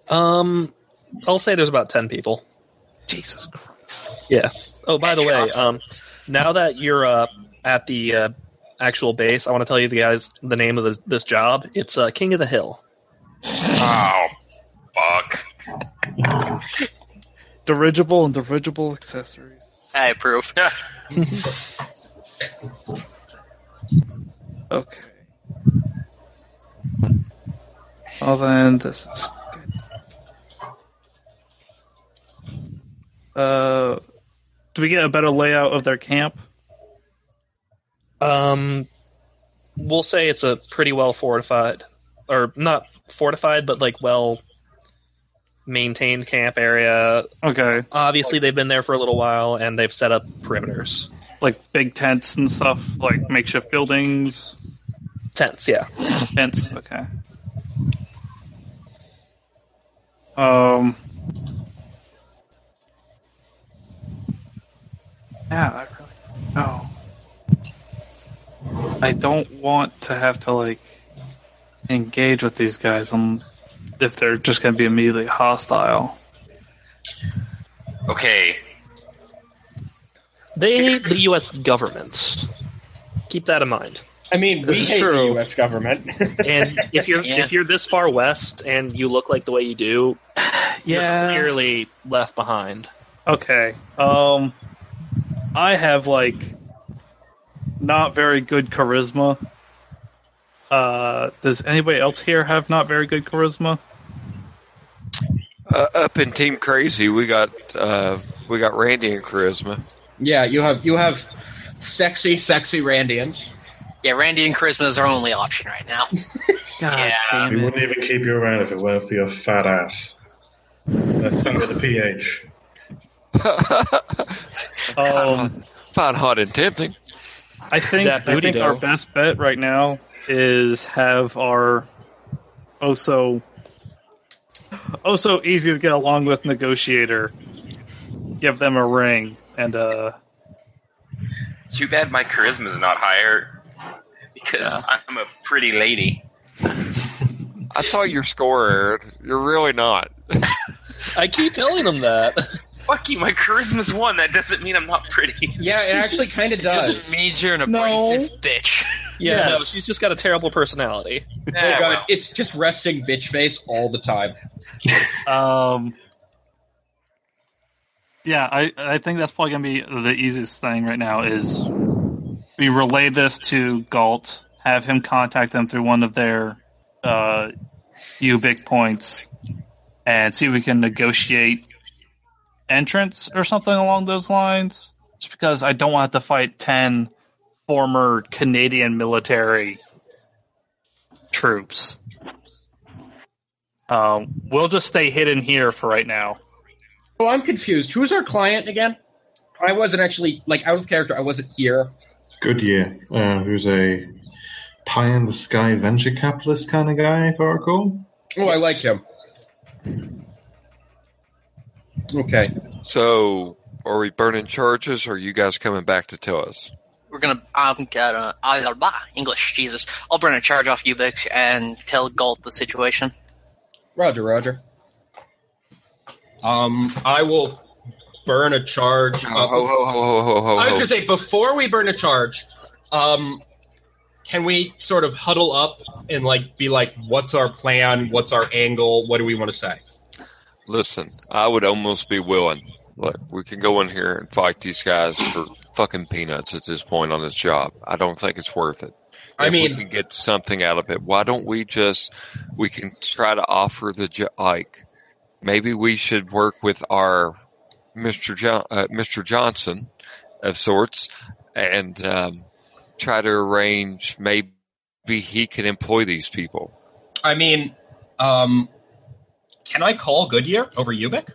Speaker 1: Um, I'll say there's about ten people.
Speaker 8: Jesus Christ!
Speaker 1: Yeah. Oh, by the way,
Speaker 6: Headshots.
Speaker 1: um, now that you're uh, at the uh, actual base, I want to tell you the guys the name of this, this job. It's uh, King of the Hill.
Speaker 2: Oh, fuck.
Speaker 8: Dirigible and dirigible accessories.
Speaker 6: I approve.
Speaker 8: Okay. Well then, this is good. Uh, do we get a better layout of their camp?
Speaker 1: Um, we'll say it's a pretty well fortified, or not fortified, but like well maintained camp area. Um,
Speaker 8: Okay,
Speaker 1: Obviously, they've been there for a little while Oh, and they've set up perimeters,
Speaker 8: like big tents and stuff, like makeshift buildings,
Speaker 1: tents. Yeah,
Speaker 8: tents. Okay. Um. Yeah, I really no. I don't want to have to like engage with these guys on if they're just going to be immediately hostile.
Speaker 2: Okay,
Speaker 1: they hate the U.S. government. Keep that in mind.
Speaker 4: I mean, we
Speaker 8: It's
Speaker 4: hate
Speaker 8: true.
Speaker 4: the U.S. government.
Speaker 1: And if you're
Speaker 6: Yeah.
Speaker 1: if you're this far west and you look like the way you do, you're clearly left behind.
Speaker 8: Okay. Um, I have like not very good charisma. Uh, does anybody else here have not very good charisma?
Speaker 3: Uh, up in Team Crazy, we got uh, we got Randy and Charisma.
Speaker 4: yeah, you have you have sexy, sexy Randians.
Speaker 6: Yeah, Randy and Charisma is our only option right now.
Speaker 8: God
Speaker 2: Yeah,
Speaker 8: damn
Speaker 5: We
Speaker 8: it.
Speaker 5: wouldn't even keep you around if it weren't for your fat ass. Let's finger the pH.
Speaker 8: Um,
Speaker 3: Fine, hot, and tempting.
Speaker 8: I think
Speaker 1: That
Speaker 8: I
Speaker 1: booty
Speaker 8: think
Speaker 1: dough.
Speaker 8: our best bet right now is have our oh so oh so easy to get along with negotiator. Give them a ring and uh
Speaker 2: too bad my charisma's not higher because I'm a pretty lady.
Speaker 3: I saw your score, Eric. You're really not.
Speaker 1: I keep telling them that.
Speaker 2: Fuck you, my charisma's one. That doesn't mean I'm not pretty.
Speaker 4: Yeah, it actually kind of
Speaker 6: It
Speaker 4: does.
Speaker 6: just means you're an
Speaker 8: No.
Speaker 6: abrasive bitch.
Speaker 1: Yeah, no,
Speaker 8: Yes.
Speaker 1: she's just got a terrible personality.
Speaker 4: Oh
Speaker 2: Yeah,
Speaker 4: god,
Speaker 2: well,
Speaker 4: it's just resting bitch face all the time.
Speaker 8: Um, yeah, I, I think that's probably gonna be the easiest thing right now is we relay this to Galt, have him contact them through one of their uh, Ubic points, and see if we can negotiate entrance or something along those lines. Just because I don't want to have to fight ten former Canadian military troops. Um, we'll just stay hidden here for right now.
Speaker 4: Oh, I'm confused. Who's our client again? I wasn't actually like out of character. I wasn't here.
Speaker 5: Goodyear, uh, who's a pie in the sky venture capitalist kind of guy, if I recall.
Speaker 4: Oh, I like him. Okay.
Speaker 3: So, are we burning charges, or are you guys coming back to tell us?
Speaker 6: We're gonna I'm gonna uh, blah, English, Jesus. I'll burn a charge off Ubix and tell Galt the situation.
Speaker 4: Roger, Roger. Um, I will burn a charge.
Speaker 3: Ho,
Speaker 4: up-
Speaker 3: ho, ho, ho, ho, ho,
Speaker 4: I was
Speaker 3: ho,
Speaker 4: gonna
Speaker 3: ho.
Speaker 4: say before we burn a charge, um, can we sort of huddle up and like be like, what's our plan? What's our angle? What do we want to say?
Speaker 3: Listen, I would almost be willing. Look, we can go in here and fight these guys for fucking peanuts at this point on this job. I don't think it's worth it.
Speaker 4: I
Speaker 3: If
Speaker 4: mean-
Speaker 3: we can get something out of it. Why don't we just? We can try to offer the jo- like. Maybe we should work with our Mr. John, uh, Mr. Johnson of sorts, and um, try to arrange. Maybe he can employ these people.
Speaker 4: I mean, um, can I call Goodyear over Ubik?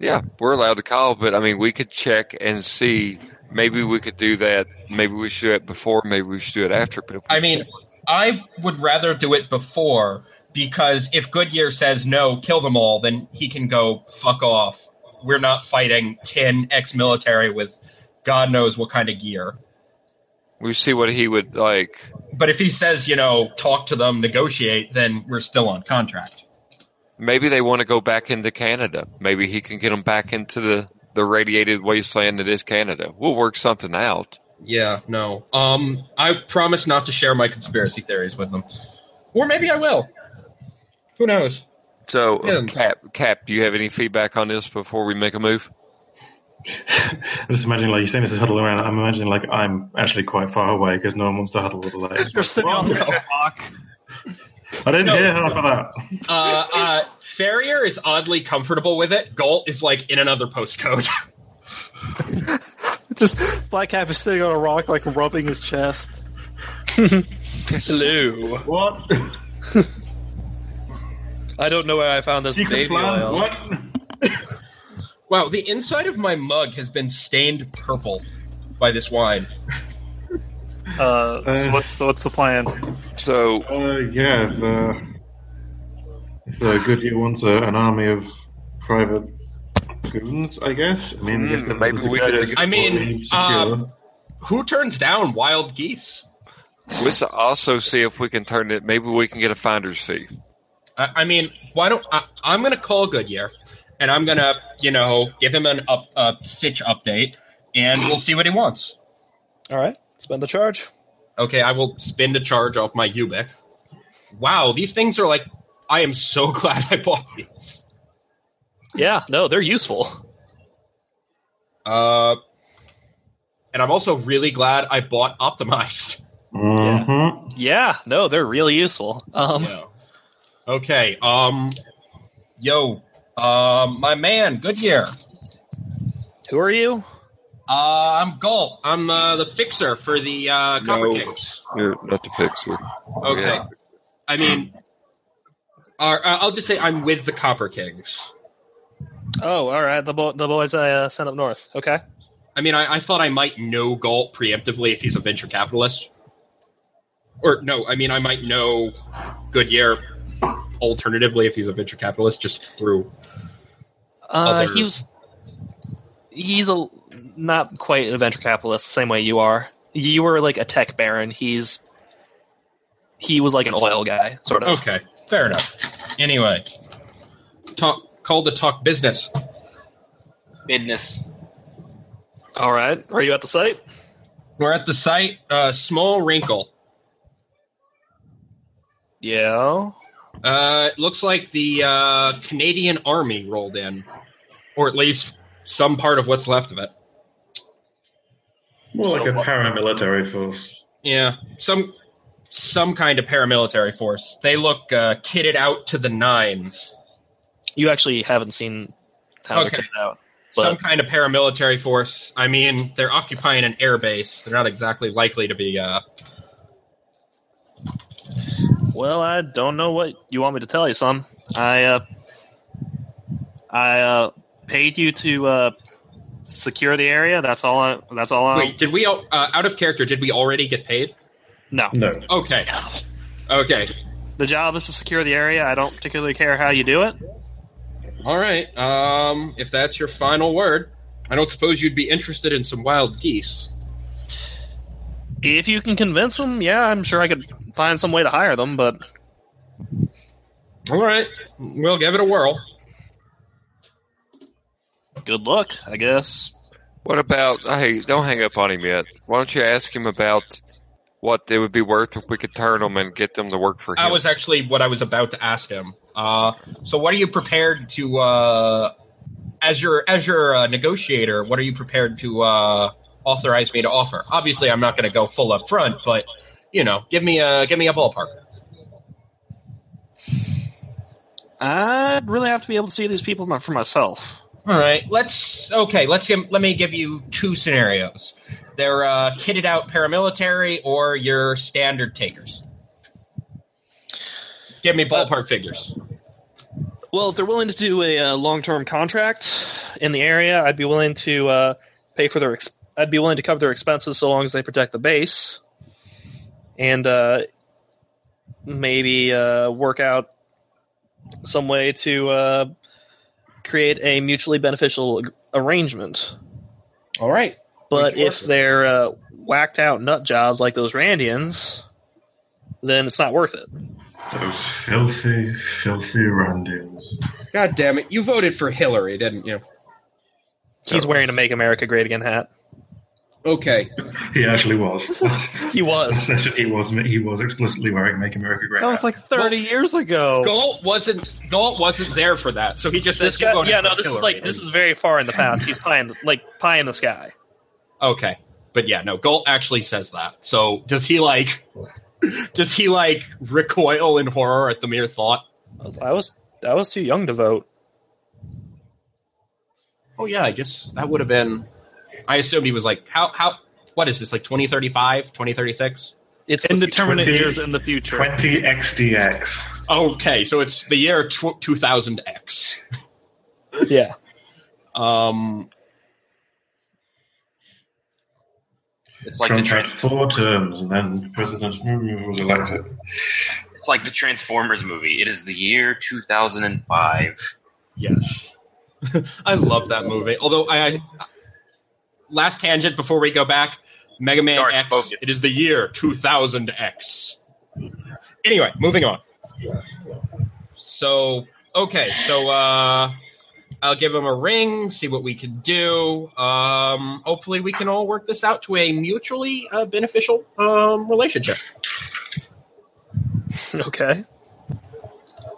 Speaker 3: Yeah, we're allowed to call, but I mean, we could check and see. Maybe we could do that. Maybe we should do it before. Maybe we should do it after. But if we
Speaker 4: I mean, I would rather do it before because if Goodyear says no, kill them all, then he can go fuck off. We're not fighting 10 ex military with God knows what kind of gear.
Speaker 3: we see what he would like.
Speaker 4: But if he says, you know, talk to them, negotiate, then we're still on contract.
Speaker 3: Maybe they want to go back into Canada. Maybe he can get them back into the the radiated wasteland that is Canada. We'll work something out.
Speaker 4: Yeah, no. Um, I promise not to share my conspiracy theories with them. Or maybe I will. Who knows?
Speaker 3: So, um,
Speaker 4: Yeah.
Speaker 3: Uh, Cap, Cap, do you have any feedback on this before we make a move?
Speaker 5: I'm just imagining, like, you're saying this is huddle around. I'm imagining, like, I'm actually quite far away because no one wants to huddle with the legs.
Speaker 8: You're sitting on the rock.
Speaker 5: I didn't hear half of that.
Speaker 4: Uh, uh, Farrier is oddly comfortable with it. Galt is like in another postcode.
Speaker 8: Just Black Cap is sitting on a rock, like rubbing his chest.
Speaker 9: Hello.
Speaker 5: What?
Speaker 9: I don't know where I found this
Speaker 5: Secret
Speaker 9: baby
Speaker 5: plan?
Speaker 9: oil.
Speaker 5: What?
Speaker 4: wow, the inside of my mug has been stained purple by this wine.
Speaker 8: Uh, so
Speaker 5: Uh.
Speaker 8: what's the, what's the plan?
Speaker 3: So
Speaker 5: Uh, yeah, if, uh, if uh, Goodyear wants a, an army of private goons, I guess. I mean, I guess
Speaker 3: Hmm,
Speaker 5: that
Speaker 3: maybe
Speaker 5: was a
Speaker 3: we
Speaker 5: good-
Speaker 3: could-
Speaker 4: I mean,
Speaker 5: we need
Speaker 4: uh,
Speaker 5: secure.
Speaker 4: Who turns down wild geese?
Speaker 3: let's also see if we can turn it. Maybe we can get a finder's fee.
Speaker 4: I, I mean, why don't I, I'm going to call Goodyear and I'm going to, you know, give him an up uh, sitch update and we'll see what he wants.
Speaker 1: All right, spend the charge.
Speaker 4: Okay, I will spin the charge off my Ubik. Wow, these things are like. I am so glad I bought these.
Speaker 1: Yeah, no, they're useful.
Speaker 4: Uh, and I'm also really glad I bought Optimized.
Speaker 5: Mhm.
Speaker 1: Yeah, no, they're really useful. Um,
Speaker 4: Yeah. Okay. Um. Yo. Um. My man, Goodyear.
Speaker 1: who are you?
Speaker 4: Uh, I'm Galt. I'm uh, the fixer for the uh, Copper
Speaker 3: No.
Speaker 4: Kings.
Speaker 3: You're not the picture.
Speaker 4: Okay.
Speaker 3: Yeah.
Speaker 4: I mean, or, uh, I'll just say I'm with the Copper Kings.
Speaker 1: Oh, all right, the bo- the boys I uh, sent up north. Okay,
Speaker 4: I mean, I, I thought I might know Galt preemptively if he's a venture capitalist. Or, no, I mean, I might know Goodyear alternatively if he's a venture capitalist just through.
Speaker 1: uh,
Speaker 4: Other-
Speaker 1: he was he's a not quite a venture capitalist, the same way you are. You were like a tech baron. He's he was like an oil guy, sort of.
Speaker 4: Okay, fair enough. Anyway, talk called to talk business.
Speaker 2: Business.
Speaker 1: Oh, All right, are you at the site?
Speaker 4: We're at the site, uh, Small Wrinkle.
Speaker 1: Yeah.
Speaker 4: Uh, it looks like the uh, Canadian Army rolled in, or at least some part of what's left of it.
Speaker 5: More like
Speaker 1: So
Speaker 5: a
Speaker 1: what-
Speaker 5: paramilitary force.
Speaker 4: Yeah, some some kind of paramilitary force. They look uh, kitted out to the nines.
Speaker 1: You actually haven't seen how
Speaker 4: Okay.
Speaker 1: they're coming out. But
Speaker 4: some kind of paramilitary force. I mean, they're occupying an airbase. They're not exactly likely to be. Uh,
Speaker 1: well, I don't know what you want me to tell you, son. I uh, I uh, paid you to uh, secure the area. That's all. I, that's all. I,
Speaker 4: wait, did we al- uh, out of character? Did we already get paid?
Speaker 1: No,
Speaker 5: No.
Speaker 4: Okay, okay,
Speaker 1: the job is to secure the area. I don't particularly care how you do it.
Speaker 4: all right. Um, if that's your final word, I don't suppose you'd be interested in some wild geese.
Speaker 1: If you can convince them, yeah, I'm sure I could find some way to hire them. But
Speaker 4: All right, we'll give it a whirl.
Speaker 1: good luck, I guess.
Speaker 3: What about? Hey, don't hang up on him yet. Why don't you ask him about what it would be worth if we could turn them and get them to work for him?
Speaker 4: I was actually what I was about to ask him. Uh, so, what are you prepared to, uh, as your as your uh, negotiator, what are you prepared to uh, authorize me to offer? Obviously, I'm not going to go full up front, but you know, give me a give me a ballpark.
Speaker 1: I'd really have to be able to see these people my- for myself.
Speaker 4: All right, let's okay. Let's give, let me give you two scenarios. They're uh, kitted out paramilitary or your standard takers. Give me ballpark figures.
Speaker 1: Well, if they're willing to do a uh, long-term contract in the area, I'd be willing to uh, pay for their. Ex- I'd be willing to cover their expenses so long as they protect the base, and uh, maybe uh, work out some way to uh, create a mutually beneficial ag- arrangement.
Speaker 4: All right.
Speaker 1: But
Speaker 4: Mutual
Speaker 1: if they're uh, whacked out nut jobs like those Randians, then it's not worth it.
Speaker 5: Those filthy, filthy Randians.
Speaker 4: God damn it! You voted for Hillary, didn't you?
Speaker 1: He's wearing a "Make America Great Again" hat.
Speaker 4: Okay.
Speaker 5: He actually was.
Speaker 9: He
Speaker 5: Last
Speaker 9: was.
Speaker 5: session, he was he was explicitly wearing "Make America Great."
Speaker 7: That was
Speaker 5: Again.
Speaker 7: like 30 years ago.
Speaker 4: Galt wasn't Galt wasn't there for that, so he just
Speaker 1: This
Speaker 4: said, "You
Speaker 1: guy,
Speaker 4: go
Speaker 1: yeah,
Speaker 4: to
Speaker 1: no, this is
Speaker 4: artillery."
Speaker 1: like this is very far in the past. He's pie in the, like pie in the sky.
Speaker 4: Okay. But yeah, no, Galt actually says that. So does he like does he like recoil in horror at the mere thought?
Speaker 1: I was I was too young to vote.
Speaker 4: Oh yeah, I guess that would have been I assumed he was like how how what is this like 2035, 2036?
Speaker 1: It's
Speaker 8: Indeterminate
Speaker 5: 20
Speaker 8: years in the future.
Speaker 5: twenty XDX.
Speaker 4: Okay, so it's the year tw- 2000X.
Speaker 1: yeah.
Speaker 4: Um
Speaker 2: It's like the
Speaker 5: Trump
Speaker 2: tra-
Speaker 5: had four terms, and then President was elected.
Speaker 2: it's like the Transformers movie. It is the year 2005.
Speaker 4: Yes. I love that movie. Although I, I last tangent before we go back, Mega Man
Speaker 2: Dark
Speaker 4: X.
Speaker 2: focus.
Speaker 4: It is the year 2000 X. Anyway, moving on. So okay, so uh, I'll give him a ring. See what we can do. Um, hopefully, we can all work this out to a mutually uh, beneficial um, relationship.
Speaker 1: Okay.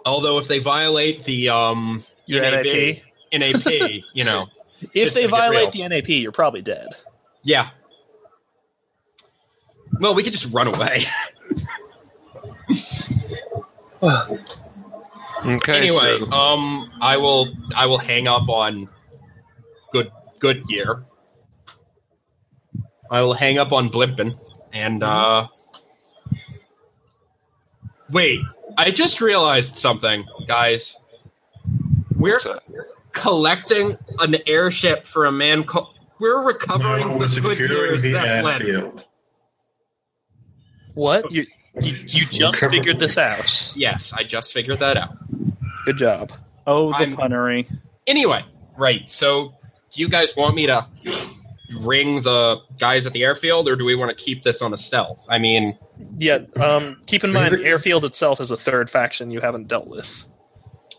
Speaker 4: Although, if they violate the um,
Speaker 1: Your NAP.
Speaker 4: NAP, you know,
Speaker 1: If
Speaker 4: It's
Speaker 1: they
Speaker 4: gonna get
Speaker 1: violate the
Speaker 4: real.
Speaker 1: NAP, you're probably dead.
Speaker 4: Yeah. Well, we could just run away.
Speaker 3: Okay.
Speaker 4: anyway,
Speaker 3: so-
Speaker 4: um, I will I will hang up on good good gear. I will hang up on Blimpin and uh Wait, I just realized something, guys. We're
Speaker 3: What's that?
Speaker 4: collecting an airship for a man called we're recovering
Speaker 5: No,
Speaker 4: the
Speaker 5: we're
Speaker 4: good
Speaker 5: securing
Speaker 4: years
Speaker 5: the
Speaker 4: that led
Speaker 5: airfield.
Speaker 1: What? You you, you just
Speaker 5: Recover-
Speaker 1: figured this out.
Speaker 4: Yes, I just figured that out.
Speaker 1: Good job.
Speaker 8: Oh, the
Speaker 4: I'm-
Speaker 8: punnery.
Speaker 4: Anyway, right. So, do you guys want me to ring the guys at the airfield, or do we want to keep this on a stealth? I mean,
Speaker 1: Yeah. Um. Keep in mind,
Speaker 5: Really?
Speaker 1: airfield itself is a third faction you haven't dealt with.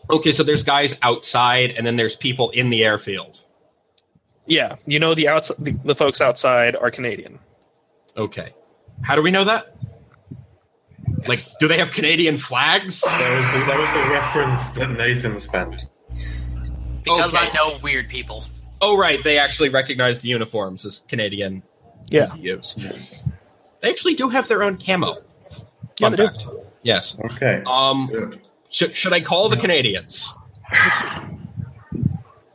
Speaker 4: okay, so there's guys outside, and then there's people in the airfield.
Speaker 1: Yeah. You know the outs the, the folks outside are Canadian.
Speaker 4: Okay. How do we know that? Like, do they have Canadian flags?
Speaker 5: That was, the, that was the reference that Nathan spent.
Speaker 6: Because
Speaker 4: Okay.
Speaker 6: I know weird people.
Speaker 4: Oh, right. They actually recognize the uniforms as Canadian.
Speaker 1: Yeah.
Speaker 4: use. They actually do have their own camo.
Speaker 1: Yeah,
Speaker 4: Fun
Speaker 1: they do.
Speaker 4: fact. Yes.
Speaker 5: Okay.
Speaker 4: Um,
Speaker 5: Good.
Speaker 4: should, should I call the Canadians?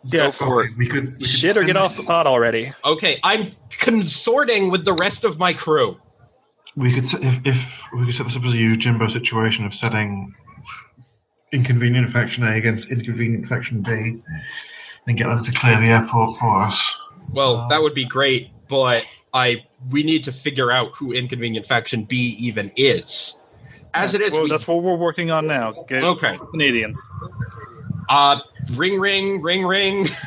Speaker 1: Yeah.
Speaker 3: for it.
Speaker 5: We could, we could
Speaker 1: Shit or get
Speaker 5: spend
Speaker 1: off the
Speaker 5: this-
Speaker 1: pot already.
Speaker 4: Okay, I'm consorting with the rest of my crew.
Speaker 5: We could, set- if, if we could set this up as a you Jimbo situation of setting inconvenient faction A against inconvenient faction B, and get them to clear the airport for us.
Speaker 4: Well,
Speaker 8: Oh,
Speaker 5: Wow.
Speaker 4: that would be great, but I we need to figure out who inconvenient faction B even is. As it is,
Speaker 8: Well,
Speaker 4: we- Oh.
Speaker 8: that's what we're working on now. Get
Speaker 4: Okay.
Speaker 8: Canadians.
Speaker 4: uh, ring, ring, ring, ring.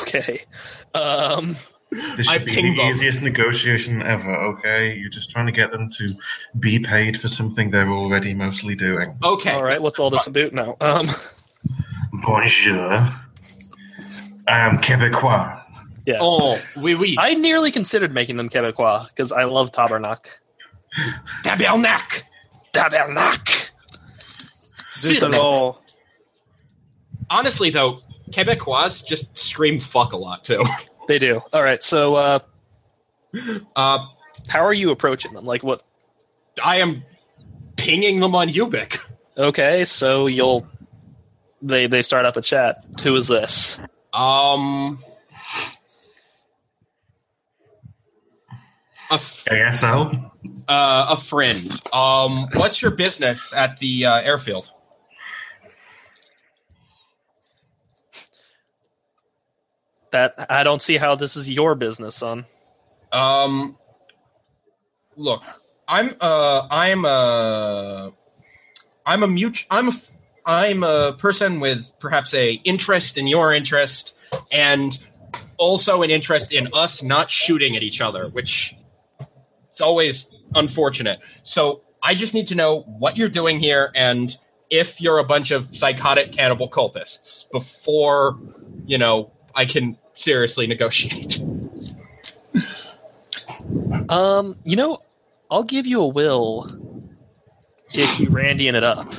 Speaker 1: Okay. Um.
Speaker 5: This
Speaker 4: I
Speaker 5: should be
Speaker 4: pinged
Speaker 5: the
Speaker 4: them.
Speaker 5: easiest negotiation ever. Okay, you're just trying to get them to be paid for something they're already mostly doing.
Speaker 4: Okay,
Speaker 1: All right. What's all this about now? Um.
Speaker 5: Bonjour. I'm Quebecois.
Speaker 1: Yeah.
Speaker 4: Oh, we oui, oui.
Speaker 1: I nearly considered making them Quebecois because I love Tabernacle.
Speaker 4: Tabernacle.
Speaker 1: Tabernacle.
Speaker 8: Zut alors.
Speaker 4: Honestly, though, Quebecois just scream fuck a lot too.
Speaker 1: They do. All right. So, uh,
Speaker 4: Uh,
Speaker 1: how are you approaching them? Like, what?
Speaker 4: I am pinging them on Ubik.
Speaker 1: Okay, so you'll. They they start up a chat. Who is this?
Speaker 4: Um, a
Speaker 5: ASL.
Speaker 4: uh, a friend. Um, what's your business at the uh, airfield?
Speaker 1: That I don't see how this is your business, son.
Speaker 4: Um, look, I'm uh, I'm a I'm a mut- I'm a f- I'm a person with perhaps a interest in your interest, and also an interest in us not shooting at each other, which it's always unfortunate. So I just need to know what you're doing here and if you're a bunch of psychotic cannibal cultists before you know I can seriously negotiate.
Speaker 1: Um, you know, I'll give you a will if you Randian it up.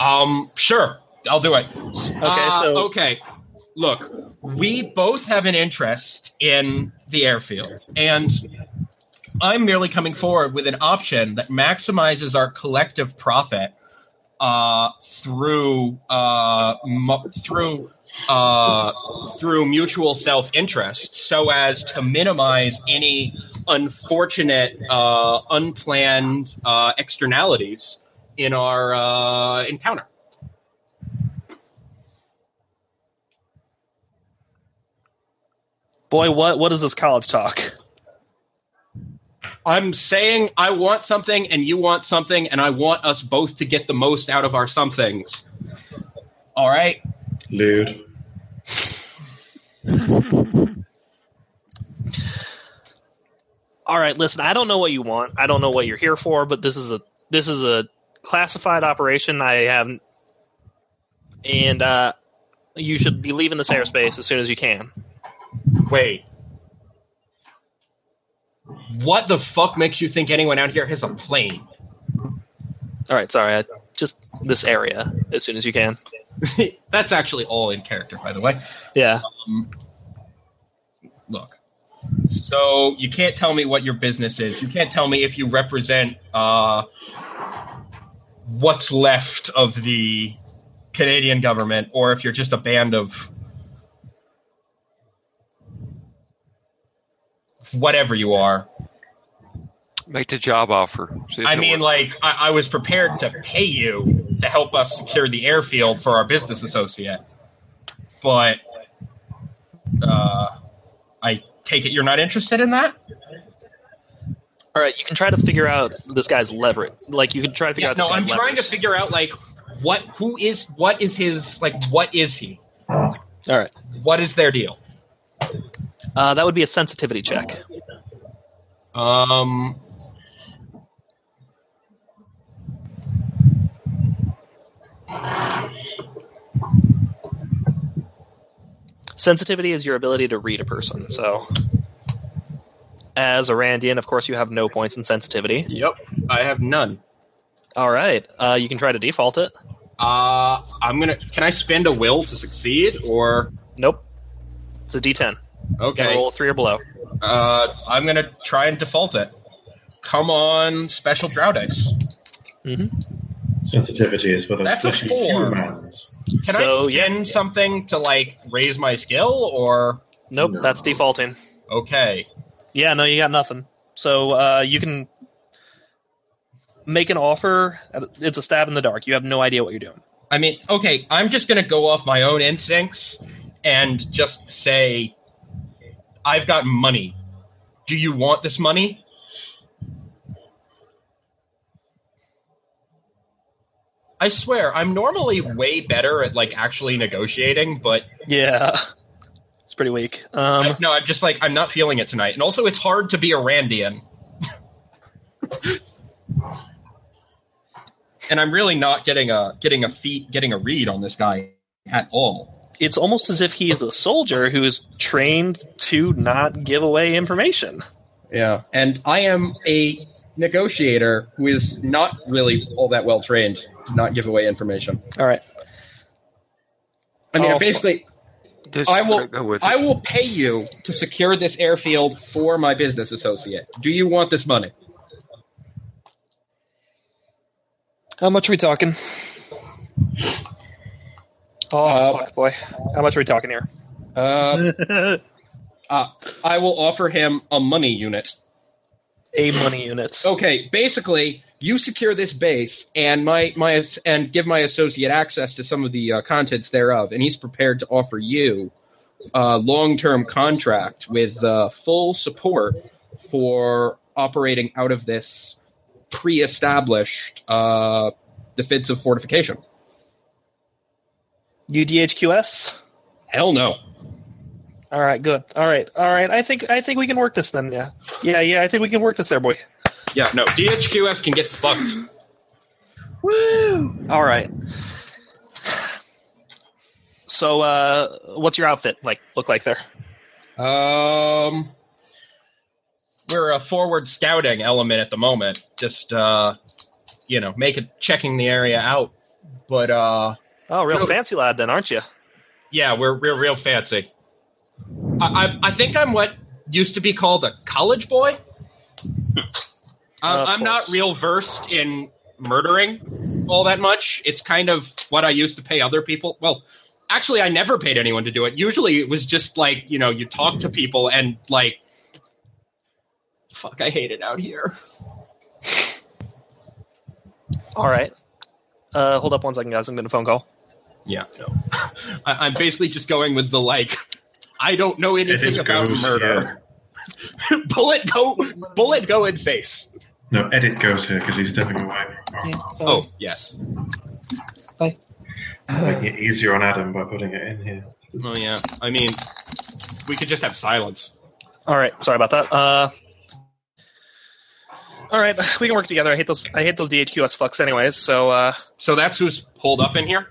Speaker 4: Um, sure, I'll do it. Okay,
Speaker 1: so-
Speaker 4: okay, look, we both have an interest in the airfield, and I'm merely coming forward with an option that maximizes our collective profit uh, through uh, mu- through uh, through mutual self interest, so as to minimize any unfortunate, uh, unplanned uh, externalities in our uh, encounter.
Speaker 1: Boy, what what is this college talk?
Speaker 4: I'm saying I want something and you want something, and I want us both to get the most out of our somethings. All right.
Speaker 5: Lewd.
Speaker 1: All right, listen, I don't know what you want. I don't know what you're here for, but this is a this is a classified operation. I have, and uh, you should be leaving this airspace as soon as you can.
Speaker 4: Wait. What the fuck makes you think anyone out here has a plane?
Speaker 1: All right, sorry, I, just this area as soon as you can.
Speaker 4: That's actually all in character, by the way.
Speaker 1: Yeah.
Speaker 4: Look. So you can't tell me what your business is. You can't tell me if you represent uh, what's left of the Canadian government, or if you're just a band of whatever you are.
Speaker 3: Make the job offer. See if
Speaker 4: I
Speaker 3: it
Speaker 4: mean,
Speaker 3: works.
Speaker 4: like I, I was prepared to pay you to help us secure the airfield for our business associate, but uh, I take it you're not interested in that.
Speaker 1: All right, you can try to figure out this guy's leverage. Like you can try to figure
Speaker 4: Yeah,
Speaker 1: out. This
Speaker 4: no, I'm
Speaker 1: guy's
Speaker 4: trying to
Speaker 1: leverage.
Speaker 4: figure out like what, who is, what is his, like what is he?
Speaker 1: All right,
Speaker 4: What is their deal?
Speaker 1: uh, that would be a sensitivity check.
Speaker 4: Um.
Speaker 1: Sensitivity is your ability to read a person. So, as a Randian, of course, you have no points in sensitivity.
Speaker 4: Yep, I have none.
Speaker 1: All right, uh, you can try to default it.
Speaker 4: Uh, I'm gonna. Can I spend a will to succeed or?
Speaker 1: Nope, it's a D10. You gotta
Speaker 4: Okay.
Speaker 1: roll a three or below.
Speaker 4: Uh, I'm gonna try and default it. Come on, special drow dice.
Speaker 5: Sensitivity is for those
Speaker 4: That's a
Speaker 5: fleshy
Speaker 4: four.
Speaker 5: humans.
Speaker 4: Can
Speaker 1: So,
Speaker 4: I
Speaker 1: yeah.
Speaker 4: spend something to like raise my skill or?
Speaker 1: Nope,
Speaker 5: No.
Speaker 1: that's defaulting.
Speaker 4: Okay.
Speaker 1: Yeah, no, you got nothing. So uh, you can make an offer. It's a stab in the dark. You have no idea what you're doing.
Speaker 4: I mean, okay, I'm just going to go off my own instincts and just say, I've got money. Do you want this money? I swear, I'm normally way better at like actually negotiating, but
Speaker 1: Yeah, it's pretty weak. Um,
Speaker 4: no, I'm just like I'm not feeling it tonight. And also, it's hard to be a Randian, and I'm really not getting a getting a feat getting a read on this guy at all.
Speaker 1: it's almost as if he is a soldier who is trained to not give away information.
Speaker 4: Yeah, and I am a negotiator who is not really all that well trained to not give away information.
Speaker 1: All right.
Speaker 4: I mean,
Speaker 1: Oh,
Speaker 4: I basically,
Speaker 3: Just
Speaker 4: I will-
Speaker 3: Go with
Speaker 4: I
Speaker 3: it.
Speaker 4: will pay you to secure this airfield for my business associate. Do you want this money?
Speaker 1: How much are we talking? Oh
Speaker 4: Uh,
Speaker 1: fuck, boy! How much are we talking here?
Speaker 4: Uh, uh, I will offer him a money unit.
Speaker 1: A money units.
Speaker 4: Okay, basically, you secure this base and my my and give my associate access to some of the uh, contents thereof, and he's prepared to offer you a long term contract with uh, full support for operating out of this pre established uh, defensive fortification.
Speaker 1: UDHQS.
Speaker 4: Hell no.
Speaker 1: All right, good. All right, all right. I think I think we can work this then. Yeah, yeah, yeah. I think we can work this there, boy.
Speaker 4: Yeah, no. DHQS can get fucked.
Speaker 1: All right. So, uh, what's your outfit like? Look like there?
Speaker 4: Um, we're a forward scouting element at the moment. Just uh, you know, make it checking the area out. But uh,
Speaker 1: Oh, real
Speaker 4: No.
Speaker 1: fancy lad, then, aren't you?
Speaker 4: yeah, we're we're real fancy. I I, I think I'm what used to be called a college boy. Um,
Speaker 1: Of
Speaker 4: I'm not
Speaker 1: course.
Speaker 4: real versed in murdering all that much. It's kind of what I used to pay other people. Well, actually, I never paid anyone to do it. Usually, it was just like you know, you talk to people and like, fuck, I hate it out here.
Speaker 1: All right. Uh, hold up one second, guys. I'm getting a phone call.
Speaker 4: Yeah, no. I, I'm basically just going with the like. I don't know
Speaker 5: If
Speaker 4: anything
Speaker 5: it
Speaker 4: about
Speaker 5: goes,
Speaker 4: murder. bullet go, bullet go in face.
Speaker 5: yeah. No, edit goes here because he's stepping away.
Speaker 4: Oh yes.
Speaker 5: Making it easier on Adam by putting it in here.
Speaker 4: Oh yeah. I mean, we could just have silence.
Speaker 1: All right. Sorry about that. Uh, all right. We can work together. I hate those. I hate those DHQS fucks, anyways. So uh,
Speaker 4: So that's who's holed up in here.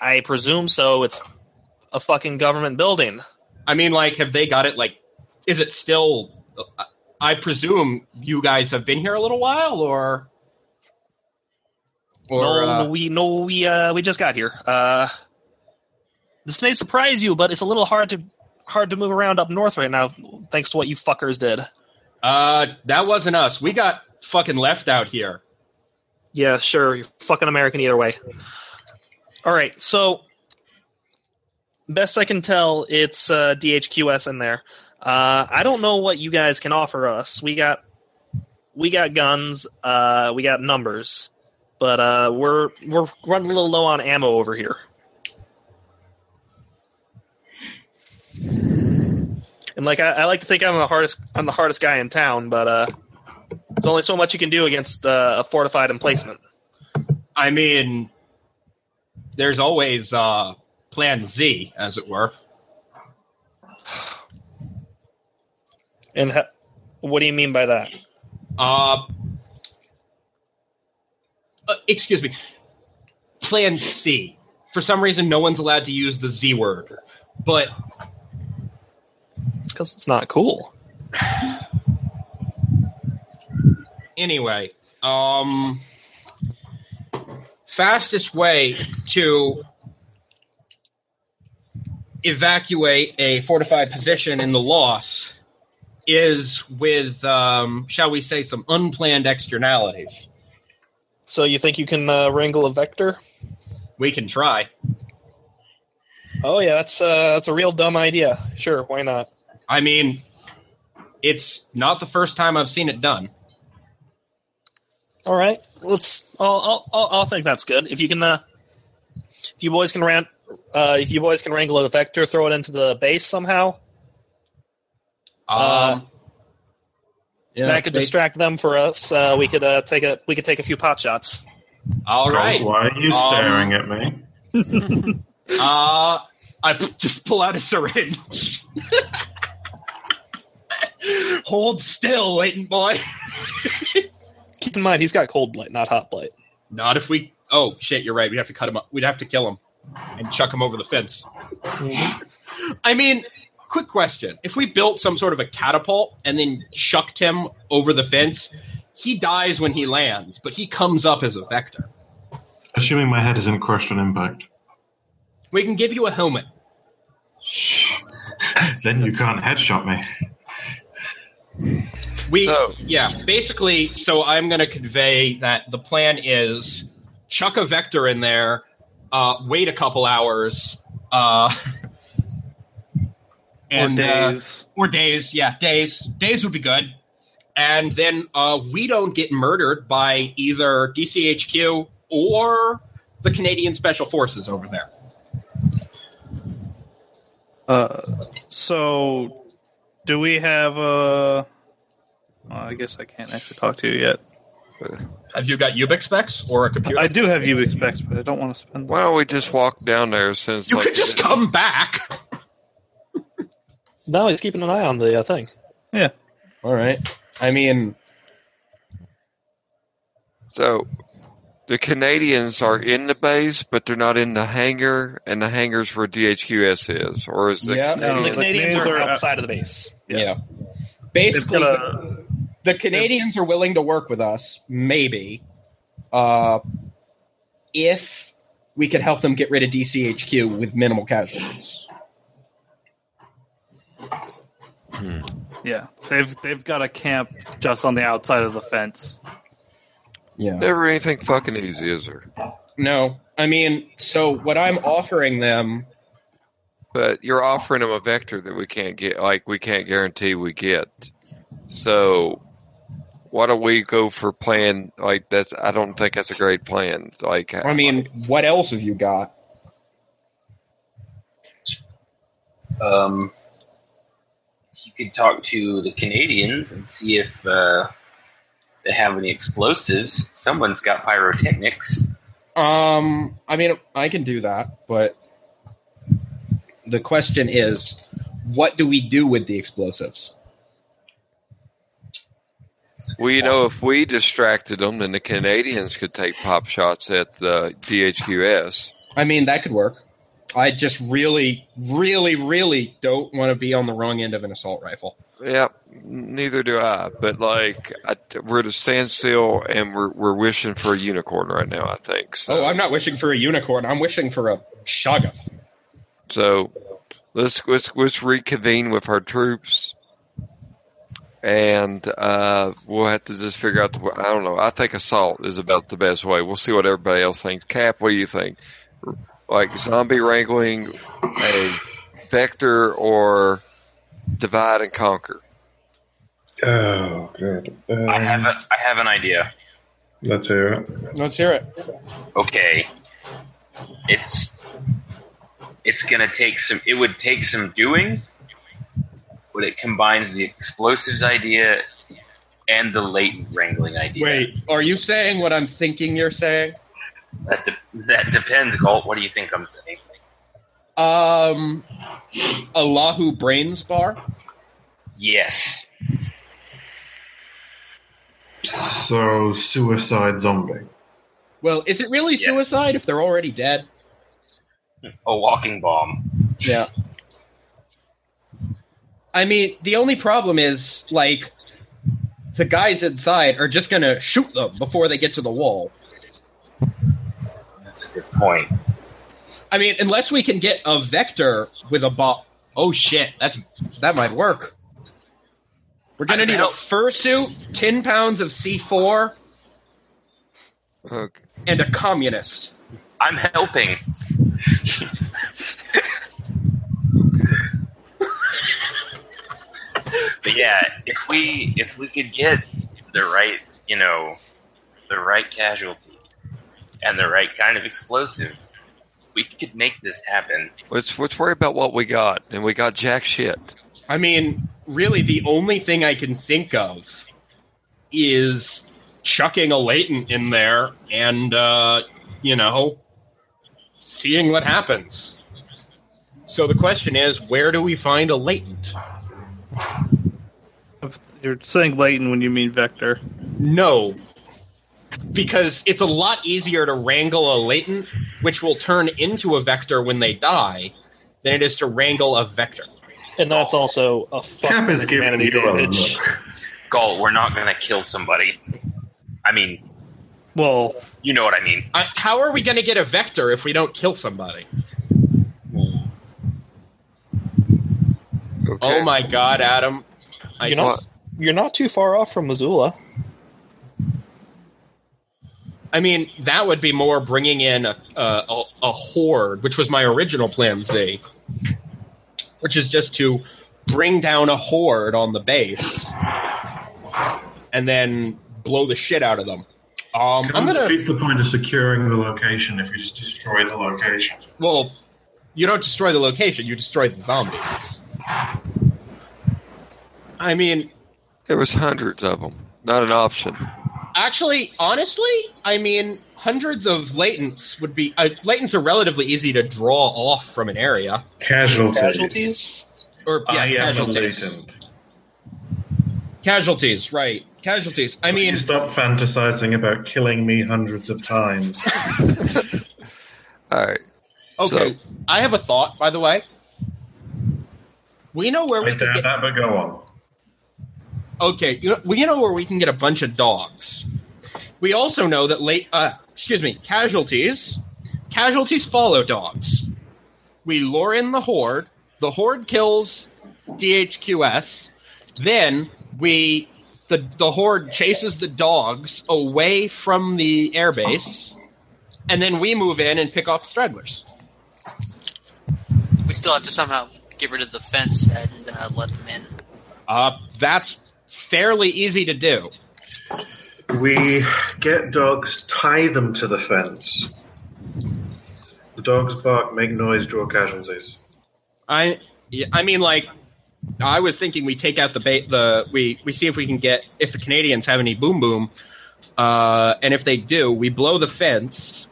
Speaker 1: I presume so. It's a fucking government building.
Speaker 4: I mean, like, have they got it? Like, is it still? I- I presume you guys have been here a little while, or or
Speaker 1: no,
Speaker 4: uh,
Speaker 1: we no, we uh, we just got here. Uh, this may surprise you, but it's a little hard to hard to move around up north right now, thanks to what you fuckers did.
Speaker 4: uh, that wasn't us. We got fucking left out here.
Speaker 1: Yeah, sure. You're fucking American either way. All right, so best I can tell, it's uh, DHQS in there. Uh, I don't know what you guys can offer us. We got we got guns. Uh, we got numbers, but uh, we're we're running a little low on ammo over here. And like I, I like to think I'm the hardest I'm the hardest guy in town, but uh, there's only so much you can do against uh, a fortified emplacement.
Speaker 4: I mean, there's always uh, Plan Z, as it were.
Speaker 1: And ha- what do you mean by that?
Speaker 4: Uh, uh, excuse me. Plan C. For some reason, no one's allowed to use the Z word, but
Speaker 1: Because it's not cool.
Speaker 4: anyway, um, fastest way to evacuate a fortified position in the loss is with, um, shall we say, some unplanned externalities.
Speaker 1: So you think you can uh, wrangle a vector?
Speaker 4: We can try.
Speaker 1: Oh yeah, that's uh, that's a real dumb idea. Sure, why not?
Speaker 4: I mean, it's not the first time I've seen it done.
Speaker 1: All right, let's. I'll I'll, I'll, I'll think that's good. If you can, uh, if you boys can rant, uh, if you boys can wrangle a vector, throw it into the base somehow.
Speaker 4: Um,
Speaker 1: Uh,
Speaker 4: yeah,
Speaker 1: that could
Speaker 4: they-
Speaker 1: distract them for us. Uh, we could uh, take a we could take a few pot shots.
Speaker 4: All right.
Speaker 5: Why are you
Speaker 4: Um,
Speaker 5: staring at me?
Speaker 4: Uh, I p- just pull out a syringe. Hold still, waiting boy.
Speaker 1: Keep in mind, he's got cold blight, not hot blight.
Speaker 4: Not if we. Oh shit, you're right. We'd have to cut him up. We'd have to kill him and chuck him over the fence. I mean, quick question: If we built some sort of a catapult and then chucked him over the fence, he dies when he lands, but he comes up as a vector.
Speaker 5: Assuming my head isn't crushed on impact,
Speaker 4: We can give you a helmet.
Speaker 5: then you can't headshot me.
Speaker 4: We
Speaker 3: So-
Speaker 4: yeah, basically. So I'm going to convey that the plan is chuck a vector in there, uh, wait a couple hours, uh, and uh,
Speaker 8: or days.
Speaker 4: or days. Yeah, days. Days would be good. And then uh, we don't get murdered by either DCHQ or the Canadian Special Forces over there.
Speaker 8: Uh, so, do we have a? Well, I guess I can't actually talk to you yet.
Speaker 4: Have you got Ubix specs or a computer?
Speaker 8: I do have you expects, but I don't want to spend.
Speaker 3: Why don't we just walk down there since
Speaker 4: you
Speaker 3: like
Speaker 4: could just come back.
Speaker 1: No, he's keeping an eye on the uh, thing.
Speaker 4: All right. I mean,
Speaker 3: so the Canadians are in the base, but they're not in the hangar, and the hangar's where DHQS is, or is the
Speaker 4: Yeah.
Speaker 5: Oh,
Speaker 7: No,
Speaker 1: the
Speaker 7: the
Speaker 1: Canadians
Speaker 7: Canadians
Speaker 1: are
Speaker 7: are out-
Speaker 5: uh,
Speaker 1: outside of the base.
Speaker 4: Yeah. Basically,
Speaker 1: They've got a-
Speaker 4: the Canadians are willing to work with us, maybe, uh, if we could help them get rid of DCHQ with minimal casualties.
Speaker 8: Yeah, they've they've got a camp just on the outside of the fence.
Speaker 4: Yeah.
Speaker 3: never anything fucking easy, is there?
Speaker 4: No, I mean, so what I'm offering them,
Speaker 3: But you're offering them a vector that we can't get, like we can't guarantee we get. So, why don't we go for plan? Like that's, I don't think that's a great plan. Like,
Speaker 4: I mean, what else have you got?
Speaker 2: Um, you could talk to the Canadians and see if uh, they have any explosives. Someone's got pyrotechnics.
Speaker 4: Um, I mean, I can do that, but the question is, what do we do with the explosives?
Speaker 3: Well, you know, if we distracted them, then the Canadians could take pop shots at the DHQS.
Speaker 4: I mean, that could work. I just really, really, really don't want to be on the wrong end of an assault rifle.
Speaker 3: Yeah, neither do I. But like, I, we're at a standstill, and we're we're wishing for a unicorn right now. I think so.
Speaker 4: Oh, I'm not wishing for a unicorn. I'm wishing for a shoggoth.
Speaker 3: So let's let's let's reconvene with our troops, and uh, we'll have to just figure out. The, I don't know. I think assault is about the best way. We'll see what everybody else thinks. Cap, what do you think? Like zombie wrangling, a vector, or divide and conquer?
Speaker 5: Oh, good. Um,
Speaker 2: I have a, I have an idea.
Speaker 5: Let's hear it.
Speaker 4: Let's hear it.
Speaker 2: Okay, it's it's gonna take some. It would take some doing, but it combines the explosives idea and the latent wrangling idea.
Speaker 4: Wait, are you saying what I'm thinking you're saying?
Speaker 2: that de- that depends, Galt. What do you think I'm saying?
Speaker 4: Um, Allahu Brains Bar?
Speaker 2: Yes.
Speaker 5: So, suicide zombie.
Speaker 4: Well, is it really
Speaker 2: Yes.
Speaker 4: suicide if they're already dead?
Speaker 2: A walking bomb.
Speaker 4: Yeah. I mean, the only problem is, like, the guys inside are just gonna shoot them before they get to the wall.
Speaker 2: That's a good point.
Speaker 4: I mean, unless we can get a vector with a bot. Oh shit, that's that might work. We're gonna
Speaker 2: I
Speaker 4: need a
Speaker 2: know.
Speaker 4: fursuit, ten pounds of C four,
Speaker 3: Okay.
Speaker 4: and a communist.
Speaker 2: I'm helping. but yeah, if we if we could get the right, you know, the right casualty and the right kind of explosive, we could make this happen.
Speaker 3: Let's let's worry about what we got, and we got jack shit.
Speaker 4: I mean, really, the only thing I can think of is chucking a latent in there and, uh, you know, seeing what happens. So the question is, where do we find a latent?
Speaker 8: If You're saying Leighton when you mean Vector.
Speaker 4: No. Because it's a lot easier to wrangle a latent, which will turn into a vector when they die, than it is to wrangle a vector.
Speaker 1: And that's also a fuck
Speaker 5: Cap
Speaker 1: ton
Speaker 5: is
Speaker 1: of
Speaker 5: giving
Speaker 1: humanity
Speaker 5: you uh, a
Speaker 1: damage.
Speaker 5: look.
Speaker 2: Galt, we're not gonna kill somebody. I mean,
Speaker 8: Well,
Speaker 2: you know what I mean.
Speaker 4: I, how are we going to get a vector if we don't kill somebody?
Speaker 3: Okay.
Speaker 4: Oh my god, Adam. I
Speaker 1: You know-
Speaker 3: What?
Speaker 1: You're not too far off from Missoula.
Speaker 4: I mean, that would be more bringing in a, a, a, a horde, which was my original plan Z, which is just to bring down a horde on the base and then blow the shit out of them. Um, I'm gonna.
Speaker 5: Defeats the point of securing the location if you just destroy the location.
Speaker 4: Well, you don't destroy the location; you destroy the zombies. I mean,
Speaker 3: There was hundreds of them. Not an option.
Speaker 4: actually, honestly, I mean, hundreds of latents would be. Uh, latents are relatively easy to draw off from an area.
Speaker 5: Casualties.
Speaker 1: Casualties?
Speaker 4: Or Uh, yeah,
Speaker 5: I am a
Speaker 4: casualties.
Speaker 5: latent.
Speaker 4: Casualties, right. Casualties. I mean,
Speaker 5: Please stop fantasizing about killing me hundreds of times.
Speaker 3: All right.
Speaker 4: okay.
Speaker 3: So-
Speaker 4: I have a thought, by the way. We know where
Speaker 5: I
Speaker 4: we can
Speaker 5: doubt
Speaker 4: get
Speaker 5: that, but go on.
Speaker 4: Okay, you know, we know where we can get a bunch of dogs. We also know that late, uh, excuse me, casualties, casualties follow dogs. We lure in the horde. The horde kills DHQS. Then we, the the horde chases the dogs away from the airbase, and then we move in and pick off stragglers.
Speaker 6: We still have to somehow get rid of the fence and uh, let them in.
Speaker 4: Uh, that's fairly easy to do.
Speaker 5: We get dogs, tie them to the fence. The dogs bark, make noise, draw casualties.
Speaker 4: I yeah, I mean like I was thinking we take out the bait the we we see if we can get if the Canadians have any boom boom uh, and if they do we blow the fence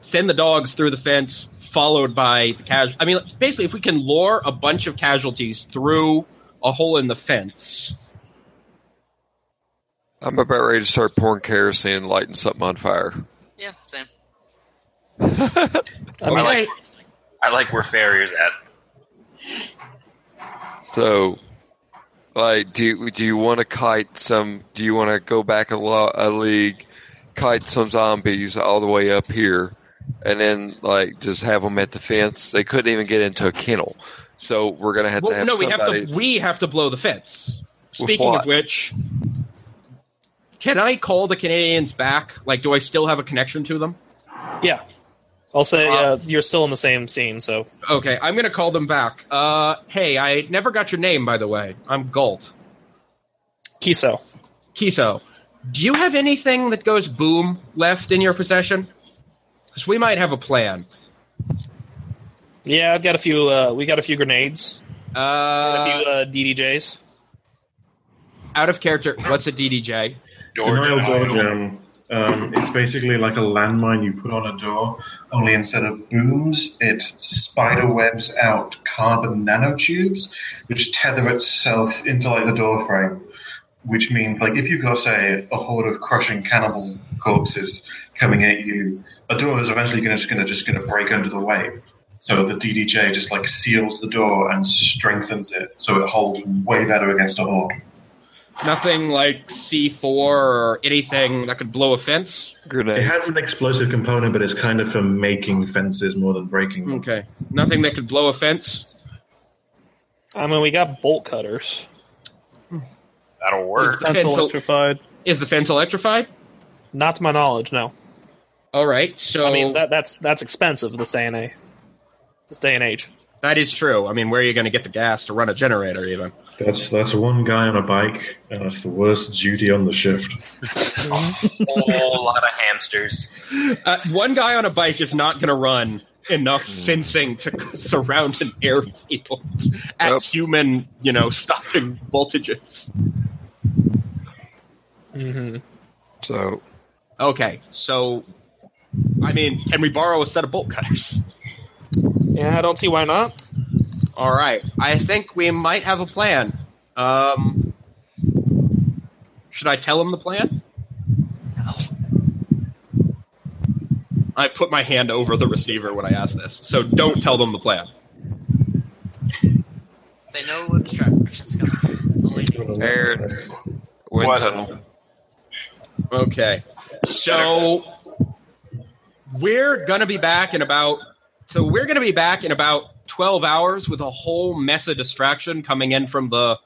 Speaker 4: send the dogs through the fence followed by the casual I mean basically if we can lure a bunch of casualties through a hole in the fence
Speaker 3: I'm about ready to start pouring kerosene and lighting something on fire.
Speaker 6: Yeah, same.
Speaker 2: I like, I like where Farrier's at.
Speaker 3: So, like, do you, do you want to kite some? Do you want to go back a, lo- a league, kite some zombies all the way up here, and then like just have them at the fence? They couldn't even get into a kennel, so we're gonna have
Speaker 4: well,
Speaker 3: to have
Speaker 4: no we have
Speaker 3: somebody.
Speaker 4: to we have to blow the fence
Speaker 3: With
Speaker 4: speaking
Speaker 3: what?
Speaker 4: of which can I call the Canadians back like do I still have a connection to them
Speaker 1: Yeah. I'll say uh, you're still in the same scene, so
Speaker 4: Okay, I'm gonna call them back. Uh, hey, I never got your name, by the way. I'm Galt.
Speaker 1: Kiso.
Speaker 4: Kiso, do you have anything that goes boom left in your possession? Because we might have a plan.
Speaker 1: Yeah, I've got a few. Uh, we got a few grenades, a
Speaker 4: Uh,
Speaker 1: few uh, DDJs.
Speaker 4: out of character. What's a DDJ?
Speaker 5: Denial door jam. Um, it's basically like a landmine you put on a door, only instead of booms, it spider webs out carbon nanotubes, which tether itself into like the door frame. Which means, like, if you've got, say, a horde of crushing cannibal corpses coming at you, a door is eventually going to just going to just going to break under the weight. So the DDJ just like seals the door and strengthens it, so it holds way better against a horde.
Speaker 4: Nothing like C4 or anything that could blow a fence.
Speaker 5: It
Speaker 3: grenade.
Speaker 5: has an explosive component, but it's kind of for making fences more than breaking them.
Speaker 4: Okay, nothing that could blow a fence.
Speaker 1: I mean, we got bolt cutters.
Speaker 2: That'll
Speaker 4: Is
Speaker 2: work.
Speaker 4: the
Speaker 9: That's
Speaker 4: fence, el-
Speaker 9: electrified.
Speaker 4: is the fence electrified?
Speaker 1: Not to my knowledge, no.
Speaker 4: All right, so
Speaker 1: I mean, that, that's that's expensive this day and age. This day and age.
Speaker 4: that is true. I mean, where are you going to get the gas to run a generator? Even
Speaker 5: That's that's one guy on a bike, and that's the worst duty on the shift.
Speaker 2: Whole lot of hamsters.
Speaker 4: Uh, one guy on a bike is not going to run enough fencing to surround an airfield at
Speaker 3: Yep.
Speaker 4: human, you know, stopping voltages.
Speaker 1: Mm-hmm.
Speaker 3: So,
Speaker 4: Okay, so I mean, can we borrow a set of bolt cutters?
Speaker 1: Yeah, I don't see why not.
Speaker 4: All right, I think we might have a plan. Um, should I tell him the plan? I put my hand over the receiver when I asked this, so don't tell them the plan.
Speaker 6: They know what the direction's coming. That's all they need.
Speaker 3: air wind
Speaker 2: What?
Speaker 3: tunnel.
Speaker 4: Okay. So we're going to be back in about so we're going to be back in about 12 hours with a whole mess of distraction coming in from the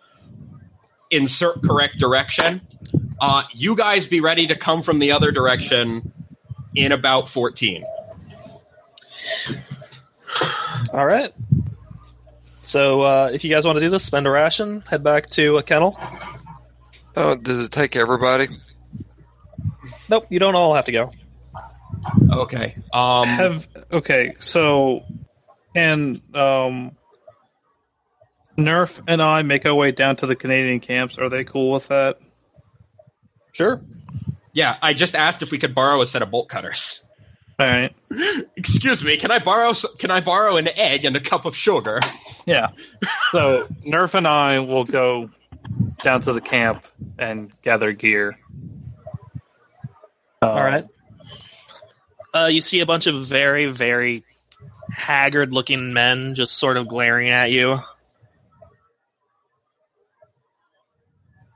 Speaker 4: insert correct direction. Uh, you guys be ready to come from the other direction in about 14.
Speaker 1: All right. So, uh, if you guys want to do this, spend a ration, head back to a kennel.
Speaker 3: Oh, does it take everybody?
Speaker 1: Nope, you don't all have to go.
Speaker 4: Okay. Um
Speaker 8: Have okay, so and um Nerf and I make our way down to the Canadian camps. Are they cool with that?
Speaker 1: Sure.
Speaker 4: yeah, I just asked if we could borrow a set of bolt cutters.
Speaker 8: All right.
Speaker 4: Excuse me, can I borrow s- can I borrow an egg and a cup of sugar?
Speaker 8: Yeah. So Nerf and I will go down to the camp and gather gear.
Speaker 1: All right. Uh, you see a bunch of very, very haggard-looking men just sort of glaring at you.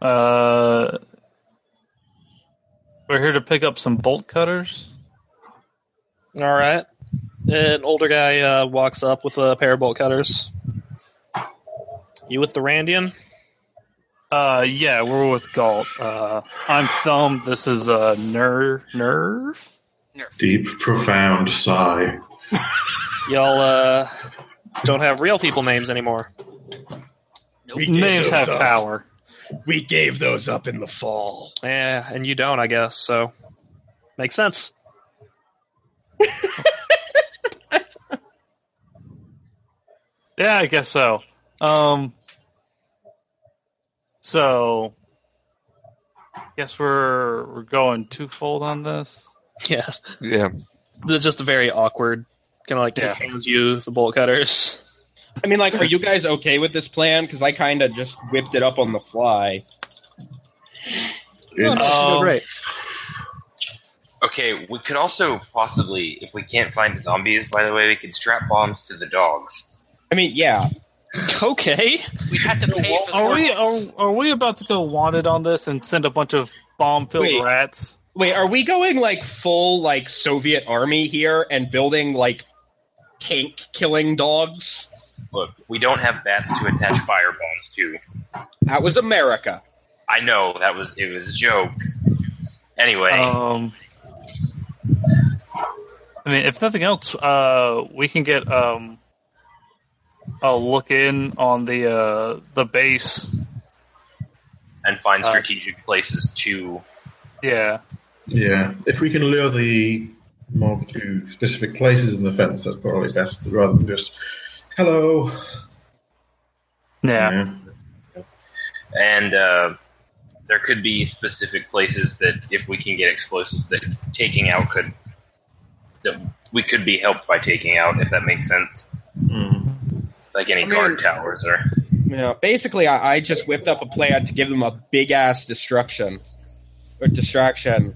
Speaker 8: Uh, we're here to pick up some bolt cutters.
Speaker 1: All right. An older guy uh, walks up with a pair of bolt cutters. You with the Randian?
Speaker 8: Uh, yeah, we're with Galt. Uh, I'm Thumb. This is uh, Ner Nerve.
Speaker 5: Deep, profound sigh.
Speaker 1: Y'all uh, don't have real people names anymore.
Speaker 9: We gave
Speaker 8: Names
Speaker 9: those
Speaker 8: have
Speaker 9: up.
Speaker 8: power.
Speaker 9: We gave those up in the fall.
Speaker 1: Yeah, Eh, and you don't, I guess. So makes sense.
Speaker 8: Yeah, I guess so. Um, so guess we're we're going twofold on this.
Speaker 1: Yeah,
Speaker 3: Yeah.
Speaker 1: they're just very awkward. Kind of like
Speaker 8: Yeah.
Speaker 1: hands you the bolt cutters.
Speaker 4: I mean, like, are you guys okay with this plan? Because I kind of just whipped it up on the fly.
Speaker 5: It's,
Speaker 8: Um,
Speaker 2: Okay, we could also possibly, if we can't find the zombies, by the way, we could strap bombs to the dogs.
Speaker 4: I mean, yeah.
Speaker 1: Okay.
Speaker 6: We had to pay for the
Speaker 8: Are we are,
Speaker 6: organs.
Speaker 8: are we about to go wanted on this and send a bunch of bomb
Speaker 4: Wait.
Speaker 8: filled rats?
Speaker 4: Wait, are we going like full like Soviet army here and building like tank killing dogs?
Speaker 2: Look, we don't have bats to attach fire bombs to.
Speaker 4: That was America.
Speaker 2: I know that was it was a joke. Anyway,
Speaker 7: Oh,
Speaker 8: Um, I mean, if nothing else, uh, we can get um, a look in on the uh, the base.
Speaker 2: and find
Speaker 8: uh,
Speaker 2: strategic places to.
Speaker 8: Yeah,
Speaker 5: yeah, if we can lure the mob to specific places in the fence, that's probably best rather than just hello.
Speaker 8: yeah.
Speaker 2: and uh, there could be specific places that if we can get explosives that taking out could that we could be helped by taking out if that makes sense
Speaker 5: Mm.
Speaker 2: like any
Speaker 4: I mean-
Speaker 2: guard towers or
Speaker 4: Yeah. Basically, I, I just whipped up a plan to give them a big ass destruction or distraction.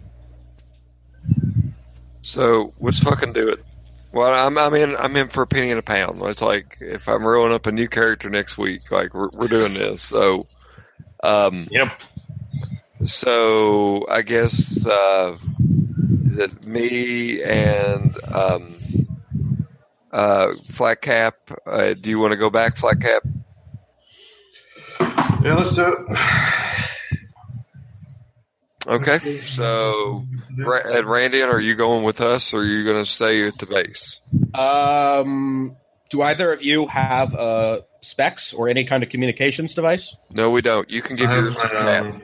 Speaker 3: So let's fucking do it. Well, I'm I'm in I'm in for a penny and a pound. It's like if I'm rolling up a new character next week, like we're we're doing this. So, um,
Speaker 2: yep
Speaker 3: so I guess uh, that me and um, uh, Flat Cap. Uh, do you want to go back, Flat Cap?
Speaker 5: Yeah, let's do it.
Speaker 3: Okay. So, Ra- and Randy, are you going with us, or are you going to stay at the base?
Speaker 4: Um, do either of you have uh specs or any kind of communications device?
Speaker 3: No, we don't. You can give yours to Cap.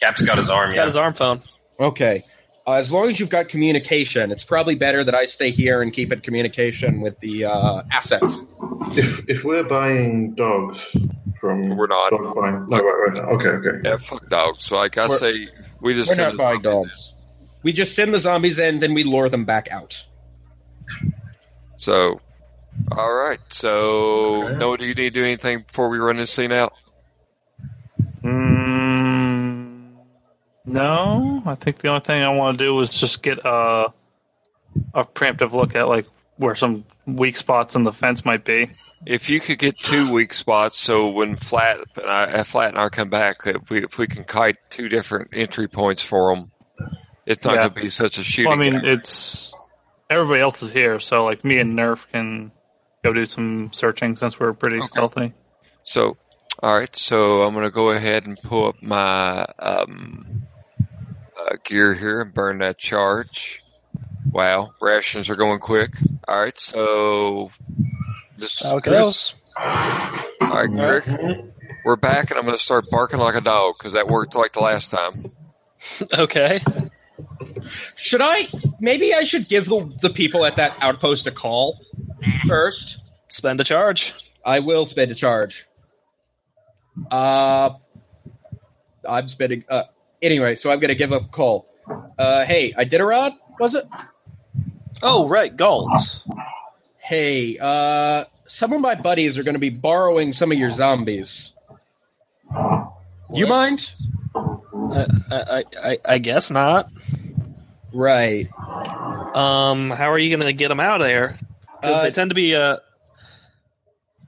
Speaker 2: cap's got his arm
Speaker 1: He's
Speaker 2: yeah
Speaker 1: got his arm phone.
Speaker 4: Okay. Uh, as long as you've got communication, it's probably better that I stay here and keep in communication with the uh, assets.
Speaker 5: If if we're buying dogs from
Speaker 3: We're not.
Speaker 5: dog buying, no, right, right, okay, okay.
Speaker 3: Yeah, fuck dogs. So like I
Speaker 4: We're-
Speaker 3: say, we just
Speaker 4: We're
Speaker 3: send
Speaker 4: not
Speaker 3: us-
Speaker 4: buying dogs. We just send the zombies in, then we lure them back out.
Speaker 3: So, all right. So,
Speaker 5: Okay.
Speaker 3: Noah, do you need to do anything before we run this scene out?
Speaker 8: Mm, no, I think the only thing I want to do is just get a a preemptive look at like where some weak spots in the fence might be.
Speaker 3: If you could get two weak spots, so when Flat and I, uh, Flat and I come back, if we if we can kite two different entry points for them, it's not
Speaker 8: Yeah.
Speaker 3: going to be such a shooting.
Speaker 8: Well, I mean,
Speaker 3: game.
Speaker 8: it's everybody else is here, so like me and Nerf can go do some searching since we're pretty
Speaker 3: Okay.
Speaker 8: stealthy.
Speaker 3: So, all right. So I'm going to go ahead and pull up my um, uh, gear here and burn that charge. Wow, rations are going quick. All right, so this is Chris. All right, Rick, we're back, and I'm going to start barking like a dog because that worked like the last time.
Speaker 1: Okay.
Speaker 4: Should I? Maybe I should give the, the people at that outpost a call first.
Speaker 1: Spend a charge.
Speaker 4: I will spend a charge. Uh, I'm spending. Uh, anyway, so I'm going to give a call. Uh, hey, Iditarod, was it?
Speaker 1: Oh right, gold.
Speaker 4: Hey, uh, some of my buddies are going to be borrowing some of your zombies. You mind?
Speaker 1: I, I, I, I guess not.
Speaker 4: Right.
Speaker 1: Um, how are you going to get them out of there? 'Cause
Speaker 4: Uh,
Speaker 1: they tend to be. Uh,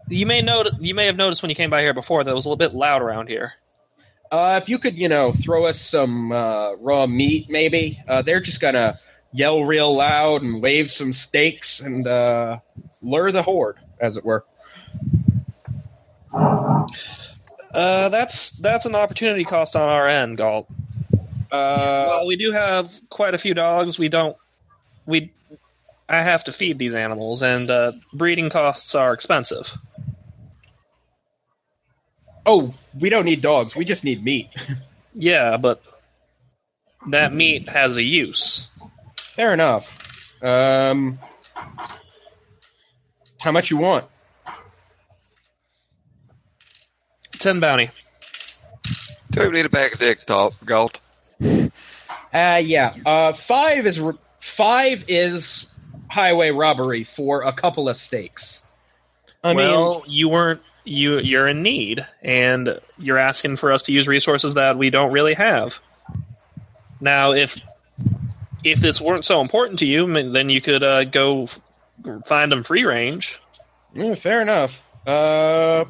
Speaker 1: you may know. You may have noticed when you came by here before that it was a little bit loud around here.
Speaker 4: Uh, if you could, you know, throw us some uh, raw meat, maybe. Uh, they're just gonna yell real loud and wave some stakes and uh, lure the horde, as it were.
Speaker 1: Uh, that's that's an opportunity cost on our end, Galt.
Speaker 4: Uh,
Speaker 1: well, we do have quite a few dogs. We don't. We. I have to feed these animals, and uh, breeding costs are expensive.
Speaker 4: oh, we don't need dogs. We just need meat.
Speaker 1: Yeah, but that meat has a use.
Speaker 4: Fair enough. Um, how much you want?
Speaker 1: Ten bounty.
Speaker 3: Do we need a bag of dick, Dol- Galt?
Speaker 4: Uh, yeah. Uh, five is r five is highway robbery for a couple of stakes. I mean,
Speaker 1: well, you weren't. You you're in need, and you're asking for us to use resources that we don't really have. Now, if if this weren't so important to you, m- then you could uh, go f- find them free range.
Speaker 4: yeah, fair enough. Uh,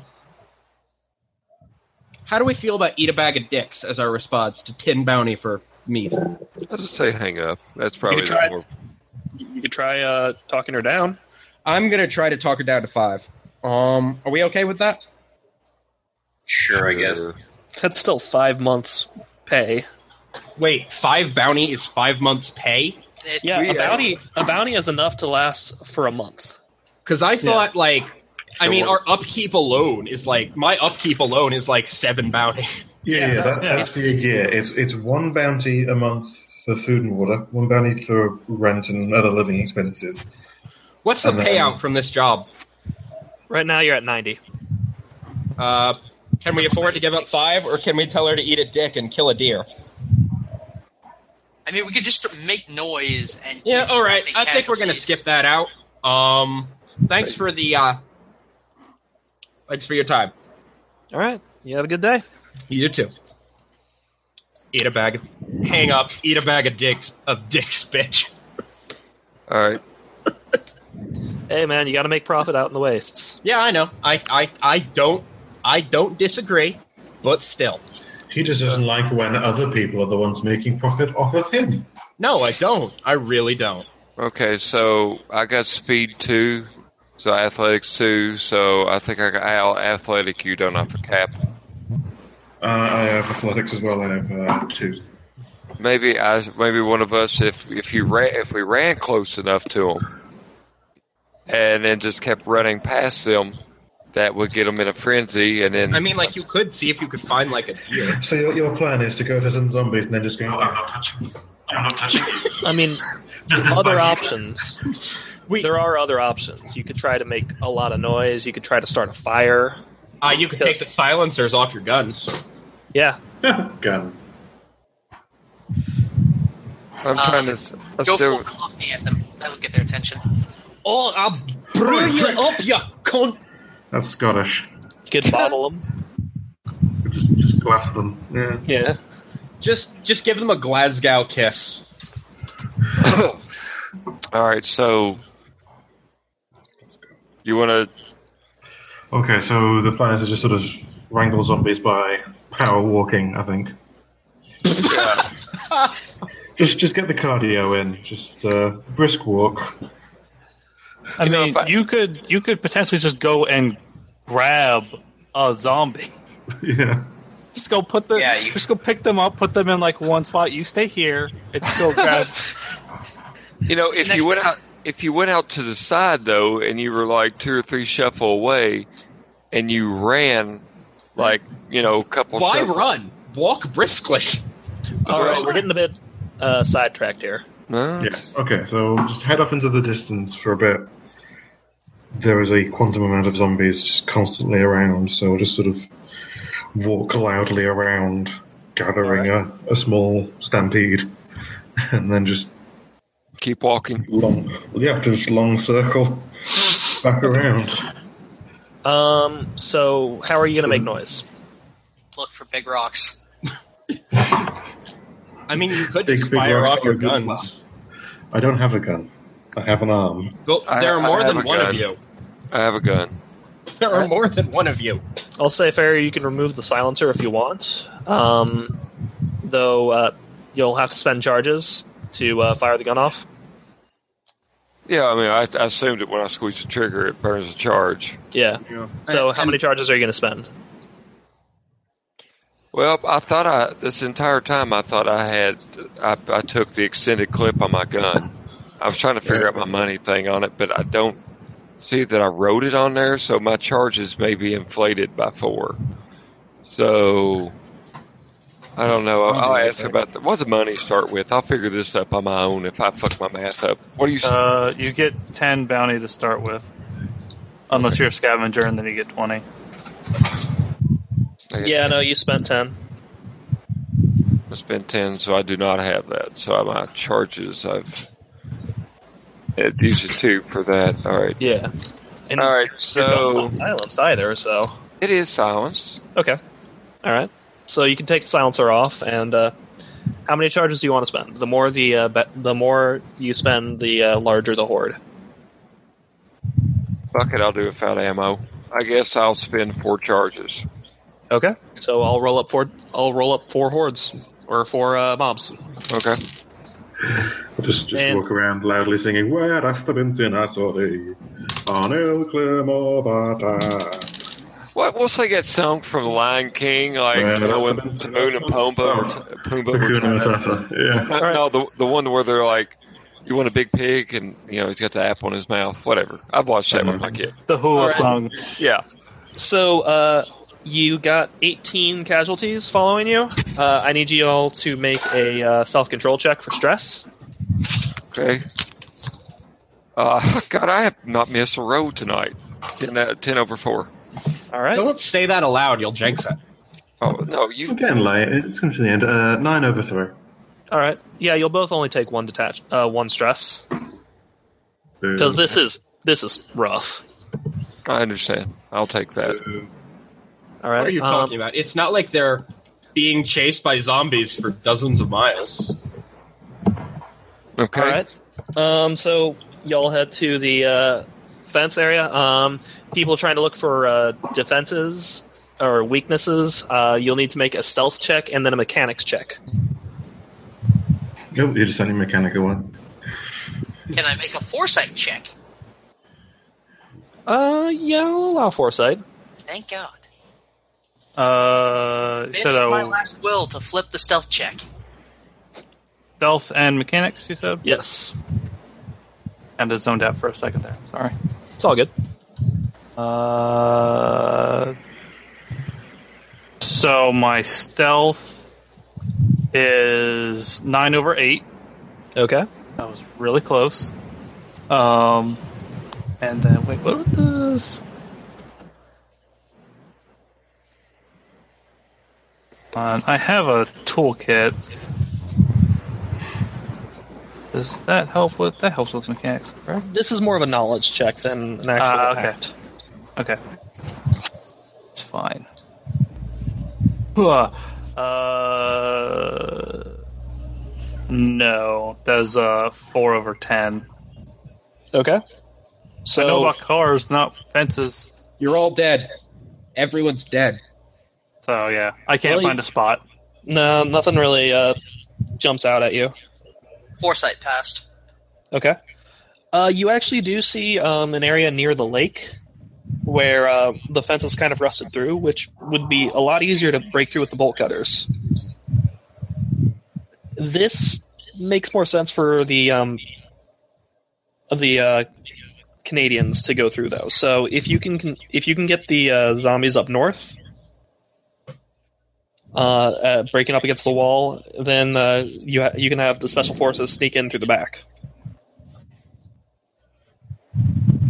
Speaker 4: how do we feel about eat a bag of dicks as our response to tin bounty for meat?
Speaker 3: I just say hang up. That's probably
Speaker 1: can
Speaker 3: the
Speaker 1: try-
Speaker 3: more.
Speaker 1: You could try uh, talking her down.
Speaker 4: I'm gonna try to talk her down to five. Um, are we okay with that?
Speaker 2: Sure, I guess.
Speaker 3: Sure.
Speaker 1: That's still five months pay.
Speaker 4: Wait, five bounty is five months pay.
Speaker 6: It-
Speaker 1: Yeah,
Speaker 3: We-
Speaker 1: a bounty a bounty is enough to last for a month.
Speaker 4: Because I thought like, I
Speaker 3: Sure.
Speaker 4: mean, our upkeep alone is like my upkeep alone is like seven bounty.
Speaker 5: Yeah, yeah, that, that's the year. It's it's one bounty a month for food and water, one bounty for rent and other living expenses.
Speaker 4: What's the
Speaker 5: And then-
Speaker 4: payout from this job?
Speaker 1: Right now, you're at ninety.
Speaker 4: Uh, can we afford to give up five, or can we tell her to eat a dick and kill a deer?
Speaker 6: I mean, we could just make noise and.
Speaker 4: Yeah,
Speaker 6: keep
Speaker 4: all right.
Speaker 6: the
Speaker 4: I think we're gonna
Speaker 6: casualties.
Speaker 4: skip that out. Um, thanks for the uh, thanks for your time.
Speaker 1: All right, you have a good day.
Speaker 4: You too. Eat a bag. Of, hang up. Eat a bag of dicks. Of dicks, bitch.
Speaker 3: All right.
Speaker 1: Hey, man, you got to make profit out in the wastes.
Speaker 4: Yeah, I know. I, I, I don't, I don't disagree, but still.
Speaker 5: He just doesn't like when other people are the ones making profit off of him.
Speaker 4: No, I don't. I really don't.
Speaker 3: Okay, so I got speed two, so athletics two, so I think I got I'll athletic you done off the cap.
Speaker 5: Uh, I have athletics as well. I have uh, two.
Speaker 3: Maybe I maybe one of us if if you ran if we ran close enough to them, and then just kept running past them, that would get them in a frenzy, and then
Speaker 4: I mean, like you could see if you could find like a deer.
Speaker 5: So your, your plan is to go to some zombies and then just go, I'm not touching you. I'm not touching you.
Speaker 1: I mean,
Speaker 5: Does this bug
Speaker 1: other
Speaker 5: you?"
Speaker 1: options. there are other options. You could try to make a lot of noise. You could try to start a fire.
Speaker 4: Uh, you could take the silencers off your guns.
Speaker 1: Yeah,
Speaker 5: Gun.
Speaker 3: I'm
Speaker 4: uh,
Speaker 3: trying to s- let's
Speaker 6: Go
Speaker 3: do
Speaker 6: full Cockney at them. That'll get their attention.
Speaker 4: Oh, I'll brew you up, you cunt.
Speaker 5: That's Scottish.
Speaker 1: you could bottle them.
Speaker 5: Just, just glass them. Yeah.
Speaker 1: Yeah,
Speaker 4: Just, just give them a Glasgow kiss.
Speaker 3: All right, so you want to
Speaker 5: Okay, so the plan is to just sort of wrangle zombies by power walking, I think. just just get the cardio in. Just uh, brisk walk.
Speaker 8: I
Speaker 3: You know,
Speaker 8: mean,
Speaker 3: if I-
Speaker 8: you could you could potentially just go and grab a zombie.
Speaker 5: Yeah.
Speaker 8: Just go put the
Speaker 2: Yeah, you-
Speaker 8: just go pick them up, put them in like one spot. You stay here. It's go grab.
Speaker 3: You know, if
Speaker 6: Next
Speaker 3: you went
Speaker 6: time.
Speaker 3: out, if you went out to the side though, and you were like two or three shuffle away, and you ran, like you know, a couple.
Speaker 4: Why
Speaker 3: shuffle,
Speaker 4: run? Walk briskly.
Speaker 1: all right.
Speaker 3: right.
Speaker 1: We're getting a bit uh, sidetracked here.
Speaker 3: No,
Speaker 5: Yeah. Okay, so just head off into the distance for a bit. There is a quantum amount of zombies just constantly around, so we'll just sort of walk loudly around, gathering a, a small stampede, and then just
Speaker 3: keep walking.
Speaker 5: long, yeah, just long circle back around.
Speaker 1: Um, so how are you gonna make noise?
Speaker 6: look for big rocks.
Speaker 4: I mean, you could
Speaker 5: Big,
Speaker 4: just
Speaker 5: big
Speaker 4: fire
Speaker 5: rocks
Speaker 4: off
Speaker 5: are
Speaker 4: your
Speaker 5: a
Speaker 4: guns.
Speaker 5: good plan. I don't have a gun. I have an arm.
Speaker 4: Well,
Speaker 3: I-
Speaker 4: there are
Speaker 3: I
Speaker 4: more
Speaker 3: have
Speaker 4: than
Speaker 3: a
Speaker 4: one
Speaker 3: gun.
Speaker 4: of you.
Speaker 3: I have a gun.
Speaker 4: There are more than one of you.
Speaker 1: I'll say, Fair, you can remove the silencer if you want, um, though uh, you'll have to spend charges to uh, fire the gun off.
Speaker 3: Yeah, I mean, I, I assumed that when I squeeze the trigger, it burns the charge.
Speaker 1: Yeah. So, how many charges are you going to spend?
Speaker 3: Well, I thought I this entire time I thought I had I, I took the extended clip on my gun. I was trying to figure out my money thing on it, but I don't see that I wrote it on there, so my charges may be inflated by four. So I don't know. I'll, I'll ask about the, what's the money start with. I'll figure this up on my own if I fuck my math up. What do you? s
Speaker 8: Uh, you get ten bounty to start with, unless you're a scavenger, and then you get twenty.
Speaker 1: Yeah, no, you spent 10.
Speaker 3: I spent ten, so I do not have that. So my charges, I've it uses two for that. All right.
Speaker 1: Yeah. And
Speaker 3: All right,
Speaker 1: you're
Speaker 3: so
Speaker 1: not silenced either, so.
Speaker 3: it is silenced.
Speaker 1: Okay. All right. So you can take the silencer off, and uh, how many charges do you want to spend? The more the uh, be- the more you spend, the uh, larger the horde.
Speaker 3: Fuck it, I'll do it without ammo. I guess I'll spend four charges.
Speaker 1: Okay. So I'll roll up four. I'll roll up four hordes or four uh, mobs.
Speaker 3: Okay.
Speaker 5: Just, just
Speaker 1: And-
Speaker 5: walk around loudly singing, Where hast thou been sin I saw thee? On Il Clemorvata.
Speaker 3: What? What's like that song from Lion King? Like
Speaker 5: Well,
Speaker 3: you know, when
Speaker 5: that's-
Speaker 3: Timon and Pumbaa,
Speaker 5: Oh.
Speaker 3: Pumbaa were
Speaker 5: Hakuna
Speaker 3: trying to-
Speaker 5: Matata. Yeah.
Speaker 3: No, the the one where they're like, "You want a big pig?" and you know he's got the apple in his mouth. Whatever. I've watched that with my kid.
Speaker 8: The Hula
Speaker 1: Alright.
Speaker 8: song.
Speaker 3: Yeah.
Speaker 1: So uh, you got 18 casualties following you. Uh, I need you all to make a uh, self control check for stress.
Speaker 3: Okay. Uh, God, I have not missed a row tonight. Ten, uh, 10 over four.
Speaker 1: All right.
Speaker 4: Don't say that aloud. You'll jinx it.
Speaker 3: Oh no, you.
Speaker 5: I'm getting late. It's come to the end. Uh, nine over three.
Speaker 1: All right. Yeah, you'll both only take one detach, uh, one stress,
Speaker 5: Boo.
Speaker 1: because this is this is rough.
Speaker 3: I understand. I'll take that.
Speaker 1: All right.
Speaker 4: What are you
Speaker 1: um,
Speaker 4: talking about? It's not like they're being chased by zombies for dozens of miles.
Speaker 3: Okay.
Speaker 1: All right. Um, so y'all head to the uh, fence area. Um, people trying to look for uh, defenses or weaknesses. Uh, you'll need to make a stealth check and then a mechanics check.
Speaker 5: Oh, you're just only mechanical one.
Speaker 6: Can I make a foresight check?
Speaker 1: Uh, yeah, I'll allow foresight.
Speaker 6: Thank God.
Speaker 8: Uh,
Speaker 6: Made
Speaker 8: so
Speaker 6: it my
Speaker 8: uh,
Speaker 6: last will to flip the stealth check.
Speaker 8: stealth and mechanics. You said.
Speaker 1: Yes,
Speaker 8: Kind of zoned out for a second there. Sorry.
Speaker 1: it's all good.
Speaker 8: Uh, so my stealth is nine over eight.
Speaker 1: Okay.
Speaker 8: That was really close. Um, and then wait, what was this? Uh, I have a toolkit. Does that help with that helps with mechanics, correct?
Speaker 1: This is more of a knowledge check than an actual
Speaker 8: Ah, okay.
Speaker 1: act.
Speaker 8: Okay. It's fine. Huh. Uh, no, that was uh, 4 over 10.
Speaker 1: Okay.
Speaker 8: I know
Speaker 1: So
Speaker 8: about cars, not fences.
Speaker 4: You're all dead. Everyone's dead.
Speaker 8: So, yeah, I can't
Speaker 1: Well, you-
Speaker 8: find a spot.
Speaker 1: no, nothing really uh, jumps out at you.
Speaker 6: Foresight passed.
Speaker 1: Okay. Uh, you actually do see um, an area near the lake where uh, the fence is kind of rusted through, which would be a lot easier to break through with the bolt cutters. This makes more sense for the um, of the uh, Canadians to go through, though. So if you can, can if you can get the uh, zombies up north, uh, uh, breaking up against the wall, then uh, you ha- you can have the special forces sneak in through the back.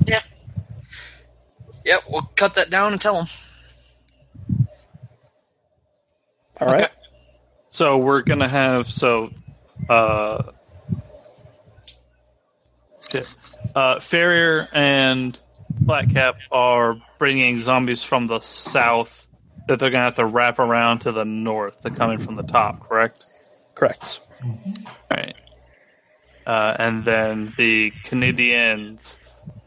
Speaker 6: Yeah. Yep, we'll cut that down and tell him.
Speaker 1: All right.
Speaker 8: So, we're going to have. So, uh, shit. uh, Farrier and Black Cap are bringing zombies from the south
Speaker 7: that they're going to have to wrap around to the north to come in from the top, correct?
Speaker 1: Correct.
Speaker 7: All right. Uh, and then the Canadians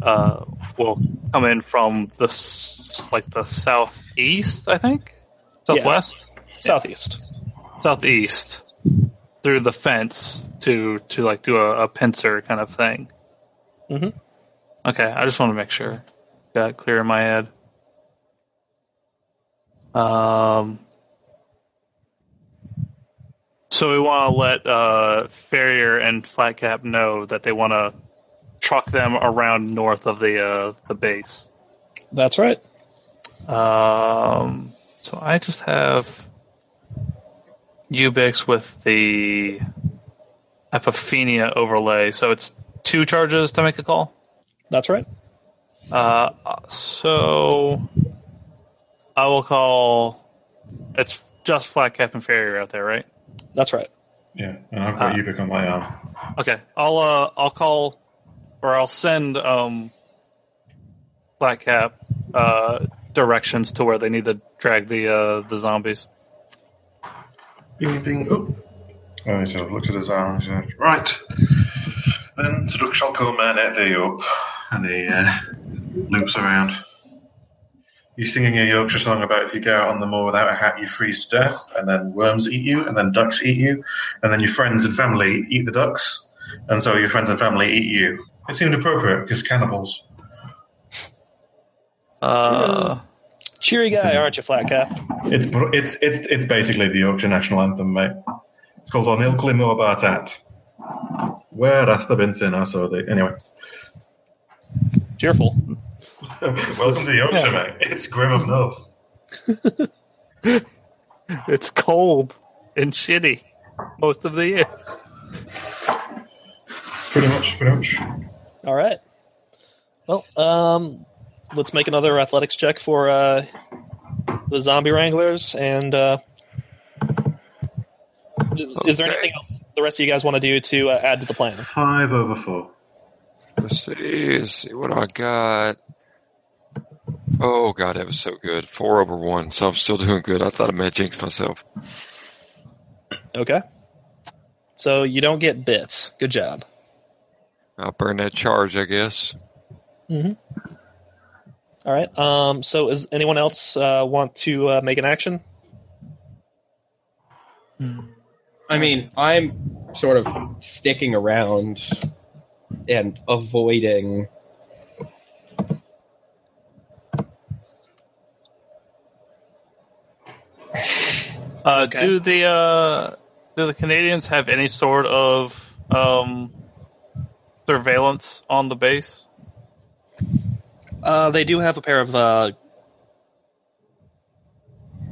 Speaker 7: uh, will come in from the s- like the southeast, I think, southwest,
Speaker 1: Southeast.
Speaker 7: southeast through the fence to to like do a, a pincer kind of thing.
Speaker 1: Mhm.
Speaker 7: Okay, I just want to make sure got it clear in my head. Um. So we want to let uh, Ferrier and Flatcap know that they want to truck them around north of the uh, the base.
Speaker 1: That's right.
Speaker 7: Um, so I just have Ubix with the Epiphania overlay. So it's two charges to make a call.
Speaker 1: That's right.
Speaker 7: Uh, so I will call. It's just flat cap and Ferrier out there, right?
Speaker 1: That's right.
Speaker 5: Yeah, and I've got
Speaker 7: Ah.
Speaker 5: Ubik on my arm.
Speaker 7: Okay, I'll uh, I'll call or I'll send um, Black Cap uh, directions to where they need to drag the uh, the zombies.
Speaker 5: Bing, bing, oh. And he sort of looked at his arm. He's like, right. Then Druk shall come and at the up. And he uh, loops around. He's singing a Yorkshire song about if you go out on the moor without a hat, you freeze to death, and then worms eat you, and then ducks eat you, and then your friends and family eat the ducks, and so your friends and family eat you. It seemed appropriate because cannibals.
Speaker 7: Uh,
Speaker 1: Cheery guy, aren't you, Flatcap?
Speaker 5: It's br- it's it's it's basically the Yorkshire national anthem, mate. It's called On Ilkley Moor Bartat. Where hast thou been sin? I saw thee. Anyway.
Speaker 1: Cheerful.
Speaker 5: Welcome to Yorkshire, mate. It's grim up north.
Speaker 7: it's cold and shitty most of the year.
Speaker 5: Pretty much, pretty much.
Speaker 1: All right. Well, um, let's make another athletics check for uh, the zombie wranglers. And uh, is, is there
Speaker 3: Okay.
Speaker 1: anything else the rest of you guys want to do to uh, add to the plan?
Speaker 5: Five over four.
Speaker 3: Let's see, let's see what I got. Oh god, that was so good. Four over one, so I'm still doing good. I thought I might jinx myself.
Speaker 1: Okay. So you don't get bit. Good job.
Speaker 3: I'll burn that charge, I guess.
Speaker 1: All right. Um, so, is anyone else uh, want to uh, make an action?
Speaker 4: I mean, I'm sort of sticking around and avoiding.
Speaker 7: Uh,
Speaker 1: Okay.
Speaker 7: Do the uh, do the Canadians have any sort of um, surveillance on the base?
Speaker 1: Uh, they do have a pair of. Uh...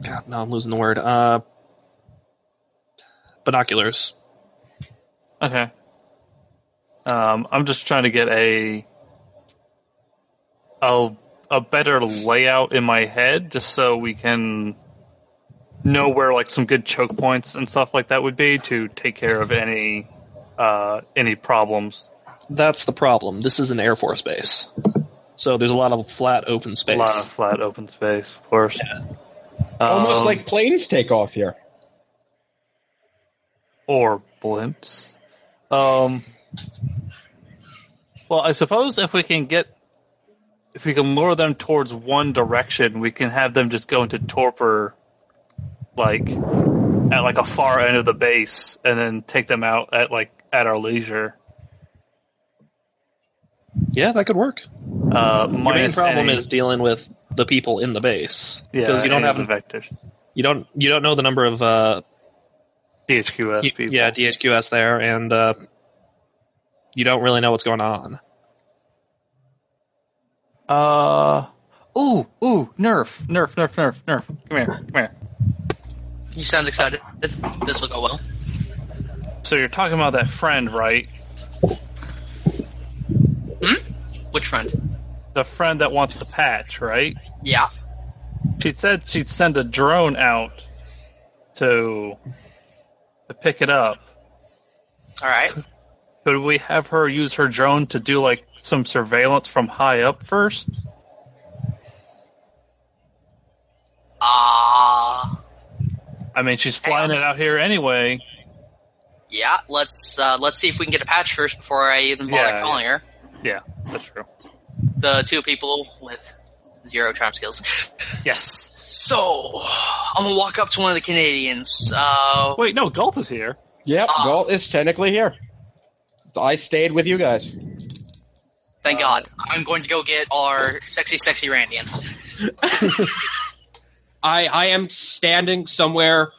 Speaker 1: God, no, I'm losing the word. Uh, binoculars.
Speaker 7: Okay. Um, I'm just trying to get a a a better layout in my head, just so we can know where like some good choke points and stuff like that would be to take care of any uh, any problems.
Speaker 1: That's the problem. This is an Air Force base. So there's a lot of flat open
Speaker 7: A
Speaker 1: space.
Speaker 7: lot of flat open space, of course.
Speaker 4: Almost
Speaker 7: Um,
Speaker 4: like planes take off here.
Speaker 7: or blimps. Um, well, I suppose if we can get, if we can lure them towards one direction, we can have them just go into torpor, like at like a far end of the base, and then take them out at like at our leisure.
Speaker 1: Yeah, that could work. Your
Speaker 7: Uh,
Speaker 1: main
Speaker 7: minus
Speaker 1: problem
Speaker 7: any-
Speaker 1: is dealing with the people in the base
Speaker 7: yeah,
Speaker 1: because you don't
Speaker 7: any
Speaker 1: have
Speaker 7: of the vectors.
Speaker 1: you don't you don't know the number of uh, y-
Speaker 7: DHQS people.
Speaker 1: yeah DHQS there, and uh, you don't really know what's going on.
Speaker 7: Uh. Ooh, ooh, nerf, nerf, nerf, nerf, nerf. Come here, come here.
Speaker 6: You sound excited. This will go well.
Speaker 7: So you're talking about that friend, right?
Speaker 6: Which friend?
Speaker 7: the friend that wants the patch, right?
Speaker 6: Yeah.
Speaker 7: She said she'd send a drone out to to pick it up.
Speaker 6: All right.
Speaker 7: Could we have her use her drone to do like some surveillance from high up first?
Speaker 6: uh,
Speaker 8: I mean, she's flying it out here anyway.
Speaker 6: Yeah, let's uh, let's see if we can get a patch first before I even bother
Speaker 8: Yeah,
Speaker 6: calling her.
Speaker 8: Yeah, that's true.
Speaker 6: The two people with zero charm skills.
Speaker 8: Yes.
Speaker 6: So I'm gonna walk up to one of the Canadians. Uh,
Speaker 8: Wait, no, Galt is here.
Speaker 4: Yep,
Speaker 6: Ah.
Speaker 4: Galt is technically here. I stayed with you guys.
Speaker 6: thank God. I'm going to go get our sexy, sexy Randian.
Speaker 4: I I am standing somewhere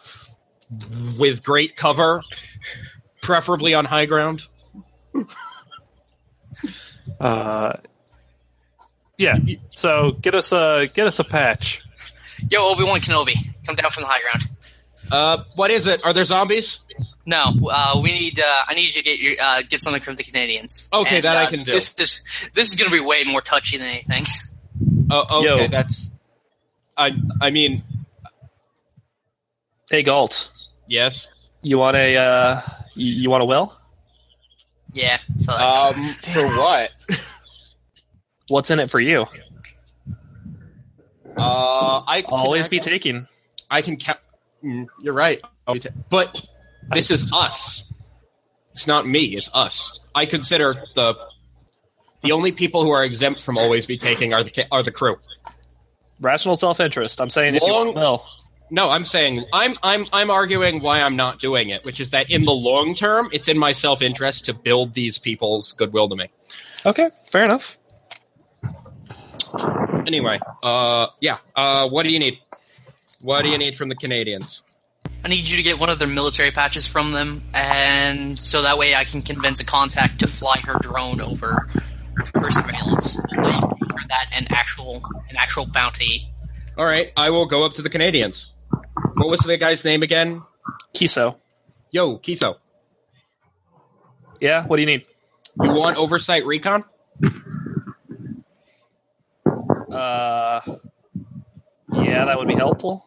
Speaker 4: with great cover, preferably on high ground.
Speaker 8: Uh, yeah. So get us a get us a patch.
Speaker 6: Yo, Obi Wan Kenobi, come down from the high ground.
Speaker 4: Uh, what is it? Are there zombies?
Speaker 6: No, uh, we need. Uh, I need you to get your uh, get something from the Canadians.
Speaker 4: Okay,
Speaker 6: And,
Speaker 4: that I
Speaker 6: uh,
Speaker 4: can do.
Speaker 6: This this this is gonna be way more touchy than anything.
Speaker 4: Oh, okay,
Speaker 1: Yo.
Speaker 4: that's. I I mean
Speaker 1: Hey, Galt,
Speaker 4: yes.
Speaker 1: you want a uh, you, you want a will?
Speaker 6: yeah. So
Speaker 4: Um, for what?
Speaker 1: What's in it for you?
Speaker 4: Uh, I can
Speaker 1: Always
Speaker 4: act-
Speaker 1: be taking.
Speaker 4: I can count. Mm, You're right. I'll be ta- But this is us. It's not me. It's us. I consider the the only people who are exempt from always be taking are the ca- are the crew.
Speaker 1: Rational self-interest. I'm saying if you want a
Speaker 4: Long-
Speaker 1: will.
Speaker 4: No, I'm saying I'm I'm I'm arguing why I'm not doing it, which is that in the long term, it's in my self interest to build these people's goodwill to me.
Speaker 1: Okay, fair enough.
Speaker 4: Anyway, uh, yeah. Uh, what do you need? What do you need from the Canadians?
Speaker 6: I need you to get one of their military patches from them, and so that way I can convince a contact to fly her drone over for surveillance. Like, for that an actual an actual bounty.
Speaker 4: All right, I will go up to the Canadians. What was the guy's name again?
Speaker 1: Kiso.
Speaker 4: Yo, Kiso.
Speaker 1: Yeah. What do you need?
Speaker 4: You want oversight recon?
Speaker 1: Uh, yeah, that would be helpful.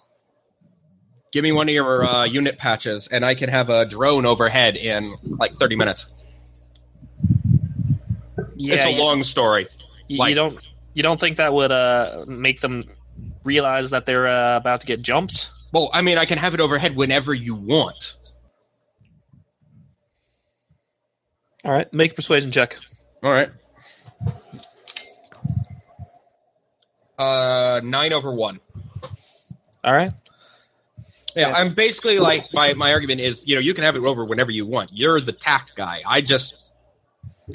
Speaker 4: Give me one of your uh, unit patches, and I can have a drone overhead in like 30 minutes.
Speaker 1: Yeah,
Speaker 4: it's a
Speaker 1: you,
Speaker 4: long story.
Speaker 1: you-
Speaker 4: like-
Speaker 1: you don't you don't think that would uh make them realize that they're uh, about to get jumped?
Speaker 4: Well, I mean, I can have it overhead whenever you want.
Speaker 1: All right, make a persuasion check.
Speaker 4: All right. Uh, nine over one.
Speaker 1: All right.
Speaker 4: Yeah, I'm basically like my my argument is, you know, you can have it over whenever you want. You're the tac guy. I just,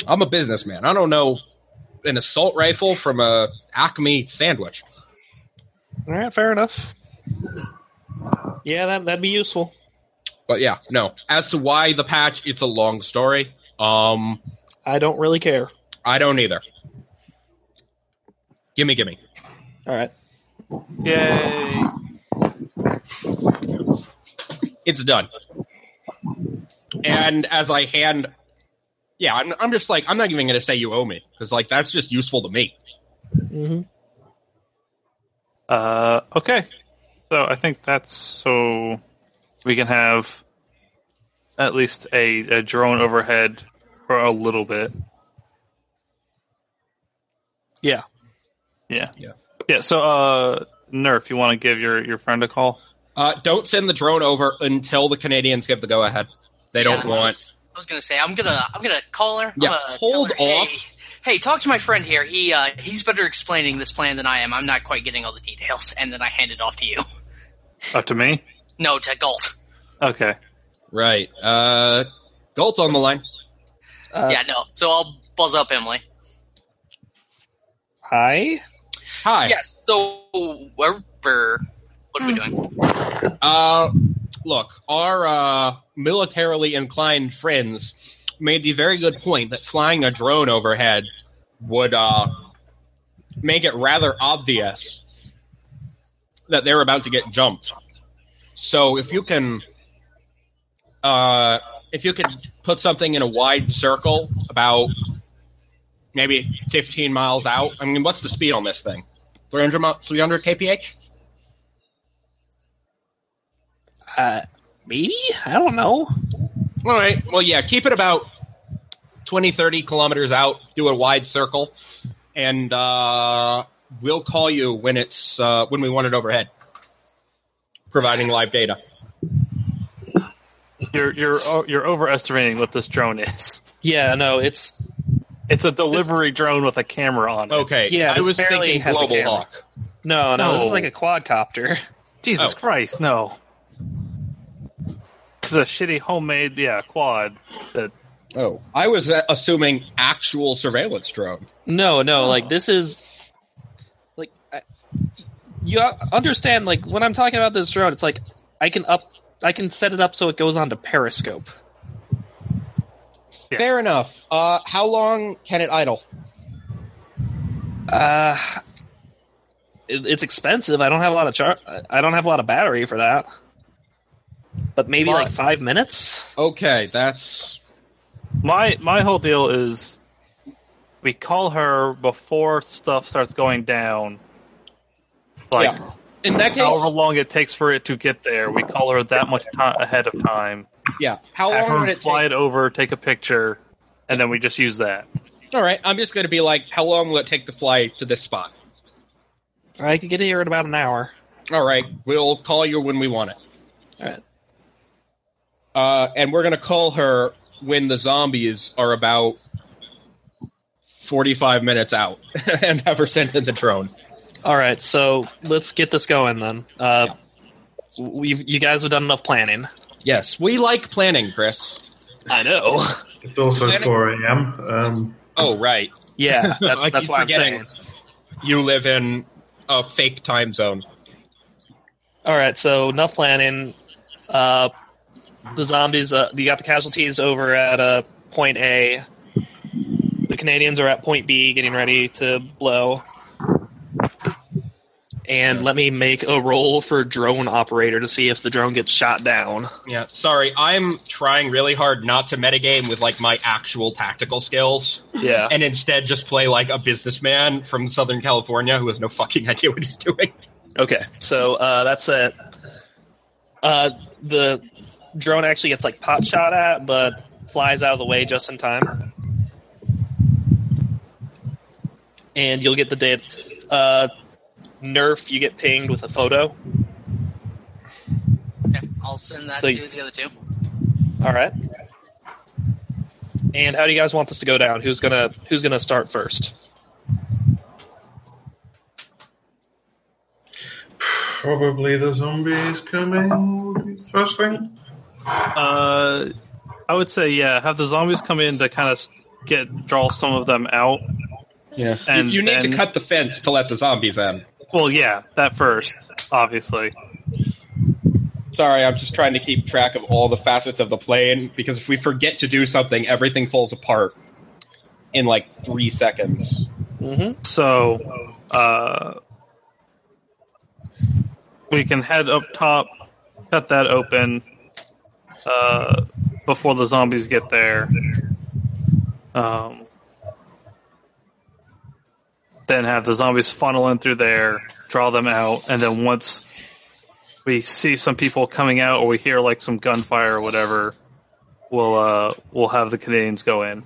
Speaker 4: I'm a businessman. I don't know an assault rifle from a Acme sandwich.
Speaker 1: All right, fair enough. Yeah, that that'd be useful.
Speaker 4: But yeah, no. As to why the patch, it's a long story. Um,
Speaker 1: I don't really care.
Speaker 4: I don't either. Gimme, gimme.
Speaker 1: All right.
Speaker 8: Yay!
Speaker 4: It's done. And as I hand, yeah, I'm, I'm just like, I'm not even going to say you owe me because like that's just useful to me.
Speaker 1: Mm-hmm.
Speaker 8: Uh, okay. So I think that's so we can have at least a, a drone overhead for a little bit.
Speaker 1: Yeah.
Speaker 8: Yeah.
Speaker 4: Yeah.
Speaker 8: Yeah. So, uh, Nerf, you want to give your, your friend a call?
Speaker 4: Uh, don't send the drone over until the Canadians give the go ahead. They don't
Speaker 6: Yeah, I
Speaker 4: want.
Speaker 6: was, I was gonna say I'm gonna I'm gonna call her. I'm
Speaker 4: Yeah,
Speaker 6: gonna tell
Speaker 4: hold
Speaker 6: her, hey-
Speaker 4: off.
Speaker 6: Hey, talk to my friend here. He uh, he's better explaining this plan than I am. I'm not quite getting all the details, and then I hand it off to you.
Speaker 8: Up Uh, to me?
Speaker 6: No, to Galt.
Speaker 8: Okay.
Speaker 4: Right. Uh, Galt's on the line.
Speaker 1: Uh,
Speaker 6: yeah, no. So I'll buzz up Emily.
Speaker 1: Hi.
Speaker 4: Hi.
Speaker 6: Yes. So we're, we're- what are we doing?
Speaker 4: Uh, look, our uh, militarily inclined friends made the very good point that flying a drone overhead would uh, make it rather obvious that they're about to get jumped. So if you can, uh, if you could put something in a wide circle about maybe 15 miles out. I mean, what's the speed on this thing? 300 mi- 300 kph?
Speaker 1: Uh, me? I don't know.
Speaker 4: All right. Well, yeah, keep it about 20, 30 kilometers out. Do a wide circle, and uh, we'll call you when it's uh, when we want it overhead, providing live data.
Speaker 8: You're you're o- you're overestimating what this drone is.
Speaker 1: Yeah, no, it's
Speaker 8: It's a delivery drone with a camera on it.
Speaker 4: Okay.
Speaker 1: Yeah,
Speaker 4: I
Speaker 1: this
Speaker 4: was
Speaker 1: barely
Speaker 4: thinking
Speaker 1: has a
Speaker 4: Global
Speaker 1: camera.
Speaker 4: Hawk.
Speaker 1: no, no, this
Speaker 8: No.
Speaker 1: is like a quadcopter.
Speaker 8: Jesus
Speaker 4: Oh.
Speaker 8: Christ, no. This is a shitty homemade yeah quad. That
Speaker 4: Oh, I was uh, assuming actual surveillance drone.
Speaker 1: No, no, like this is like I, you understand. Like when I'm talking about this drone, it's like I can up, I can set it up so it goes onto Periscope.
Speaker 8: Yeah.
Speaker 4: Fair enough. Uh, how long can it idle?
Speaker 1: Uh, it, it's expensive. I don't have a lot of char. I don't have a lot of battery for that. But maybe
Speaker 8: But-
Speaker 1: like five minutes.
Speaker 4: Okay, that's
Speaker 8: my my whole deal is we call her before stuff starts going down. Like
Speaker 4: Yeah. in that case.
Speaker 8: however long it takes for it to get there, we call her that much time ahead of time.
Speaker 4: yeah, how
Speaker 8: Have
Speaker 4: long would
Speaker 8: her
Speaker 4: it
Speaker 8: fly
Speaker 4: take?
Speaker 8: it over, take a picture, and then we just use that.
Speaker 4: All right, I'm just going to be like, how long will it take to fly to this spot?
Speaker 1: I could get here in about an hour.
Speaker 4: All right, we'll call you when we want it.
Speaker 1: All right.
Speaker 4: Uh, and we're going to call her when the zombies are about 45 minutes out and have her send in the drone.
Speaker 1: All right. So let's get this going then. Uh, we've you guys have done enough planning.
Speaker 4: Yes, we like planning, Chris.
Speaker 1: I know.
Speaker 5: It's also
Speaker 4: Planet-
Speaker 5: 4 a.m. Um,
Speaker 4: Oh, right.
Speaker 1: Yeah,
Speaker 4: I
Speaker 1: that's that's
Speaker 4: keep
Speaker 1: why I'm
Speaker 4: forgetting.
Speaker 1: saying.
Speaker 4: You live in a fake time zone.
Speaker 1: All right, so enough planning. Uh, the zombies. Uh, you got the casualties over at uh, point A. The Canadians are at point B, getting ready to blow. And let me make a roll for drone operator to see if the drone gets shot down.
Speaker 4: Yeah, sorry. I'm trying really hard not to metagame with like my actual tactical skills
Speaker 1: Yeah.
Speaker 4: and instead just play like a businessman from Southern California who has no fucking idea what he's doing.
Speaker 1: Okay, so uh, that's it. Uh, the drone actually gets like pot shot at, but flies out of the way just in time. And you'll get the data. Uh, Nerf, you get pinged with a photo.
Speaker 6: Okay, I'll send that
Speaker 1: So
Speaker 6: to
Speaker 1: you-
Speaker 6: the other two.
Speaker 1: All right. And how do you guys want this to go down? Who's gonna Who's gonna start first?
Speaker 5: probably the zombies coming first thing.
Speaker 8: Uh, I would say yeah. Have the zombies come in to kind of get draw some of them out.
Speaker 4: Yeah.
Speaker 8: And
Speaker 4: you, you need
Speaker 8: then-
Speaker 4: to cut the fence to let the zombies in.
Speaker 8: Well, yeah, that first, obviously.
Speaker 4: Sorry, I'm just trying to keep track of all the facets of the plane because if we forget to do something, everything falls apart in like three seconds.
Speaker 1: Mm-hmm.
Speaker 8: So, uh, we can head up top, cut that open uh, before the zombies get there. Um, then have the zombies funnel in through there, draw them out, and then once we see some people coming out or we hear like some gunfire or whatever, we'll uh, we'll have the Canadians go in.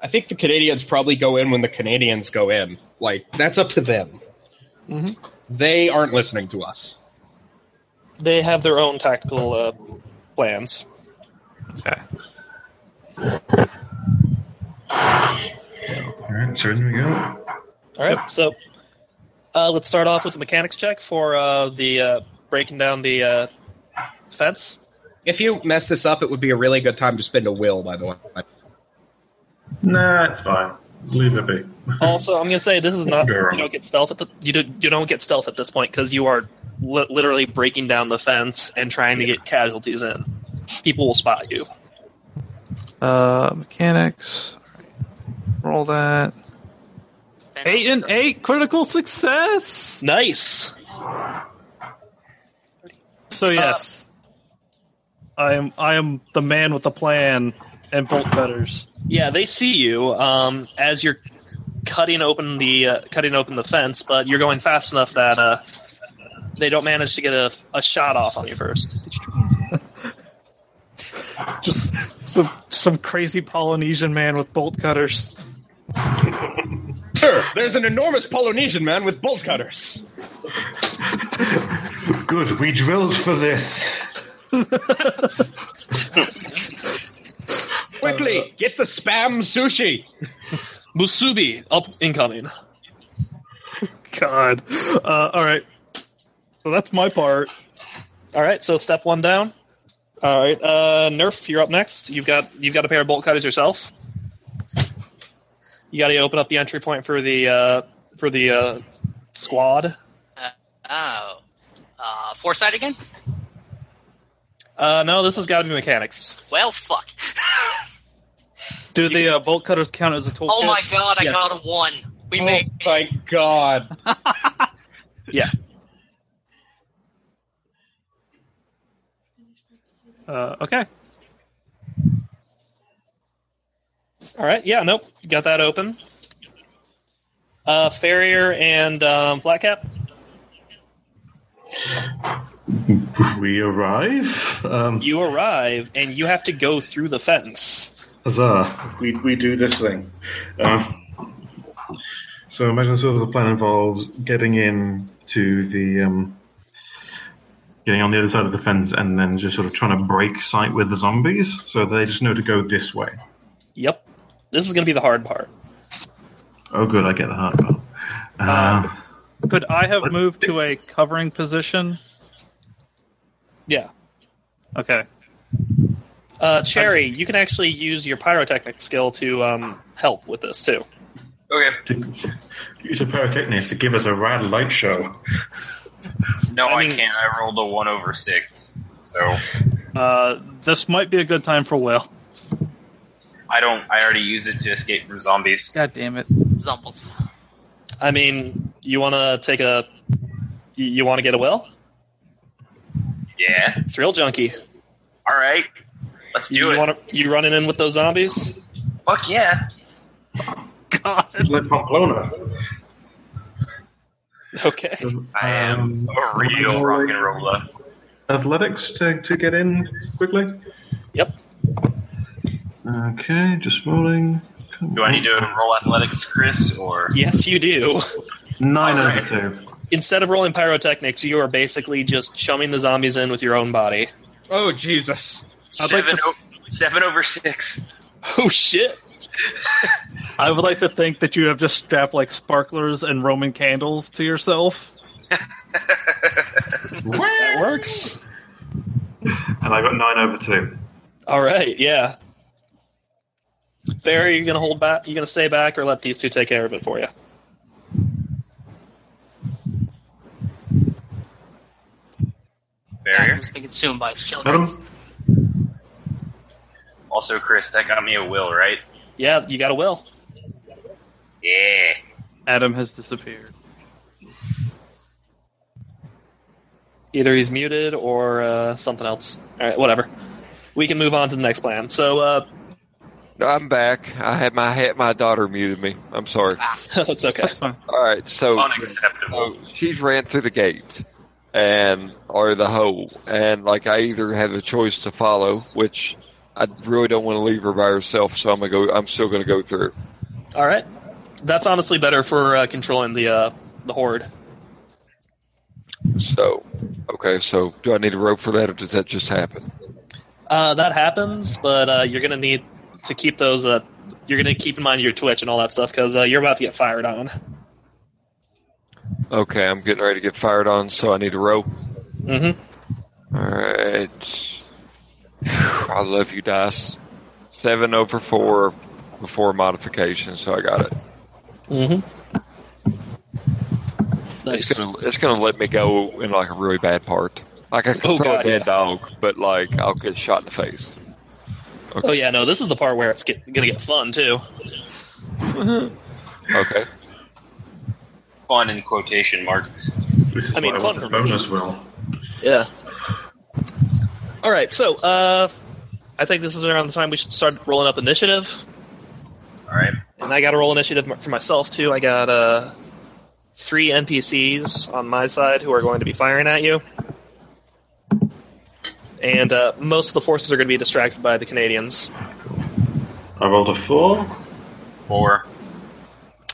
Speaker 4: I think the Canadians probably go in when the Canadians go in. Like, that's up to them.
Speaker 1: Mhm.
Speaker 4: They aren't listening to us.
Speaker 1: They have their own tactical uh, plans.
Speaker 8: Okay.
Speaker 5: Alright, so in we go.
Speaker 1: All right. So uh, let's start off with a mechanics check for uh, the uh, breaking down the uh, fence.
Speaker 4: If you mess this up, it would be a really good time to spend a will, by the way.
Speaker 5: Nah, it's fine. Leave it be.
Speaker 1: Also, I'm gonna say this is not
Speaker 5: Sure.
Speaker 1: you don't get stealth at the, you do, you don't get stealth at this point because you are li- literally breaking down the fence and trying to get casualties in. People will spot you.
Speaker 8: Uh, mechanics. Roll that. Eight and eight, critical success.
Speaker 1: Nice.
Speaker 8: So yes, I am. I am the man with the plan and bolt cutters.
Speaker 1: Yeah, they see you um, as you're cutting open the uh, cutting open the fence, but you're going fast enough that uh, they don't manage to get a, a shot off on you first.
Speaker 8: Just some some crazy Polynesian man with bolt cutters.
Speaker 4: Sir, there's an enormous Polynesian man with bolt cutters.
Speaker 5: Good, we drilled for this.
Speaker 4: Quickly, get the spam sushi.
Speaker 1: Musubi up incoming.
Speaker 7: God. Uh, all right. So that's my part.
Speaker 1: All right, so step one down. All right, uh, Nerf, you're up next. You've got you've got a pair of bolt cutters yourself. You got to open up the entry point for the uh, for the uh, squad.
Speaker 6: Oh. Uh, foresight again?
Speaker 1: Uh, no, this has got to be mechanics.
Speaker 6: Well, fuck.
Speaker 8: Do the uh, bolt cutters count as a tool?
Speaker 6: Oh my god, I got a one. We
Speaker 4: Oh.
Speaker 6: made
Speaker 4: my god.
Speaker 1: Yeah.
Speaker 8: Uh, okay.
Speaker 1: All right. Yeah. Nope. Got that open. Uh, Farrier and um, Blackcap.
Speaker 5: We arrive. Um,
Speaker 1: You arrive and you have to go through the fence.
Speaker 5: huzzah! We we do this thing. Um, so imagine sort of the plan involves getting in to the um, getting on the other side of the fence and then just sort of trying to break sight with the zombies, so they just know to go this way.
Speaker 1: Yep. This is going to be the hard part.
Speaker 5: Oh, good, I get the hard part. Uh,
Speaker 8: Could I have moved to a covering position?
Speaker 1: Yeah.
Speaker 8: Okay.
Speaker 1: Uh, Cherry, you can actually use your pyrotechnic skill to um, help with this too.
Speaker 2: Okay.
Speaker 5: to- use a pyrotechnist to give us a rad light show.
Speaker 2: No,
Speaker 1: I
Speaker 2: I,
Speaker 1: mean-
Speaker 2: can't. I rolled a one over six, so
Speaker 8: Uh, this might be a good time for Will.
Speaker 2: I don't. I already used it to escape from zombies.
Speaker 8: God damn it.
Speaker 6: zumbles.
Speaker 1: I mean, you want to take a, you, you want to get a will?
Speaker 2: Yeah.
Speaker 1: Thrill junkie.
Speaker 2: All right. Let's do
Speaker 1: you
Speaker 2: it.
Speaker 1: want to? You running in with those zombies?
Speaker 2: Fuck yeah.
Speaker 5: It's like Pamplona.
Speaker 1: Okay.
Speaker 2: I
Speaker 1: Um,
Speaker 2: am a real rock and roller.
Speaker 5: Athletics to, to get in quickly.
Speaker 1: Yep.
Speaker 5: Okay, just rolling.
Speaker 2: Do I need to roll athletics, Chris, or
Speaker 1: Yes, you do.
Speaker 5: Nine
Speaker 2: Alright.
Speaker 5: over two.
Speaker 1: Instead of rolling pyrotechnics, you are basically just chumming the zombies in with your own body.
Speaker 4: Oh Jesus.
Speaker 2: seven? o- seven over six.
Speaker 1: Oh shit!
Speaker 8: I would like to think that you have just strapped like sparklers and Roman candles to yourself.
Speaker 1: That works.
Speaker 5: And I got nine over two.
Speaker 1: All right. Yeah. Barry, you gonna hold back? You gonna stay back, or let these two take care of it for you?
Speaker 2: Barrier.
Speaker 6: It's been consumed by its
Speaker 5: Got
Speaker 6: children.
Speaker 5: 'em?
Speaker 2: Also, Chris, that got me a will, right?
Speaker 1: Yeah, you got a will.
Speaker 2: Yeah.
Speaker 8: Adam has disappeared.
Speaker 1: Either he's muted or uh, something else. All right, whatever. We can move on to the next plan. So uh,
Speaker 3: No, I'm back. I had my had my daughter muted me. I'm sorry.
Speaker 1: it's okay.
Speaker 8: That's fine.
Speaker 3: All right, so
Speaker 2: Unacceptable.
Speaker 3: So she's ran through the gate and or the hole and like I either have a choice to follow, which I really don't want to leave her by herself, so I'm gonna go I'm still gonna go through.
Speaker 1: All right, that's honestly better for uh, controlling the uh, the horde.
Speaker 3: So okay, so do I need a rope for that or does that just happen?
Speaker 1: Uh, that happens, but uh, you're gonna need to keep those. Uh, you're gonna keep in mind your Twitch and all that stuff because uh, you're about to get fired on.
Speaker 3: Okay, I'm getting ready to get fired on, so I need a rope.
Speaker 1: Mm-hmm.
Speaker 3: Alright. I love you, Dice. Seven over four before modification, so I got it.
Speaker 1: Mm-hmm.
Speaker 3: It's
Speaker 1: Nice.
Speaker 3: gonna it's gonna let me go in like a really bad part. Like I can
Speaker 1: Oh,
Speaker 3: throw
Speaker 1: God,
Speaker 3: a dead
Speaker 1: yeah.
Speaker 3: dog, but like I'll get shot in the face.
Speaker 1: Oh yeah, no, this is the part where it's get, gonna get fun too.
Speaker 3: Okay.
Speaker 2: Fun in quotation marks.
Speaker 5: This is
Speaker 1: I mean,
Speaker 5: what I want
Speaker 1: fun
Speaker 5: the
Speaker 1: for me.
Speaker 5: bonus will.
Speaker 1: Yeah. All right, so uh, I think this is around the time we should start rolling up initiative.
Speaker 2: All right.
Speaker 1: And I got to roll initiative m- for myself too. I got uh, three NPCs on my side who are going to be firing at you, and uh, most of the forces are going to be distracted by the Canadians.
Speaker 5: I rolled a four.
Speaker 2: Four.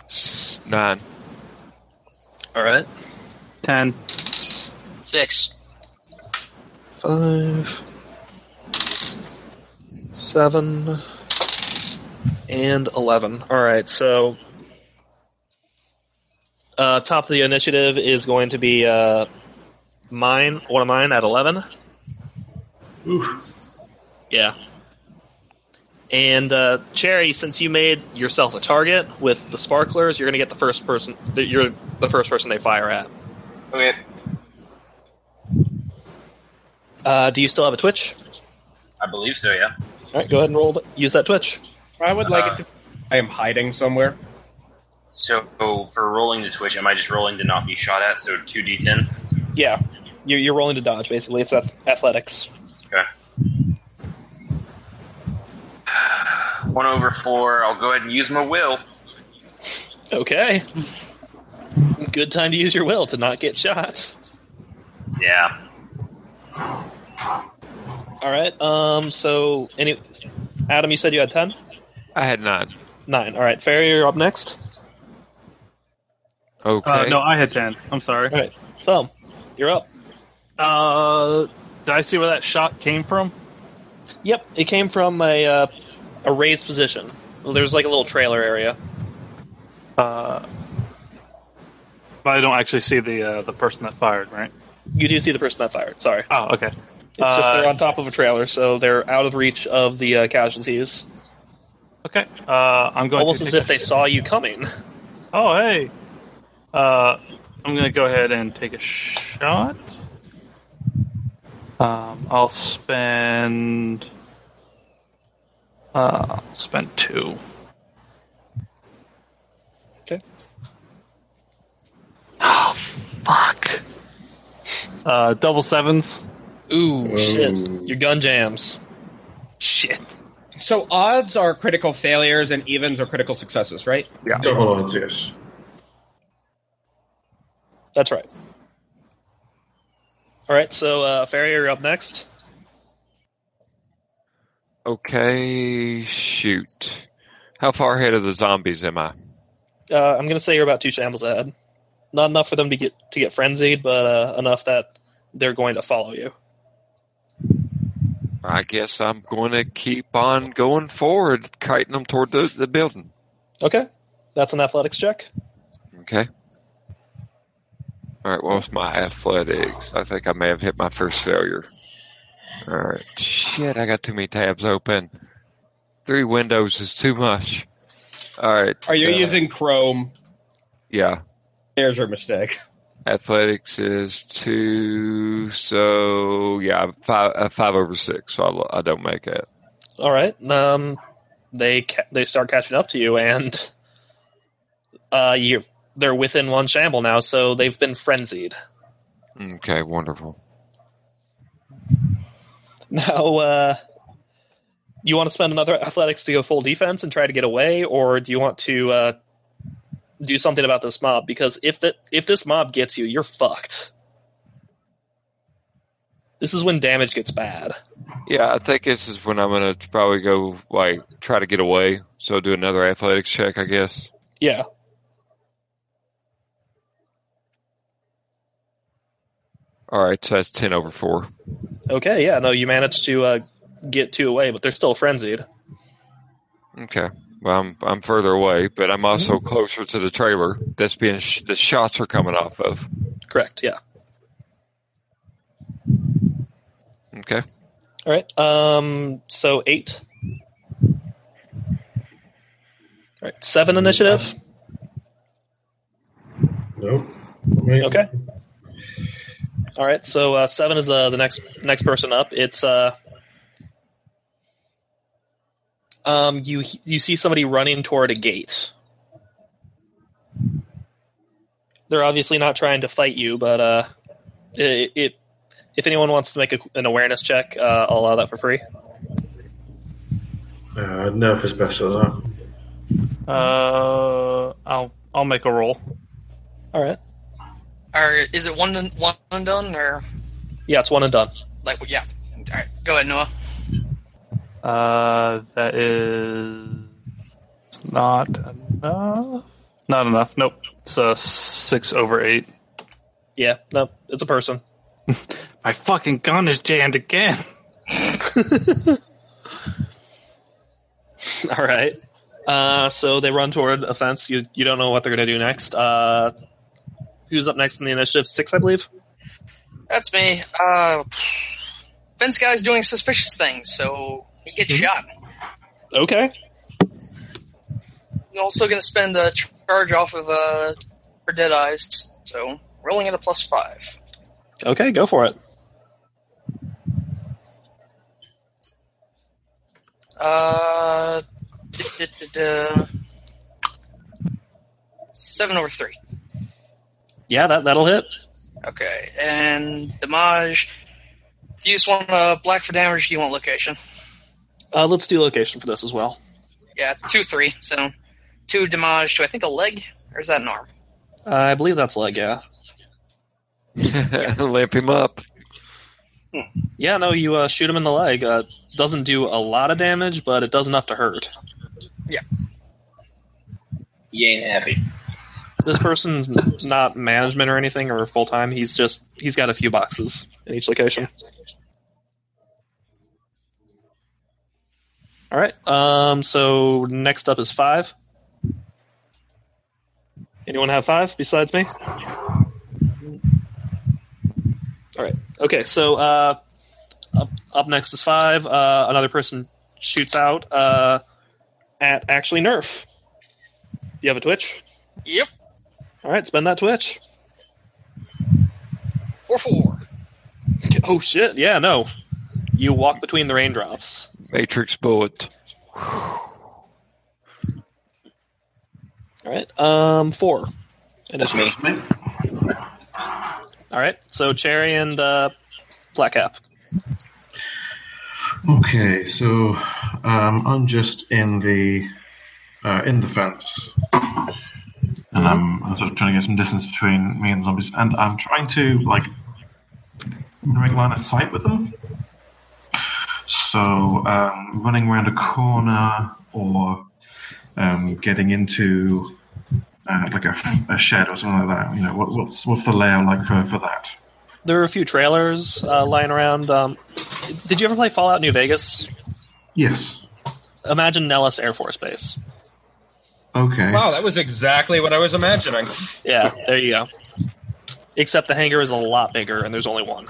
Speaker 3: S- Nine.
Speaker 1: All right,
Speaker 8: Ten.
Speaker 6: Six.
Speaker 1: five. seven, and eleven. All right, so uh, top of the initiative is going to be uh, mine. One of mine at eleven. Yeah. And uh, Cherry, since you made yourself a target with the sparklers, you're going to get the first person. that You're the first person they fire at.
Speaker 2: Okay.
Speaker 1: Uh, do you still have a twitch?
Speaker 2: I believe so, yeah.
Speaker 1: All right, go ahead and roll. th- Use that twitch. Uh,
Speaker 4: I would like it to. I am hiding somewhere.
Speaker 2: So for rolling the Twitch, am I just rolling to not be shot at? So 2d10?
Speaker 1: Yeah, you're, you're rolling to dodge. Basically, it's ath- athletics.
Speaker 2: Okay. One over four. I'll go ahead and use my will.
Speaker 1: Okay. Good time to use your will to not get shot.
Speaker 2: Yeah.
Speaker 1: All right. Um. So, any, Adam, you said you had ten,
Speaker 3: I had nine.
Speaker 1: nine. All right. Ferry, you're up next.
Speaker 3: Okay.
Speaker 7: Uh, no, I had ten. I'm sorry.
Speaker 1: All right. Thumb, you're up.
Speaker 7: Uh, did I see where that shot came from?
Speaker 1: Yep. It came from a uh, a raised position. There's like a little trailer area.
Speaker 7: Uh, but I don't actually see the uh, the person that fired, right?
Speaker 1: You do see the person that fired. Sorry.
Speaker 7: Oh, okay.
Speaker 1: It's just
Speaker 7: Uh,
Speaker 1: they're on top of a trailer, so they're out of reach of the uh, casualties.
Speaker 7: Okay. Uh, I'm going
Speaker 1: Almost
Speaker 7: to
Speaker 1: as
Speaker 7: take
Speaker 1: if they saw you coming.
Speaker 7: a- Oh, hey. Uh, I'm going to go ahead and take a shot. Um, I'll spend. Uh, I'll spend two.
Speaker 1: Okay.
Speaker 7: Oh, fuck. Uh, double sevens.
Speaker 1: Ooh, shit.
Speaker 5: Ooh.
Speaker 1: Your gun jams.
Speaker 7: Shit.
Speaker 4: So odds are critical failures and evens are critical successes, right?
Speaker 5: Double odds, yes.
Speaker 1: That's right. All right, so uh, Farrier, you're up next.
Speaker 3: Okay, shoot. How far ahead of the zombies am I?
Speaker 1: Uh, I'm going to say you're about two shambles ahead. Not enough for them to get to get frenzied, but uh, enough that they're going to follow you.
Speaker 3: I guess I'm going to keep on going forward, kiting them toward the, the building.
Speaker 1: Okay, that's an athletics check.
Speaker 3: Okay. All right, what was my athletics? I think I may have hit my first failure. All right. Shit, I got too many tabs open. Three windows is too much. All right.
Speaker 4: Are you
Speaker 3: uh,
Speaker 4: using Chrome?
Speaker 3: Yeah.
Speaker 4: There's your mistake.
Speaker 3: Athletics is two, so yeah, I'm five, uh, five over six, so I, lo- I don't make it.
Speaker 1: All right, um, they ca- they start catching up to you, and uh, you they're within one shamble now, so they've been frenzied.
Speaker 3: Okay, wonderful.
Speaker 1: Now, uh, you want to spend another athletics to go full defense and try to get away, or do you want to uh, do something about this mob? Because if that if this mob gets you, you're fucked. This is when damage gets bad.
Speaker 3: Yeah, I think this is when I'm gonna probably go like try to get away. So do another athletics check, I guess.
Speaker 1: Yeah.
Speaker 3: All right, so that's ten over four.
Speaker 1: Okay. Yeah. No, you managed to uh, get two away, but they're still frenzied.
Speaker 3: Okay. Well, I'm I'm further away, but I'm also closer to the trailer that's being sh- the shots are coming off of.
Speaker 1: Correct. Yeah.
Speaker 3: Okay.
Speaker 1: All right. Um. So eight. All right. Seven initiative.
Speaker 5: Nope. Wait.
Speaker 1: Okay. All right, so uh, seven is uh, the next next person up. It's uh, um, you you see somebody running toward a gate. They're obviously not trying to fight you, but uh, it, it if anyone wants to make a, an awareness check, uh, I'll allow that for free.
Speaker 5: Uh, nerf is better than that.
Speaker 8: Uh, I'll I'll make a roll.
Speaker 1: All right,
Speaker 6: Or is it one and- one and done or
Speaker 1: yeah, it's one and done.
Speaker 6: like yeah? All right, go ahead, Noah.
Speaker 8: Uh, that is not enough. Not enough. Nope. It's a six over eight.
Speaker 1: Yeah, no, it's a person.
Speaker 8: My fucking gun is jammed again.
Speaker 1: All right. Uh, so they run toward a fence. You you don't know what they're going to do next. Uh, who's up next in the initiative? Six, I believe.
Speaker 6: That's me. Uh, fence guy's doing suspicious things, so he gets shot.
Speaker 1: Okay.
Speaker 6: I'm also going to spend a charge off of uh, her dead eyes, so rolling at a plus five.
Speaker 1: Okay, go for it.
Speaker 6: Uh, duh, duh, duh, duh. seven over three.
Speaker 1: Yeah, that that'll hit.
Speaker 6: Okay, and damage. Do you just want uh, black for damage? Do you want location?
Speaker 1: Uh, let's do location for this as well.
Speaker 6: Yeah, two three. So two damage to I think a leg, or is that an arm?
Speaker 1: Uh, I believe that's leg. Yeah.
Speaker 3: Lamp him up.
Speaker 1: Yeah. No, you uh, shoot him in the leg. Uh, doesn't do a lot of damage, but it does enough to hurt.
Speaker 2: He ain't happy.
Speaker 1: This person's not management or anything or full time. He's just he's got a few boxes in each location. All right. Um. So next up is five. Anyone have five besides me? All right. Okay. So uh, up up next is five. Uh, another person shoots out uh, at actually Nerf. You have a twitch.
Speaker 6: Yep,
Speaker 1: All right. Spend that twitch.
Speaker 6: four four.
Speaker 1: Oh shit! Yeah, no. You walk between the raindrops.
Speaker 3: Matrix bullet.
Speaker 1: All right. Um, four.
Speaker 2: That's me.
Speaker 1: All right. So Cherry and uh, Black Cap.
Speaker 5: Okay, so um, I'm just in the uh, in the fence, and I'm, I'm sort of trying to get some distance between me and the zombies, and I'm trying to like bring line of sight with them. So um, running around a corner or um, getting into uh, like a, a shed or something like that. You know, what, what's what's the layout like for, for that?
Speaker 1: There are a few trailers uh, lying around. Um, did you ever play Fallout New Vegas?
Speaker 5: Yes.
Speaker 1: Imagine Nellis Air Force Base.
Speaker 5: Okay.
Speaker 4: Wow, that was exactly what I was imagining.
Speaker 1: Yeah, there you go. Except the hangar is a lot bigger, and there's only one.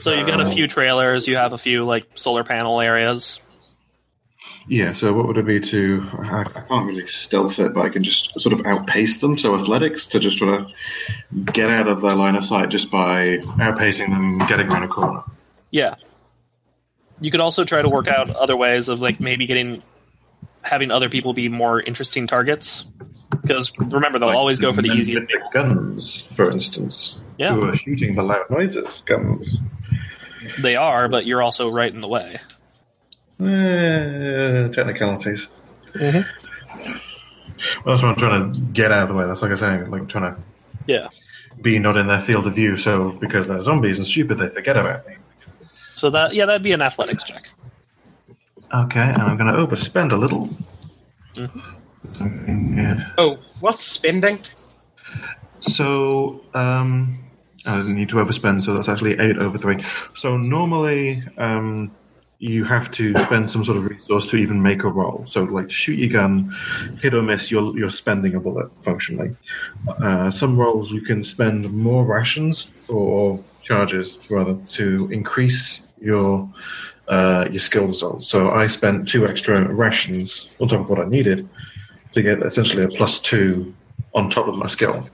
Speaker 1: So you've got a few trailers. You have a few like solar panel areas.
Speaker 5: Yeah, so what would it be to? I, I can't really stealth it, but I can just sort of outpace them. So athletics to just sort of get out of their line of sight just by outpacing them, getting around a corner.
Speaker 1: Yeah. You could also try to work out other ways of like maybe getting having other people be more interesting targets. Because remember, they'll always go for the
Speaker 5: And
Speaker 1: easy.
Speaker 5: with the guns, for instance.
Speaker 1: Yeah.
Speaker 5: Who are shooting the loud noises? Guns.
Speaker 1: They are, but you're also right in the way.
Speaker 5: Eh, technicalities.
Speaker 1: Mm-hmm.
Speaker 5: Well, that's what I'm trying to get out of the way. That's like I say, like trying to
Speaker 1: Yeah.
Speaker 5: be not in their field of view. So because they're zombies and stupid, they forget about me.
Speaker 1: So that yeah, that'd be an athletics check.
Speaker 5: Okay, and I'm going to overspend a little. Yeah.
Speaker 4: Oh, what's spending?
Speaker 5: So, um, I didn't need to overspend, so that's actually 8 over 3. So, normally, um, you have to spend some sort of resource to even make a roll. So, like, shoot your gun, hit or miss, you're, you're spending a bullet, functionally. Uh, some rolls you can spend more rations or charges, rather, to increase your. Uh, your skill result. So I spent two extra rations on top of what I needed to get essentially a plus two on top of my skill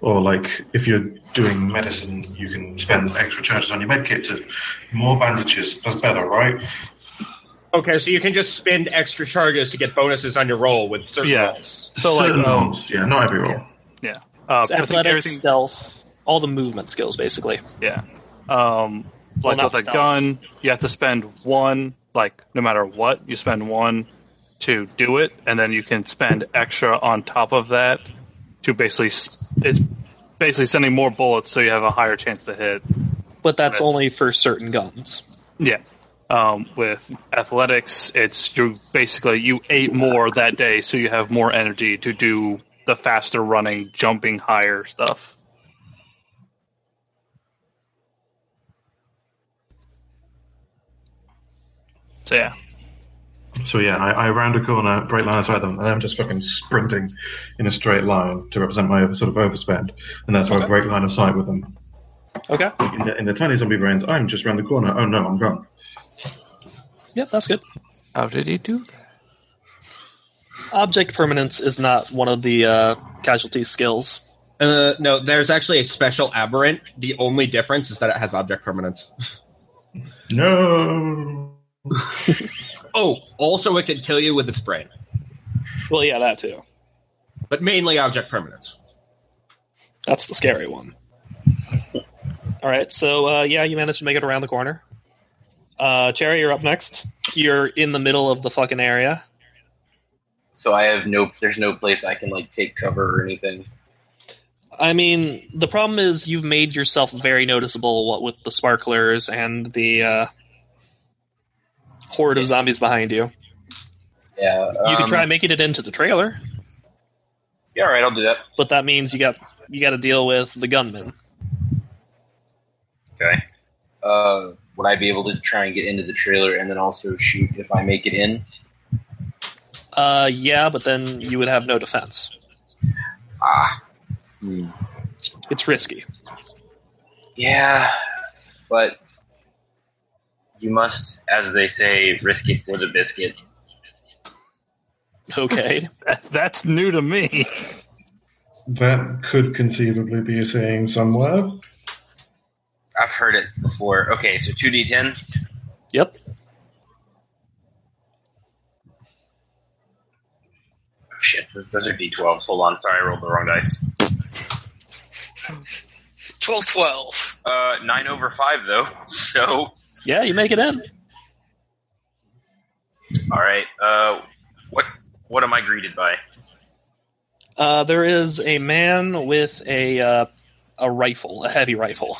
Speaker 5: or like if you're doing medicine, you can spend extra charges on your medkit to more bandages. That's better, right?
Speaker 4: Okay, so you can just spend extra charges to get bonuses on your roll with certain
Speaker 8: Yeah.
Speaker 4: rolls.
Speaker 8: So like,
Speaker 5: Certain
Speaker 8: um,
Speaker 5: rolls, yeah, not every roll.
Speaker 8: yeah, uh, I think
Speaker 1: athletics,
Speaker 8: everything,
Speaker 1: stealth, all the movement skills, basically.
Speaker 8: yeah. Um,
Speaker 1: Well,
Speaker 8: like
Speaker 1: not
Speaker 8: with a
Speaker 1: stealth.
Speaker 8: gun, you have to spend one. Like no matter what, you spend one to do it, and then you can spend extra on top of that to basically s- it's basically sending more bullets, so you have a higher chance to hit.
Speaker 1: But that's
Speaker 8: Right.
Speaker 1: only for certain guns.
Speaker 8: Yeah. Um, with athletics, it's you basically you ate more that day, so you have more energy to do the faster running, jumping higher stuff. So yeah,
Speaker 5: So yeah, I, I round a corner, break line outside them, and I'm just fucking sprinting in a straight line to represent my over- sort of overspend, and that's how I break line of sight with them.
Speaker 1: Okay.
Speaker 5: In the, in the tiny zombie brains, I'm just round the corner. Oh no, I'm gone.
Speaker 1: Yep, that's good.
Speaker 3: How did he do that?
Speaker 1: Object permanence is not one of the uh, casualty skills.
Speaker 4: Uh, no, there's actually a special aberrant. The only difference is that it has object permanence.
Speaker 5: No.
Speaker 4: Oh, also it can kill you with its brain,
Speaker 1: Well, yeah, that too.
Speaker 4: but mainly object permanence.
Speaker 1: That's the scary one. All right, so uh, yeah, you managed to make it around the corner. Uh, Cherry, you're up next. You're in the middle of the fucking area.
Speaker 2: So I have no. There's no place I can like take cover or anything.
Speaker 1: I mean, the problem is you've made yourself very noticeable what with the sparklers and the uh, horde of zombies behind you.
Speaker 2: Yeah.
Speaker 1: You can
Speaker 2: um,
Speaker 1: try making it into the trailer,
Speaker 2: Yeah, all right. I'll do that.
Speaker 1: but that means you got you got to deal with the gunman.
Speaker 2: Okay. Uh, would I be able to try and get into the trailer and then also shoot if I make it in?
Speaker 1: Uh, yeah, but then you would have no defense.
Speaker 2: Ah. Hmm.
Speaker 1: It's risky.
Speaker 2: Yeah, but you must, as they say, risk it for the biscuit.
Speaker 1: Okay.
Speaker 8: that's new to me.
Speaker 5: That could conceivably be a saying somewhere.
Speaker 2: I've heard it before. Okay, so two D ten.
Speaker 1: yep.
Speaker 2: Oh, Shit, those, those are D twelves. Hold on, sorry, I rolled the wrong dice.
Speaker 6: 12 12.
Speaker 2: Uh, nine over five though. So,
Speaker 1: Yeah, you make it in.
Speaker 2: all right. Uh, what what am I greeted by?
Speaker 1: Uh, there is a man with a uh, a rifle, a heavy rifle.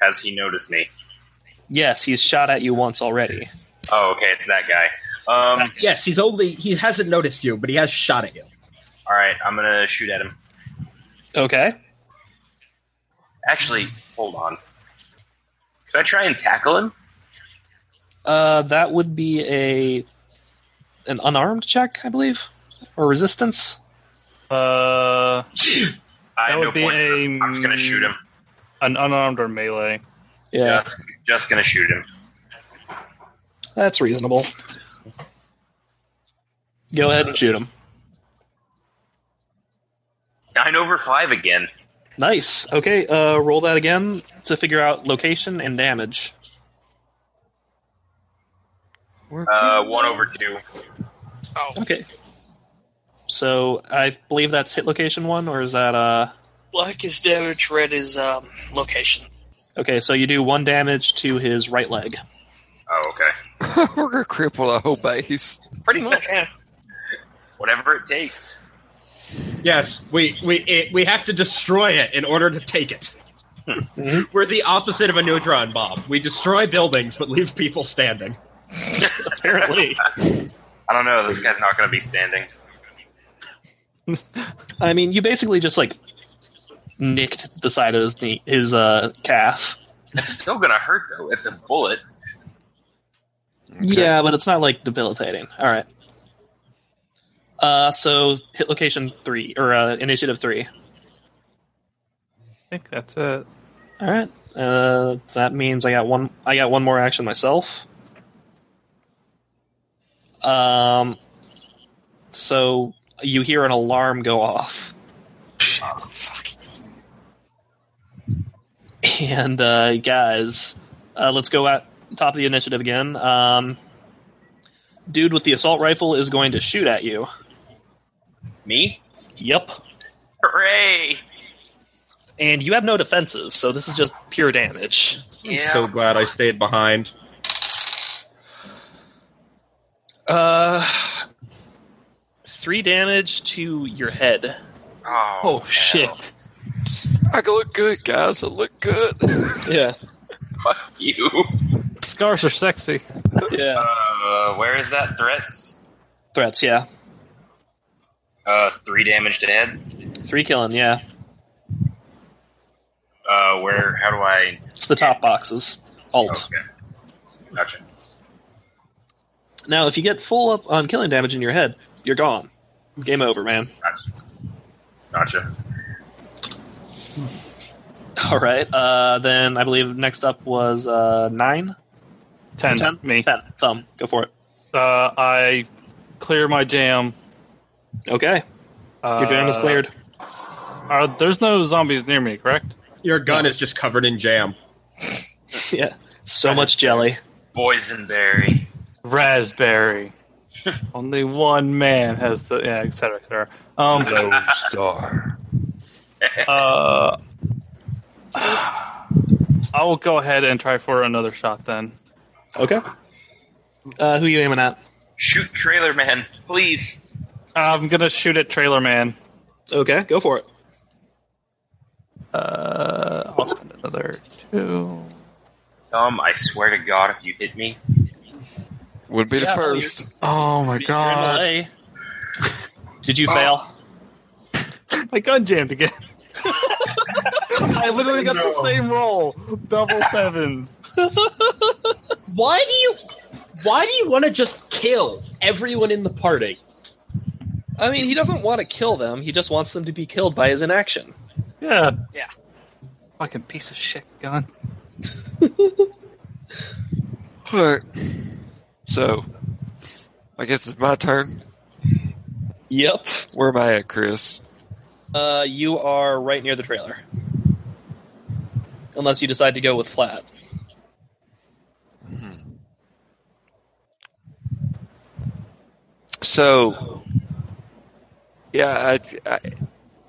Speaker 2: Has he noticed me?
Speaker 1: Yes, he's shot at you once already.
Speaker 2: Oh, okay, it's that guy. Um,
Speaker 4: Yes, he's only he hasn't noticed you, but he has shot at you.
Speaker 2: all right, I'm gonna shoot at him.
Speaker 1: Okay.
Speaker 2: Actually, hold on. Could I try and tackle him?
Speaker 1: Uh, that would be a an unarmed check, I believe, or resistance.
Speaker 8: Uh,
Speaker 2: I
Speaker 8: That
Speaker 2: have
Speaker 8: would
Speaker 2: no
Speaker 8: be
Speaker 2: point. for this.
Speaker 8: a-
Speaker 2: I'm just gonna shoot him.
Speaker 8: an unarmed or melee.
Speaker 2: Just, just gonna shoot him.
Speaker 1: that's reasonable. Go ahead and shoot him.
Speaker 2: Nine over five again.
Speaker 1: Nice. Okay. Uh, roll that again to figure out location and damage.
Speaker 2: Uh, one over two.
Speaker 6: Oh,
Speaker 1: Okay. So I believe that's hit location one, or is that uh?
Speaker 6: black is damage, red is um, location.
Speaker 1: Okay, so you do one damage to his right leg.
Speaker 2: Oh, okay.
Speaker 3: We're gonna cripple our whole base.
Speaker 6: Pretty much, yeah.
Speaker 2: Whatever it takes.
Speaker 4: Yes, we we
Speaker 8: eh,
Speaker 4: it, we have to destroy it Oh, in order to take it.
Speaker 1: Mhm.
Speaker 4: We're the opposite of a neutron bomb. We destroy buildings but leave people standing.
Speaker 1: Apparently.
Speaker 2: I don't know. This guy's not gonna be standing.
Speaker 1: I mean, you basically just like nicked the side of his knee, his uh, calf.
Speaker 2: It's still gonna hurt though. It's a bullet.
Speaker 1: Yeah, but it's not like debilitating. All right. Uh, so hit location three or uh, initiative three.
Speaker 8: I think that's it.
Speaker 1: All right. Uh, that means I got one. I got one more action myself. Um. So you hear an alarm go off,
Speaker 6: Fuck.
Speaker 1: and uh, guys, uh, let's go at top of the initiative again. Um, dude with the assault rifle is going to shoot at you.
Speaker 2: Me?
Speaker 1: Yep.
Speaker 2: Hooray!
Speaker 1: And you have no defenses, so this is just pure damage.
Speaker 2: Yeah.
Speaker 4: So glad I stayed behind.
Speaker 1: Uh, three damage to your head.
Speaker 2: oh,
Speaker 8: Oh
Speaker 2: hell.
Speaker 8: shit!
Speaker 3: I can look good, guys. I look good.
Speaker 1: Yeah.
Speaker 2: Fuck you.
Speaker 8: Scars are sexy.
Speaker 1: Yeah.
Speaker 2: Uh, where is that threats?
Speaker 1: Threats. Yeah.
Speaker 2: Uh, three damage to head.
Speaker 1: Three killing. Yeah.
Speaker 2: Uh, where? How do I?
Speaker 1: It's the top boxes. Alt.
Speaker 2: Okay. Gotcha.
Speaker 1: Now, if you get full up on killing damage in your head, you're gone. Game over, man.
Speaker 2: Gotcha. Gotcha.
Speaker 1: All right. Uh, then I believe next up was uh, nine.
Speaker 8: Ten,
Speaker 1: Ten?
Speaker 8: me.
Speaker 1: Ten. Thumb. Go for it.
Speaker 8: Uh, I clear my jam.
Speaker 1: Okay.
Speaker 8: Uh,
Speaker 1: Your jam is cleared.
Speaker 8: Are, there's no zombies near me, correct?
Speaker 4: Your gun is just covered in jam.
Speaker 1: yeah. So much jelly.
Speaker 2: Boysenberry.
Speaker 8: Raspberry. Only one man has the yeah, et cetera, et cetera. Um,
Speaker 3: Star.
Speaker 8: uh, I will go ahead and try for another shot then.
Speaker 1: Okay. Uh, who you aiming at?
Speaker 2: Shoot trailer man, please.
Speaker 8: I'm gonna shoot at Trailer Man.
Speaker 1: Okay, go for it.
Speaker 8: Uh, I'll spend another two.
Speaker 2: Um, I swear to God, if you hit me,
Speaker 3: Would be the
Speaker 1: Yeah,
Speaker 3: first. Oh my
Speaker 4: Uh,
Speaker 3: god.
Speaker 1: Hey. Did you fail?
Speaker 8: My gun jammed again. I literally got the same roll, double sevens.
Speaker 4: Why do you? Why do you want to just kill everyone in the party?
Speaker 1: I mean, he doesn't want to kill them. He just wants them to be killed by his inaction.
Speaker 8: Yeah.
Speaker 6: Yeah.
Speaker 8: Fucking piece of shit gun.
Speaker 3: Alright. So, I guess it's my turn.
Speaker 1: Yep.
Speaker 3: Where am I at, Chris?
Speaker 1: Uh, you are right near the trailer. Unless you decide to go with flat.
Speaker 3: So, yeah, I, I,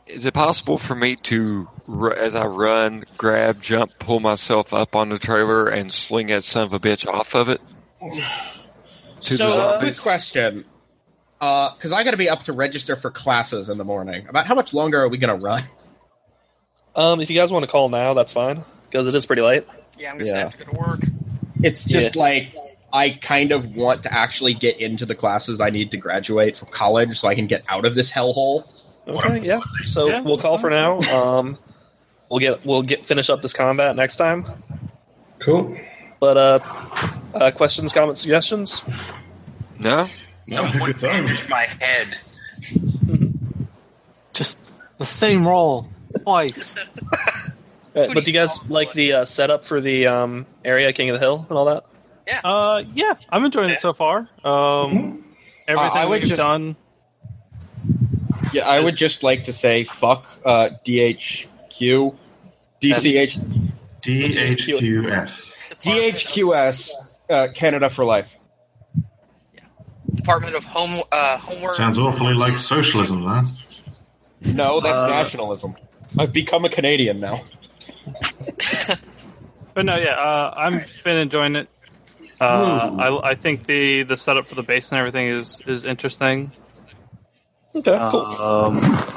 Speaker 3: is it possible for me to, ru- as I run, grab, jump, pull myself up on the trailer and sling that son of a bitch off of it? To
Speaker 4: so,
Speaker 3: the
Speaker 4: uh,
Speaker 3: zombies?
Speaker 4: good question. Because I got to be up to register for classes in the morning. About how much longer are we going to run?
Speaker 1: Um, if you guys want to call now, that's fine because it is pretty late.
Speaker 6: Yeah, I'm just
Speaker 4: Yeah.
Speaker 6: have to go to work.
Speaker 4: It's just like I kind of want to actually get into the classes I need to graduate from college so I can get out of this hellhole.
Speaker 1: Okay, yeah. So
Speaker 8: Yeah,
Speaker 1: we'll call for now. Um, we'll get we'll get finish up this combat next time.
Speaker 5: Cool.
Speaker 1: But uh, uh questions, comments, suggestions. Uh,
Speaker 3: No?
Speaker 5: No,
Speaker 2: someone
Speaker 5: good time.
Speaker 2: damage my head.
Speaker 8: Just the same roll twice.
Speaker 1: Uh, but do you guys like the uh, setup for the um, area King of the Hill and all that?
Speaker 8: Uh, yeah, I'm enjoying it so far. Um, everything
Speaker 4: Mm-hmm. I would
Speaker 8: we've
Speaker 4: just-
Speaker 8: done.
Speaker 4: Yeah, I would just like to say fuck uh, DHQ, DCH,
Speaker 5: DHQS.
Speaker 6: Department of-
Speaker 4: DHQS, uh, Canada for Life.
Speaker 6: Department of Home uh, Homework.
Speaker 5: Sounds awfully like socialism, that.
Speaker 4: No, that's
Speaker 1: Uh,
Speaker 4: nationalism. I've become a Canadian now.
Speaker 8: But no, yeah, uh, I'm been enjoying it. Uh,
Speaker 4: Hmm.
Speaker 8: I, I think the the setup for the base and everything is is interesting.
Speaker 1: Okay, cool.
Speaker 8: Um,